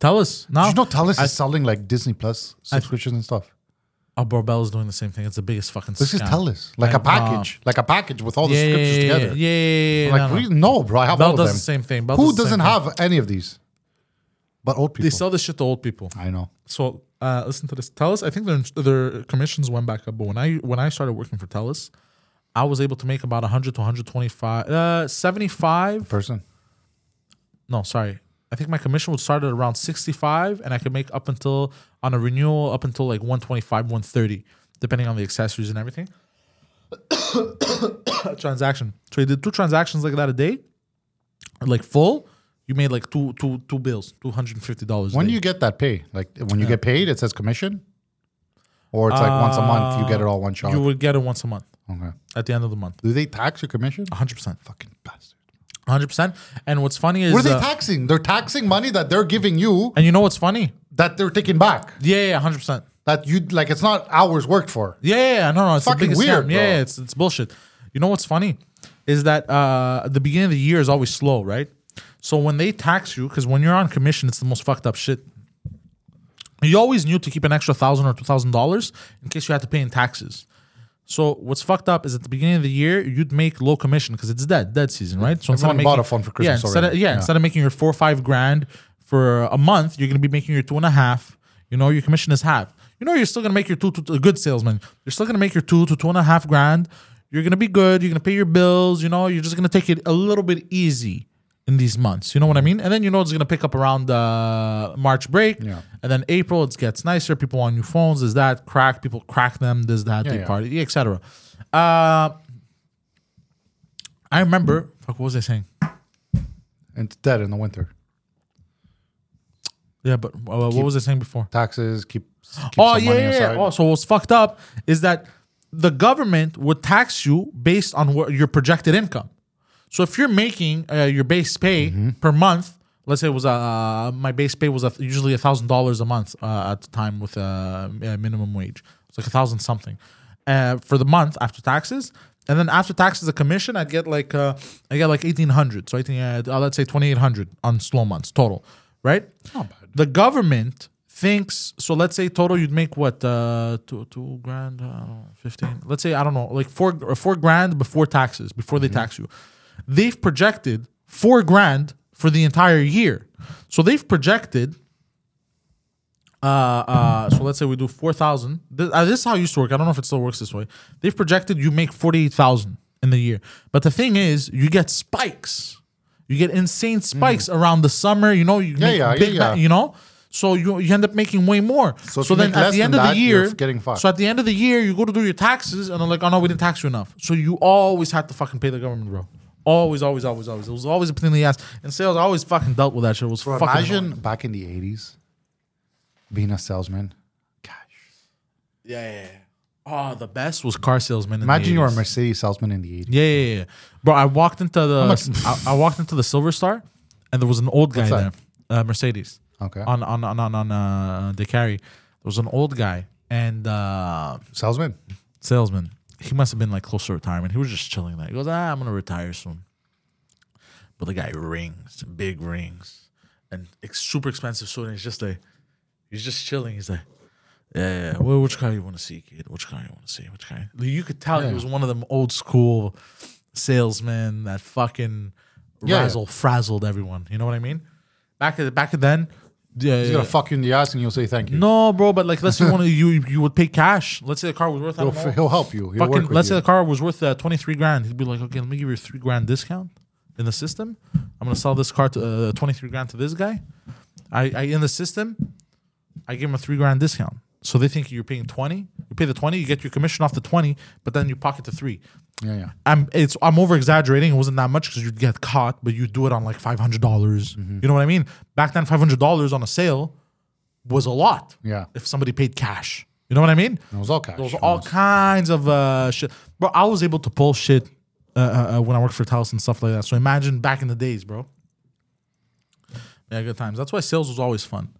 Speaker 1: Tell us now.
Speaker 2: Did you know Talis is selling like Disney Plus subscriptions and stuff?
Speaker 1: Oh, Barbell is doing the same thing. It's the biggest fucking.
Speaker 2: This is
Speaker 1: scam.
Speaker 2: Talis. Like a
Speaker 1: And, uh,
Speaker 2: package. like a package with all the
Speaker 1: Yeah, yeah,
Speaker 2: subscriptions
Speaker 1: yeah, yeah,
Speaker 2: together.
Speaker 1: yeah, yeah, yeah,
Speaker 2: Like,
Speaker 1: no, no.
Speaker 2: we- no, bro, I have
Speaker 1: Bell
Speaker 2: all of
Speaker 1: does
Speaker 2: them.
Speaker 1: the same thing. Bell
Speaker 2: Who
Speaker 1: does the same
Speaker 2: doesn't
Speaker 1: thing.
Speaker 2: have any of these? But old people.
Speaker 1: They sell this shit to old people.
Speaker 2: I know.
Speaker 1: So uh, listen to this. Telus, I think their their commissions went back up, but when I when I started working for Telus, I was able to make about 100 to 125, uh, 75.
Speaker 2: Person.
Speaker 1: No, sorry. I think my commission would start at around 65, and I could make up until on a renewal up until like 125, 130, depending on the accessories and everything. Transaction. So you did two transactions like that a day, like full. You made like two two two bills, two hundred and fifty dollars.
Speaker 2: When do you get that pay? Like when you get paid, it says commission? Or it's like once a month, you get it all one shot.
Speaker 1: Uh, you would get it once a month
Speaker 2: okay.
Speaker 1: at the end of the month.
Speaker 2: Do they tax your commission?
Speaker 1: 100%.
Speaker 2: Fucking bastard.
Speaker 1: 100%. And what's funny is.
Speaker 2: What are they
Speaker 1: uh,
Speaker 2: taxing? They're taxing money that they're giving you
Speaker 1: and you know what's funny?
Speaker 2: that they're taking back.
Speaker 1: Yeah, yeah, yeah, 100%.
Speaker 2: That you like it's not hours worked for.
Speaker 1: Yeah, yeah, yeah. No, no, it's the
Speaker 2: Fucking
Speaker 1: biggest
Speaker 2: weird,
Speaker 1: scam.
Speaker 2: bro.
Speaker 1: Yeah, yeah, it's, it's bullshit. You know what's funny is that uh, the beginning of the year is always slow, right? So when they tax you, because when you're on commission, it's the most fucked up shit. You always knew to keep an extra thousand or two thousand dollars in case you had to pay in taxes. So what's fucked up is at the beginning of the year you'd make low commission because it's dead dead season, right? So
Speaker 2: Everyone bought a phone for Christmas
Speaker 1: yeah, instead of,
Speaker 2: already.
Speaker 1: yeah,
Speaker 2: Yeah.
Speaker 1: instead of making your four or five grand for a month, you're gonna be making your two and a half. You know your commission is half. You know you're still gonna make your two to a good salesman. You're still gonna make your two to two and a half grand. You're gonna be good. You're gonna pay your bills. You know you're just gonna take it a little bit easy in these months. You know what I mean? And then you know it's gonna pick up around uh, March break.
Speaker 2: Yeah.
Speaker 1: And then April it gets nicer. People on new phones. Is that crack? People crack them. This that
Speaker 2: Yeah,
Speaker 1: they
Speaker 2: yeah.
Speaker 1: party etc. Uh, I remember. Fuck, what was I saying?
Speaker 2: And it's dead in the winter.
Speaker 1: Yeah, but uh, what was I saying before?
Speaker 2: Taxes keep, keep
Speaker 1: Oh
Speaker 2: some
Speaker 1: yeah,
Speaker 2: money
Speaker 1: yeah.
Speaker 2: aside.
Speaker 1: yeah. Oh, so what's fucked up is that the government would tax you based on what your projected income. So if you're making uh, your base pay per month, let's say it was uh, my base pay was uh, usually a thousand dollars a month uh, at the time with uh, a minimum wage. It's like a thousand something uh, for the month after taxes, and then after taxes, the commission I'd get like uh, I get like eighteen hundred. So I think uh, uh, let's say twenty eight hundred on slow months total, right? Not bad. The government thinks so. Let's say total you'd make what uh, two two grand, uh, fifteen. Let's say I don't know, like four or four grand before taxes, before they tax you they've projected four grand for the entire year. So they've projected. Uh, uh, so let's say we do four thousand. This, uh, this is how it used to work. I don't know if it still works this way. They've projected you make forty-eight thousand in the year, but the thing is, you get spikes. You get insane spikes around the summer. You know, you make
Speaker 2: Hmm. yeah, yeah,
Speaker 1: big ma-
Speaker 2: yeah.
Speaker 1: You know, so you you end up making way more. So,
Speaker 2: if you
Speaker 1: then
Speaker 2: make
Speaker 1: at
Speaker 2: less
Speaker 1: the end of
Speaker 2: than
Speaker 1: the
Speaker 2: that, you're
Speaker 1: year,
Speaker 2: getting fucked.
Speaker 1: so at the end of the year, you go to do your taxes, and they're like, "Oh no, we didn't tax you enough." So you always had to fucking pay the government, bro. Always, always, always, always. It was always a pain in the ass. And sales, I always fucking dealt with that shit. It was
Speaker 2: Bro,
Speaker 1: fucking.
Speaker 2: imagine
Speaker 1: annoying.
Speaker 2: back in the 80s being a salesman. Gosh.
Speaker 1: Yeah, yeah, yeah. Oh, the best was car salesman. In
Speaker 2: Imagine
Speaker 1: the
Speaker 2: you were a
Speaker 1: 80s.
Speaker 2: Mercedes salesman in the 80s.
Speaker 1: Yeah, yeah, yeah. Bro, I walked into
Speaker 2: much-
Speaker 1: the I, I walked into the Silver Star, and there was an old guy there,
Speaker 2: that?
Speaker 1: uh, Mercedes.
Speaker 2: Okay.
Speaker 1: On on on on, on uh, the carry, there was an old guy and uh,
Speaker 2: Salesman.
Speaker 1: salesman. He must have been like close to retirement. He was just chilling there. He goes, ah, I'm gonna retire soon. But the guy rings, big rings, and it's super expensive suit. And he's just like, he's just chilling. He's like, yeah, yeah. Well, which car you want to see, kid? Which car you want to see? Which car? Like, you could tell he was one of them old school salesmen that fucking
Speaker 2: Yeah, yeah.
Speaker 1: razzle frazzled everyone. You know what I mean? Back at back at then, yeah,
Speaker 2: He's
Speaker 1: yeah.
Speaker 2: going to fuck you in the ass and you'll say thank you.
Speaker 1: no, bro. But like, let's say one of you you would pay cash. Let's say the car was worth I
Speaker 2: He'll,
Speaker 1: don't know,
Speaker 2: f- he'll help you. He'll
Speaker 1: fucking,
Speaker 2: work with
Speaker 1: let's
Speaker 2: you.
Speaker 1: say the car was worth uh, 23 grand. He'd be like, okay, let me give you a three grand discount in the system. I'm going to sell this car to uh, 23 grand to this guy. I, I In the system, I give him a three grand discount. So they think you're paying 20. You pay the 20, you get your commission off the 20, but then you pocket the three.
Speaker 2: yeah, yeah.
Speaker 1: I'm it's I'm over exaggerating. It wasn't that much because you'd get caught, but you do it on like five hundred dollars.
Speaker 2: Mm-hmm.
Speaker 1: You know what I mean? Back then, five hundred dollars on a sale was a lot.
Speaker 2: Yeah. Oh,
Speaker 1: if somebody paid cash, you know what I mean?
Speaker 2: It was all cash.
Speaker 1: There was all kinds of uh, shit, bro. I was able to pull shit uh, uh, uh, when I worked for Taos and stuff like that. So imagine back in the days, bro. Yeah, good times. That's why sales was always fun.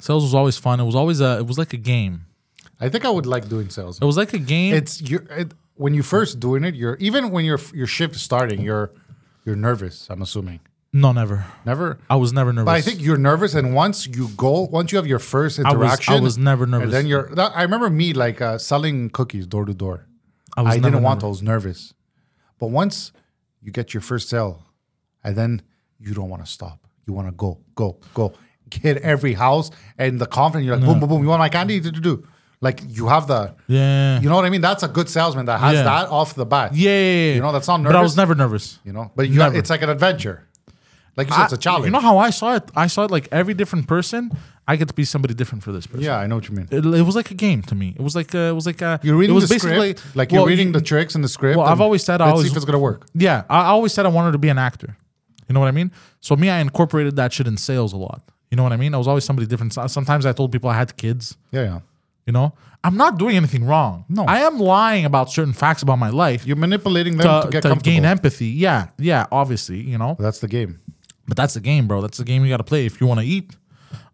Speaker 1: Sales was always fun. It was always a. It was like a game.
Speaker 2: I think I would like doing sales.
Speaker 1: It was like a game.
Speaker 2: It's you it, when you first doing it. You're even when your your shift is starting. You're You're nervous, I'm assuming.
Speaker 1: No, never.
Speaker 2: Never.
Speaker 1: I was never nervous.
Speaker 2: But I think you're nervous, and once you go, once you have your first
Speaker 1: I was,
Speaker 2: interaction,
Speaker 1: I was never nervous.
Speaker 2: and then you're. That, I remember me like uh, selling cookies door to door.
Speaker 1: I was
Speaker 2: I
Speaker 1: never
Speaker 2: didn't want
Speaker 1: nervous.
Speaker 2: those nervous, but once you get your first sale, and then you don't want to stop. You want to go, go, go, hit every house, and the confidence. You're like boom, boom, boom. You want my candy? Do, do, do. Like you have the.
Speaker 1: Yeah.
Speaker 2: You know what I mean? That's a good salesman that has
Speaker 1: Yeah.
Speaker 2: that off the bat.
Speaker 1: yeah, yeah, yeah.
Speaker 2: You know, that's not
Speaker 1: But I
Speaker 2: nervous.
Speaker 1: was never nervous.
Speaker 2: You know, but you have,
Speaker 1: Never. Ah,
Speaker 2: it's like an adventure. Like you said, it's a
Speaker 1: I-
Speaker 2: challenge.
Speaker 1: You know how I saw it? I saw it like every different person. I get to be somebody different for this person.
Speaker 2: yeah, I know what you mean.
Speaker 1: It, it was like a game to me. It was like uh, it was like uh,
Speaker 2: You're reading
Speaker 1: it was
Speaker 2: the script, like you're
Speaker 1: well,
Speaker 2: reading
Speaker 1: you-
Speaker 2: the tricks and the script.
Speaker 1: Well, I've
Speaker 2: and
Speaker 1: always said I
Speaker 2: let's
Speaker 1: always-
Speaker 2: see if it's gonna work.
Speaker 1: Yeah, I I always said I wanted to be an actor. You know what I mean? So me, I incorporated that shit in sales a lot. You know what I mean? I was always somebody different. So- Sometimes I told people I had kids.
Speaker 2: Yeah, yeah.
Speaker 1: You know, I'm not doing anything wrong.
Speaker 2: No.
Speaker 1: I am lying about certain facts about my life
Speaker 2: You're manipulating them to,
Speaker 1: to,
Speaker 2: get
Speaker 1: to
Speaker 2: comfortable.
Speaker 1: gain empathy. Yeah, yeah, obviously, you know.
Speaker 2: That's the game.
Speaker 1: But that's the game, bro. That's the game you got to play if you want to eat.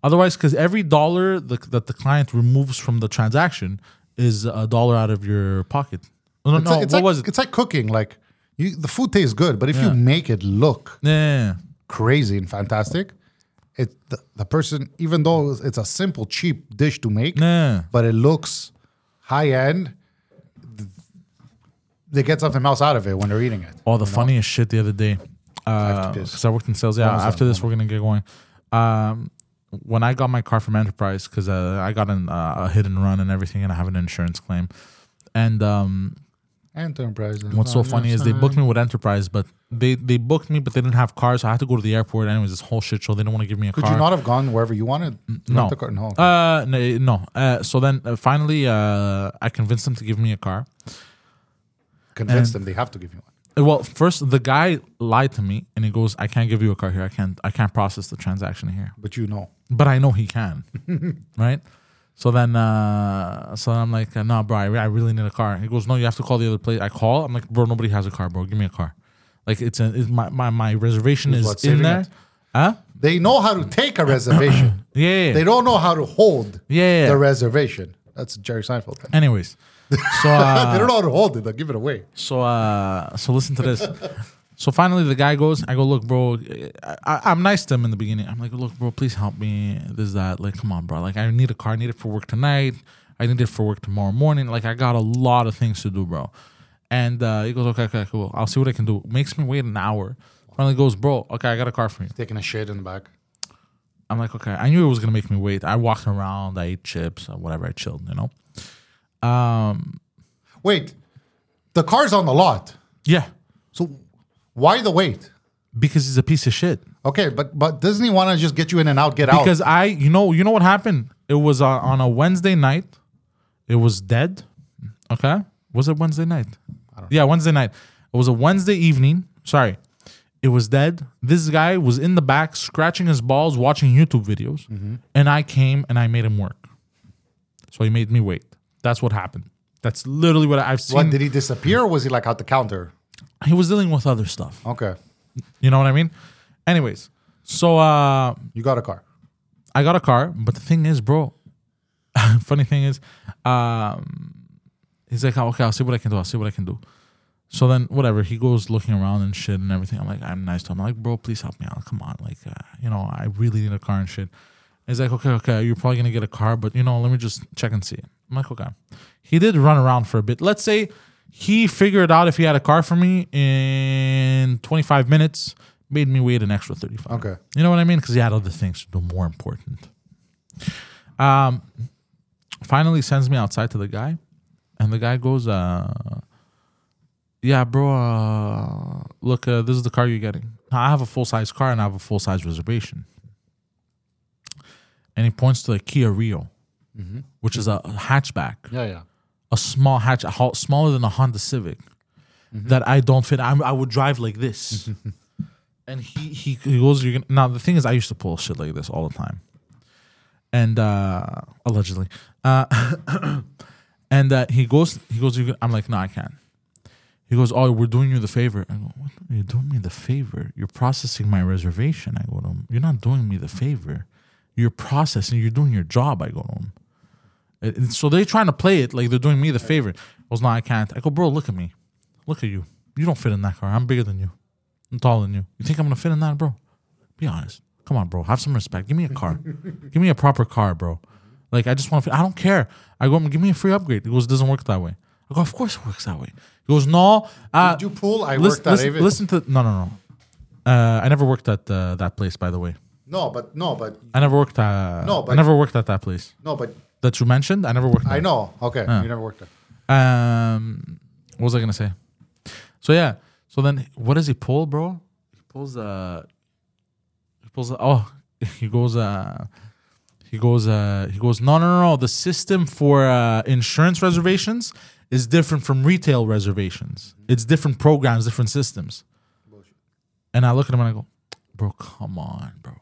Speaker 1: Otherwise, because every dollar the, that the client removes from the transaction is a dollar out of your pocket. No,
Speaker 2: It's
Speaker 1: no,
Speaker 2: like, it's
Speaker 1: what
Speaker 2: like,
Speaker 1: was it?
Speaker 2: It's like cooking. Like you, the food tastes good, but if you make it look
Speaker 1: Yeah, yeah, yeah.
Speaker 2: crazy and fantastic, it the, the person, even though it's a simple, cheap dish to make,
Speaker 1: Yeah.
Speaker 2: but it looks high end. They get something else out of it when they're eating it.
Speaker 1: Oh, the funniest shit the other day.
Speaker 2: to piss.
Speaker 1: Because I worked in sales. Yeah,
Speaker 2: Almost
Speaker 1: after this, we're going to get going. Um, when I got my car from Enterprise, because uh, I got an, uh, a hit and run and everything, and I have an insurance claim. And um,
Speaker 2: Enterprise.
Speaker 1: what's so funny is they booked me with Enterprise, but they, they booked me, but they didn't have cars. So I had to go to the airport. Anyways, this whole shit show. They didn't want to give me a
Speaker 2: Could
Speaker 1: car. Mm,
Speaker 2: you not have gone wherever you wanted?
Speaker 1: No.
Speaker 2: Not the curtain hall.
Speaker 1: Uh, no. no. Uh, so then uh, finally, uh, I convinced them to give me a car.
Speaker 2: Convince them they have to give you one.
Speaker 1: Uh, Well, first the guy lied to me, and he goes, "I can't give you a car here. I can't. I can't process the transaction here."
Speaker 2: But you know.
Speaker 1: But I know he can, right? So then, uh, so then I'm like, "No, nah, bro, I, re- I really need a car." He goes, "No, you have to call the other place." I call. I'm like, "Bro, nobody has a car, bro. Give me a car." Like it's, a, it's my, my my reservation is
Speaker 2: what,
Speaker 1: in
Speaker 2: saving
Speaker 1: there.
Speaker 2: it? They know how to take a reservation.
Speaker 1: Yeah. yeah,
Speaker 2: They
Speaker 1: yeah.
Speaker 2: don't know how to hold
Speaker 1: Yeah.
Speaker 2: the reservation. That's Jerry Seinfeld. thing.
Speaker 1: Anyways, so uh,
Speaker 2: they don't know how to hold it. They'll give it away.
Speaker 1: So uh, so listen to this. so finally, the guy goes. I go, look, bro. I, I, I'm nice to him in the beginning. I'm like, look, bro, please help me. This that. Like, come on, bro. Like, I need a car. I need it for work tonight. I need it for work tomorrow morning. Like, I got a lot of things to do, bro. And uh, he goes, okay, okay, cool. I'll see what I can do. Makes me wait an hour. Finally goes, bro. Okay, I got a car for you.
Speaker 2: Taking a shit in the back.
Speaker 1: I'm like, okay, I knew it was gonna make me wait. I walked around, I ate chips, or whatever. I chilled, you know.
Speaker 2: Wait, the car's on the lot.
Speaker 1: Yeah,
Speaker 2: So why the wait?
Speaker 1: because he's a piece of shit.
Speaker 2: Okay, but but doesn't he want to just get you in and out, get out?
Speaker 1: because I, you know, you know what happened. It was uh, on a Wednesday night. It was dead. Okay, was it Wednesday night? Yeah, Wednesday night. It was a Wednesday evening. Sorry, it was dead. This guy was in the back scratching his balls, watching YouTube videos,
Speaker 2: Mm-hmm.
Speaker 1: and I came and I made him work. So he made me wait. That's what happened. That's literally what I've seen.
Speaker 2: What did he disappear or was he like out the counter?
Speaker 1: he was dealing with other stuff.
Speaker 2: Okay.
Speaker 1: You know what I mean? Anyways, so uh,
Speaker 2: You got a car.
Speaker 1: I got a car, but the thing is, bro. funny thing is, um, he's like, "Oh, okay, I'll see what I can do. I'll see what I can do. So then, whatever. He goes looking around and shit and everything. I'm like, I'm nice to him. I'm like, bro, please help me out. Come on, like, uh, you know, I really need a car and shit. He's like, okay, okay, you're probably gonna get a car, but you know, let me just check and see. I'm like, okay. He did run around for a bit. Let's say he figured out if he had a car for me in 25 minutes, made me wait an extra 35.
Speaker 2: Okay.
Speaker 1: You know what I mean? Because he had other things to do more important. Um, finally sends me outside to the guy, and the guy goes, uh, "Yeah, bro, uh, look, uh, this is the car you're getting. I have a full size car and I have a full size reservation." And he points to the Kia Rio, which is a hatchback
Speaker 2: Yeah, yeah.
Speaker 1: a small hatch, a ho- smaller than a Honda Civic, that I don't fit. I'm, I would drive like this. and he, he he goes, you're gonna. Now the thing is, I used to pull shit like this all the time, and uh allegedly, uh, and uh, he goes he goes. You're gonna, I'm like, no, I can't. He goes, oh, we're doing you the favor. I go, what? You're doing me the favor. You're processing my reservation. I go to him. You're not doing me the favor. You're processing. You're doing your job. I go to him. And- and so they're trying to play it like they're doing me the favor. I was, no, I can't. I go, bro, look at me. Look at you. You don't fit in that car. I'm bigger than you. I'm taller than you. You think I'm gonna fit in that, bro? Be honest. Come on, bro. Have some respect. Give me a car. give me a proper car, bro. Like I just want to. I don't care. I go. Give me a free upgrade. He goes. It doesn't work that way. I go. Of course it works that way. He goes. No. Uh,
Speaker 2: Did you pool? I
Speaker 1: listen,
Speaker 2: worked at
Speaker 1: listen,
Speaker 2: Avis.
Speaker 1: listen to. No, no, no. Uh, I never worked at uh, that place. By the way,
Speaker 2: No, but no, but
Speaker 1: I never worked at.
Speaker 2: No,
Speaker 1: I
Speaker 2: but-
Speaker 1: never worked at that place
Speaker 2: no, but
Speaker 1: that you mentioned. I never worked.
Speaker 2: I
Speaker 1: there.
Speaker 2: know. Okay, you never worked there.
Speaker 1: Um, what was I gonna say? So yeah. So then, what does he pull, bro? He pulls uh He pulls. Oh, he goes. Uh, he goes. Uh, he goes. No, no, no, no. The system for uh, insurance reservations is different from retail reservations. It's different programs, different systems. And I look at him and I go, bro, come on, bro.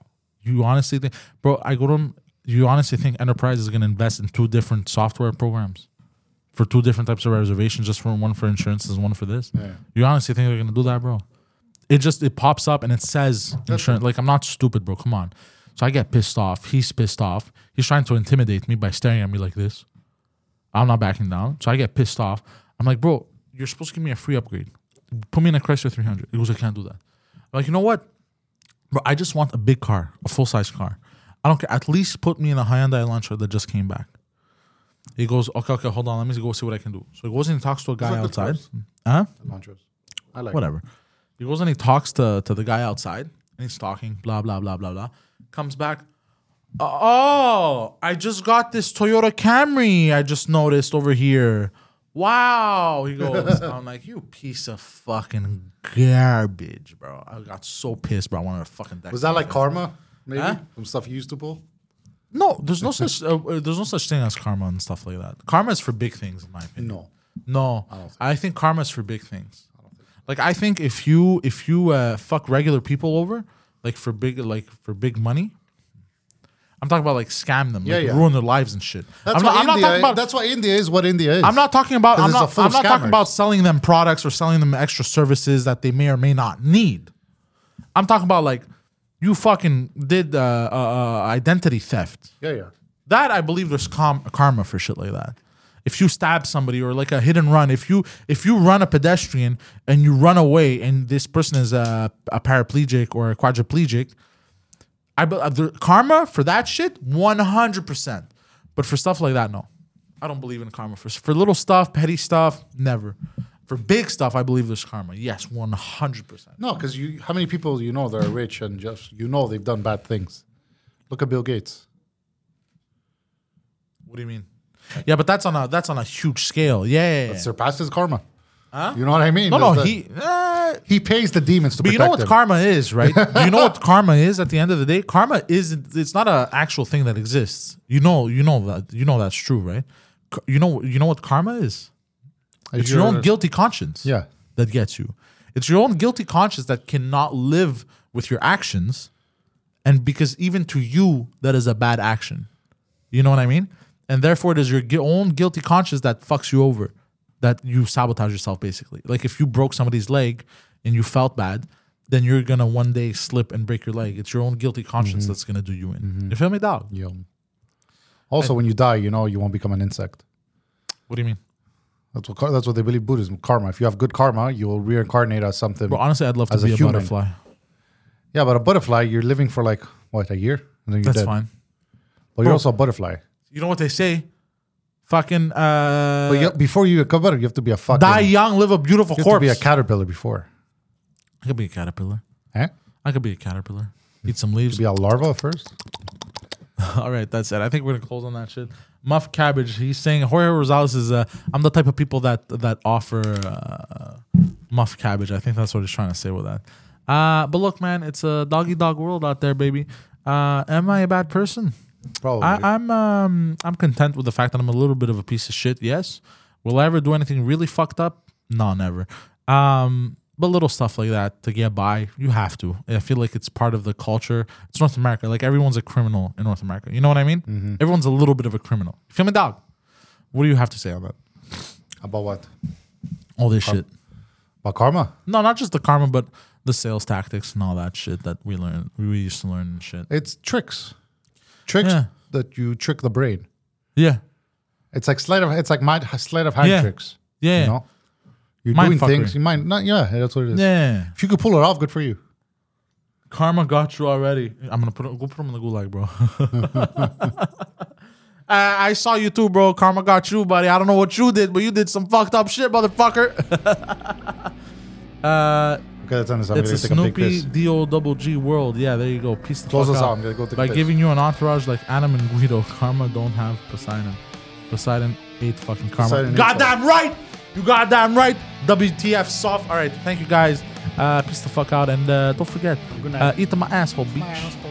Speaker 1: You honestly think, bro? I go to him. You honestly think Enterprise is gonna invest in two different software programs? for two different types of reservations, just for one for insurances, one for this.
Speaker 2: Yeah.
Speaker 1: You honestly think they're gonna do that, bro? It just it pops up and it says insurance. Like I'm not stupid, bro. Come on. So I get pissed off. He's pissed off. He's trying to intimidate me by staring at me like this. I'm not backing down. So I get pissed off. I'm like, bro, you're supposed to give me a free upgrade. Put me in a Chrysler 300. He goes, I can't do that. I'm like, you know what? Bro, I just want a big car, a full size car. I don't care. At least put me in a Hyundai Elantra that just came back. He goes, okay, okay, hold on. Let me go see what I can do. So he goes and he talks to a guy
Speaker 2: like the
Speaker 1: outside.
Speaker 2: cars.
Speaker 1: Huh?
Speaker 2: Elantras. I like.
Speaker 1: Whatever. He goes and he talks to, to the guy outside and he's talking, blah, blah, blah, blah, blah. Comes back. Oh, I just got this Toyota Camry I just noticed over here. Wow. He goes, I'm like, you piece of fucking garbage, bro. I got so pissed, bro. I wanted to fucking
Speaker 2: Was that like karma? Maybe
Speaker 1: Huh?
Speaker 2: some stuff you used to pull.
Speaker 1: No, there's no such uh, uh, there's no such thing as karma and stuff like that. Karma is for big things, in my opinion.
Speaker 2: No.
Speaker 1: No, I, think karma is for big things. Like I think if you if you uh, fuck regular people over, like for big like for big money, I'm talking about like scam them,
Speaker 2: Yeah,
Speaker 1: like
Speaker 2: yeah.
Speaker 1: ruin their lives and shit.
Speaker 2: That's
Speaker 1: I'm
Speaker 2: why
Speaker 1: not, I'm not
Speaker 2: India.
Speaker 1: talking about
Speaker 2: that's why India is what India is.
Speaker 1: I'm not talking about
Speaker 2: 'Cause
Speaker 1: I'm
Speaker 2: it's
Speaker 1: not
Speaker 2: full
Speaker 1: I'm
Speaker 2: of
Speaker 1: not talking
Speaker 2: scammers.
Speaker 1: about selling them products or selling them extra services that they may or may not need. I'm talking about like you fucking did uh, uh, uh, identity theft.
Speaker 2: Yeah, yeah.
Speaker 1: That I believe there's com- karma for shit like that. If you stab somebody or like a hit and run, if you if you run a pedestrian and you run away and this person is a, a paraplegic or a quadriplegic, I be, uh, the karma for that shit 100%. But for stuff like that, no. I don't believe in karma for for little stuff, petty stuff, never. For big stuff, I believe there's karma. Yes, 100%.
Speaker 2: No, because you. How many people you know that are rich and just you know they've done bad things? Look at Bill Gates.
Speaker 1: What do you mean? Yeah, but that's on a that's on a huge scale. Yeah. yeah, yeah.
Speaker 2: Surpasses karma. You know what I mean?
Speaker 1: no, no,
Speaker 2: There's the-
Speaker 1: he uh,
Speaker 2: he pays the demons to
Speaker 1: But
Speaker 2: protect
Speaker 1: you know what
Speaker 2: him.
Speaker 1: karma is, right? Do you know what karma is at the end of the day? Karma is it's not an actual thing that exists. You know, you know that you know that's true, right? K- You know you know what karma is?
Speaker 2: If
Speaker 1: It's your
Speaker 2: you're-
Speaker 1: own guilty conscience
Speaker 2: Yeah.
Speaker 1: that gets you. It's your own guilty conscience that cannot live with your actions. And because even to you, that is a bad action. You know what I mean? And therefore, it is your gui- own guilty conscience that fucks you over, that you sabotage yourself, basically. Like if you broke somebody's leg and you felt bad, then you're going to one day slip and break your leg. It's your own guilty conscience that's going to do you in. You feel me, dog?
Speaker 2: Mm-hmm. Yeah. Also, when you die, you know you won't become an insect.
Speaker 1: What do you mean?
Speaker 2: That's what kar- that's what they believe Buddhism karma. If you have good karma, you will reincarnate as something.
Speaker 1: Bro, honestly, I'd love to
Speaker 2: As a
Speaker 1: be a,
Speaker 2: human.
Speaker 1: butterfly.
Speaker 2: yeah, but a butterfly, you're living for like what a year, and then you're
Speaker 1: That's
Speaker 2: dead.
Speaker 1: fine.
Speaker 2: But you're also a butterfly.
Speaker 1: You know what they say? Fucking. Uh,
Speaker 2: But you, before you become butter, you have to be a fucking.
Speaker 1: Die young, live a beautiful
Speaker 2: you have to
Speaker 1: corpse.
Speaker 2: be a caterpillar before.
Speaker 1: I could be a caterpillar.
Speaker 2: Eh?
Speaker 1: I could be a caterpillar. Eat some leaves.
Speaker 2: Be a larva first.
Speaker 1: All right, that's it. I think we're gonna close on that shit. Muff Cabbage. He's saying Jorge Rosales is. Uh, I'm the type of people that that offer uh, Muff Cabbage. I think that's what he's trying to say with that. Uh, but look, man, it's a doggy dog world out there, baby. Uh, am I a bad person?
Speaker 2: Probably.
Speaker 1: I, I'm um I'm content with the fact that I'm a little bit of a piece of shit. Yes. Will I ever do anything really fucked up? No, never. Um, but little stuff like that to get by, you have to. I feel like it's part of the culture. It's North America. Like everyone's a criminal in North America. You know what I mean?
Speaker 2: Mm-hmm.
Speaker 1: Everyone's a little bit of a criminal. You feel me, dog? What do you have to say on that?
Speaker 2: About what?
Speaker 1: All this shit.
Speaker 2: About karma.
Speaker 1: No, not just the karma, but the sales tactics and all that shit that we learned. We used to learn and shit.
Speaker 2: It's tricks. Tricks
Speaker 1: Yeah.
Speaker 2: that you trick the brain.
Speaker 1: Yeah.
Speaker 2: It's like sleight of. It's like my sleight of hand
Speaker 1: Yeah.
Speaker 2: tricks.
Speaker 1: Yeah.
Speaker 2: You know, You're
Speaker 1: Mind
Speaker 2: doing
Speaker 1: fuckery.
Speaker 2: things. You might not. Yeah, that's what it is.
Speaker 1: Yeah.
Speaker 2: If you could pull it off, good for you.
Speaker 1: Karma got you already. I'm gonna put go put him in the gulag, bro. I, I saw you too, bro. Karma got you, buddy. I don't know what you did, but you did some fucked up shit, motherfucker. uh,
Speaker 2: Okay, that's on this. I'm
Speaker 1: it's
Speaker 2: gonna
Speaker 1: a
Speaker 2: take a big
Speaker 1: Snoopy
Speaker 2: piss.
Speaker 1: D O double G world. Yeah, there you go. Peace the
Speaker 2: Close
Speaker 1: fuck
Speaker 2: this
Speaker 1: out.
Speaker 2: out. I'm gonna go take a
Speaker 1: By
Speaker 2: piss.
Speaker 1: giving you an entourage like Adam and Guido, Karma don't have Poseidon. Poseidon ate fucking Karma.
Speaker 2: Poseidon ate
Speaker 1: goddamn right! You goddamn right! WTF soft. All right, thank you guys. Uh, peace the fuck out and uh, don't forget,
Speaker 2: Good night.
Speaker 1: Uh, eat my asshole, bitch.
Speaker 2: My asshole.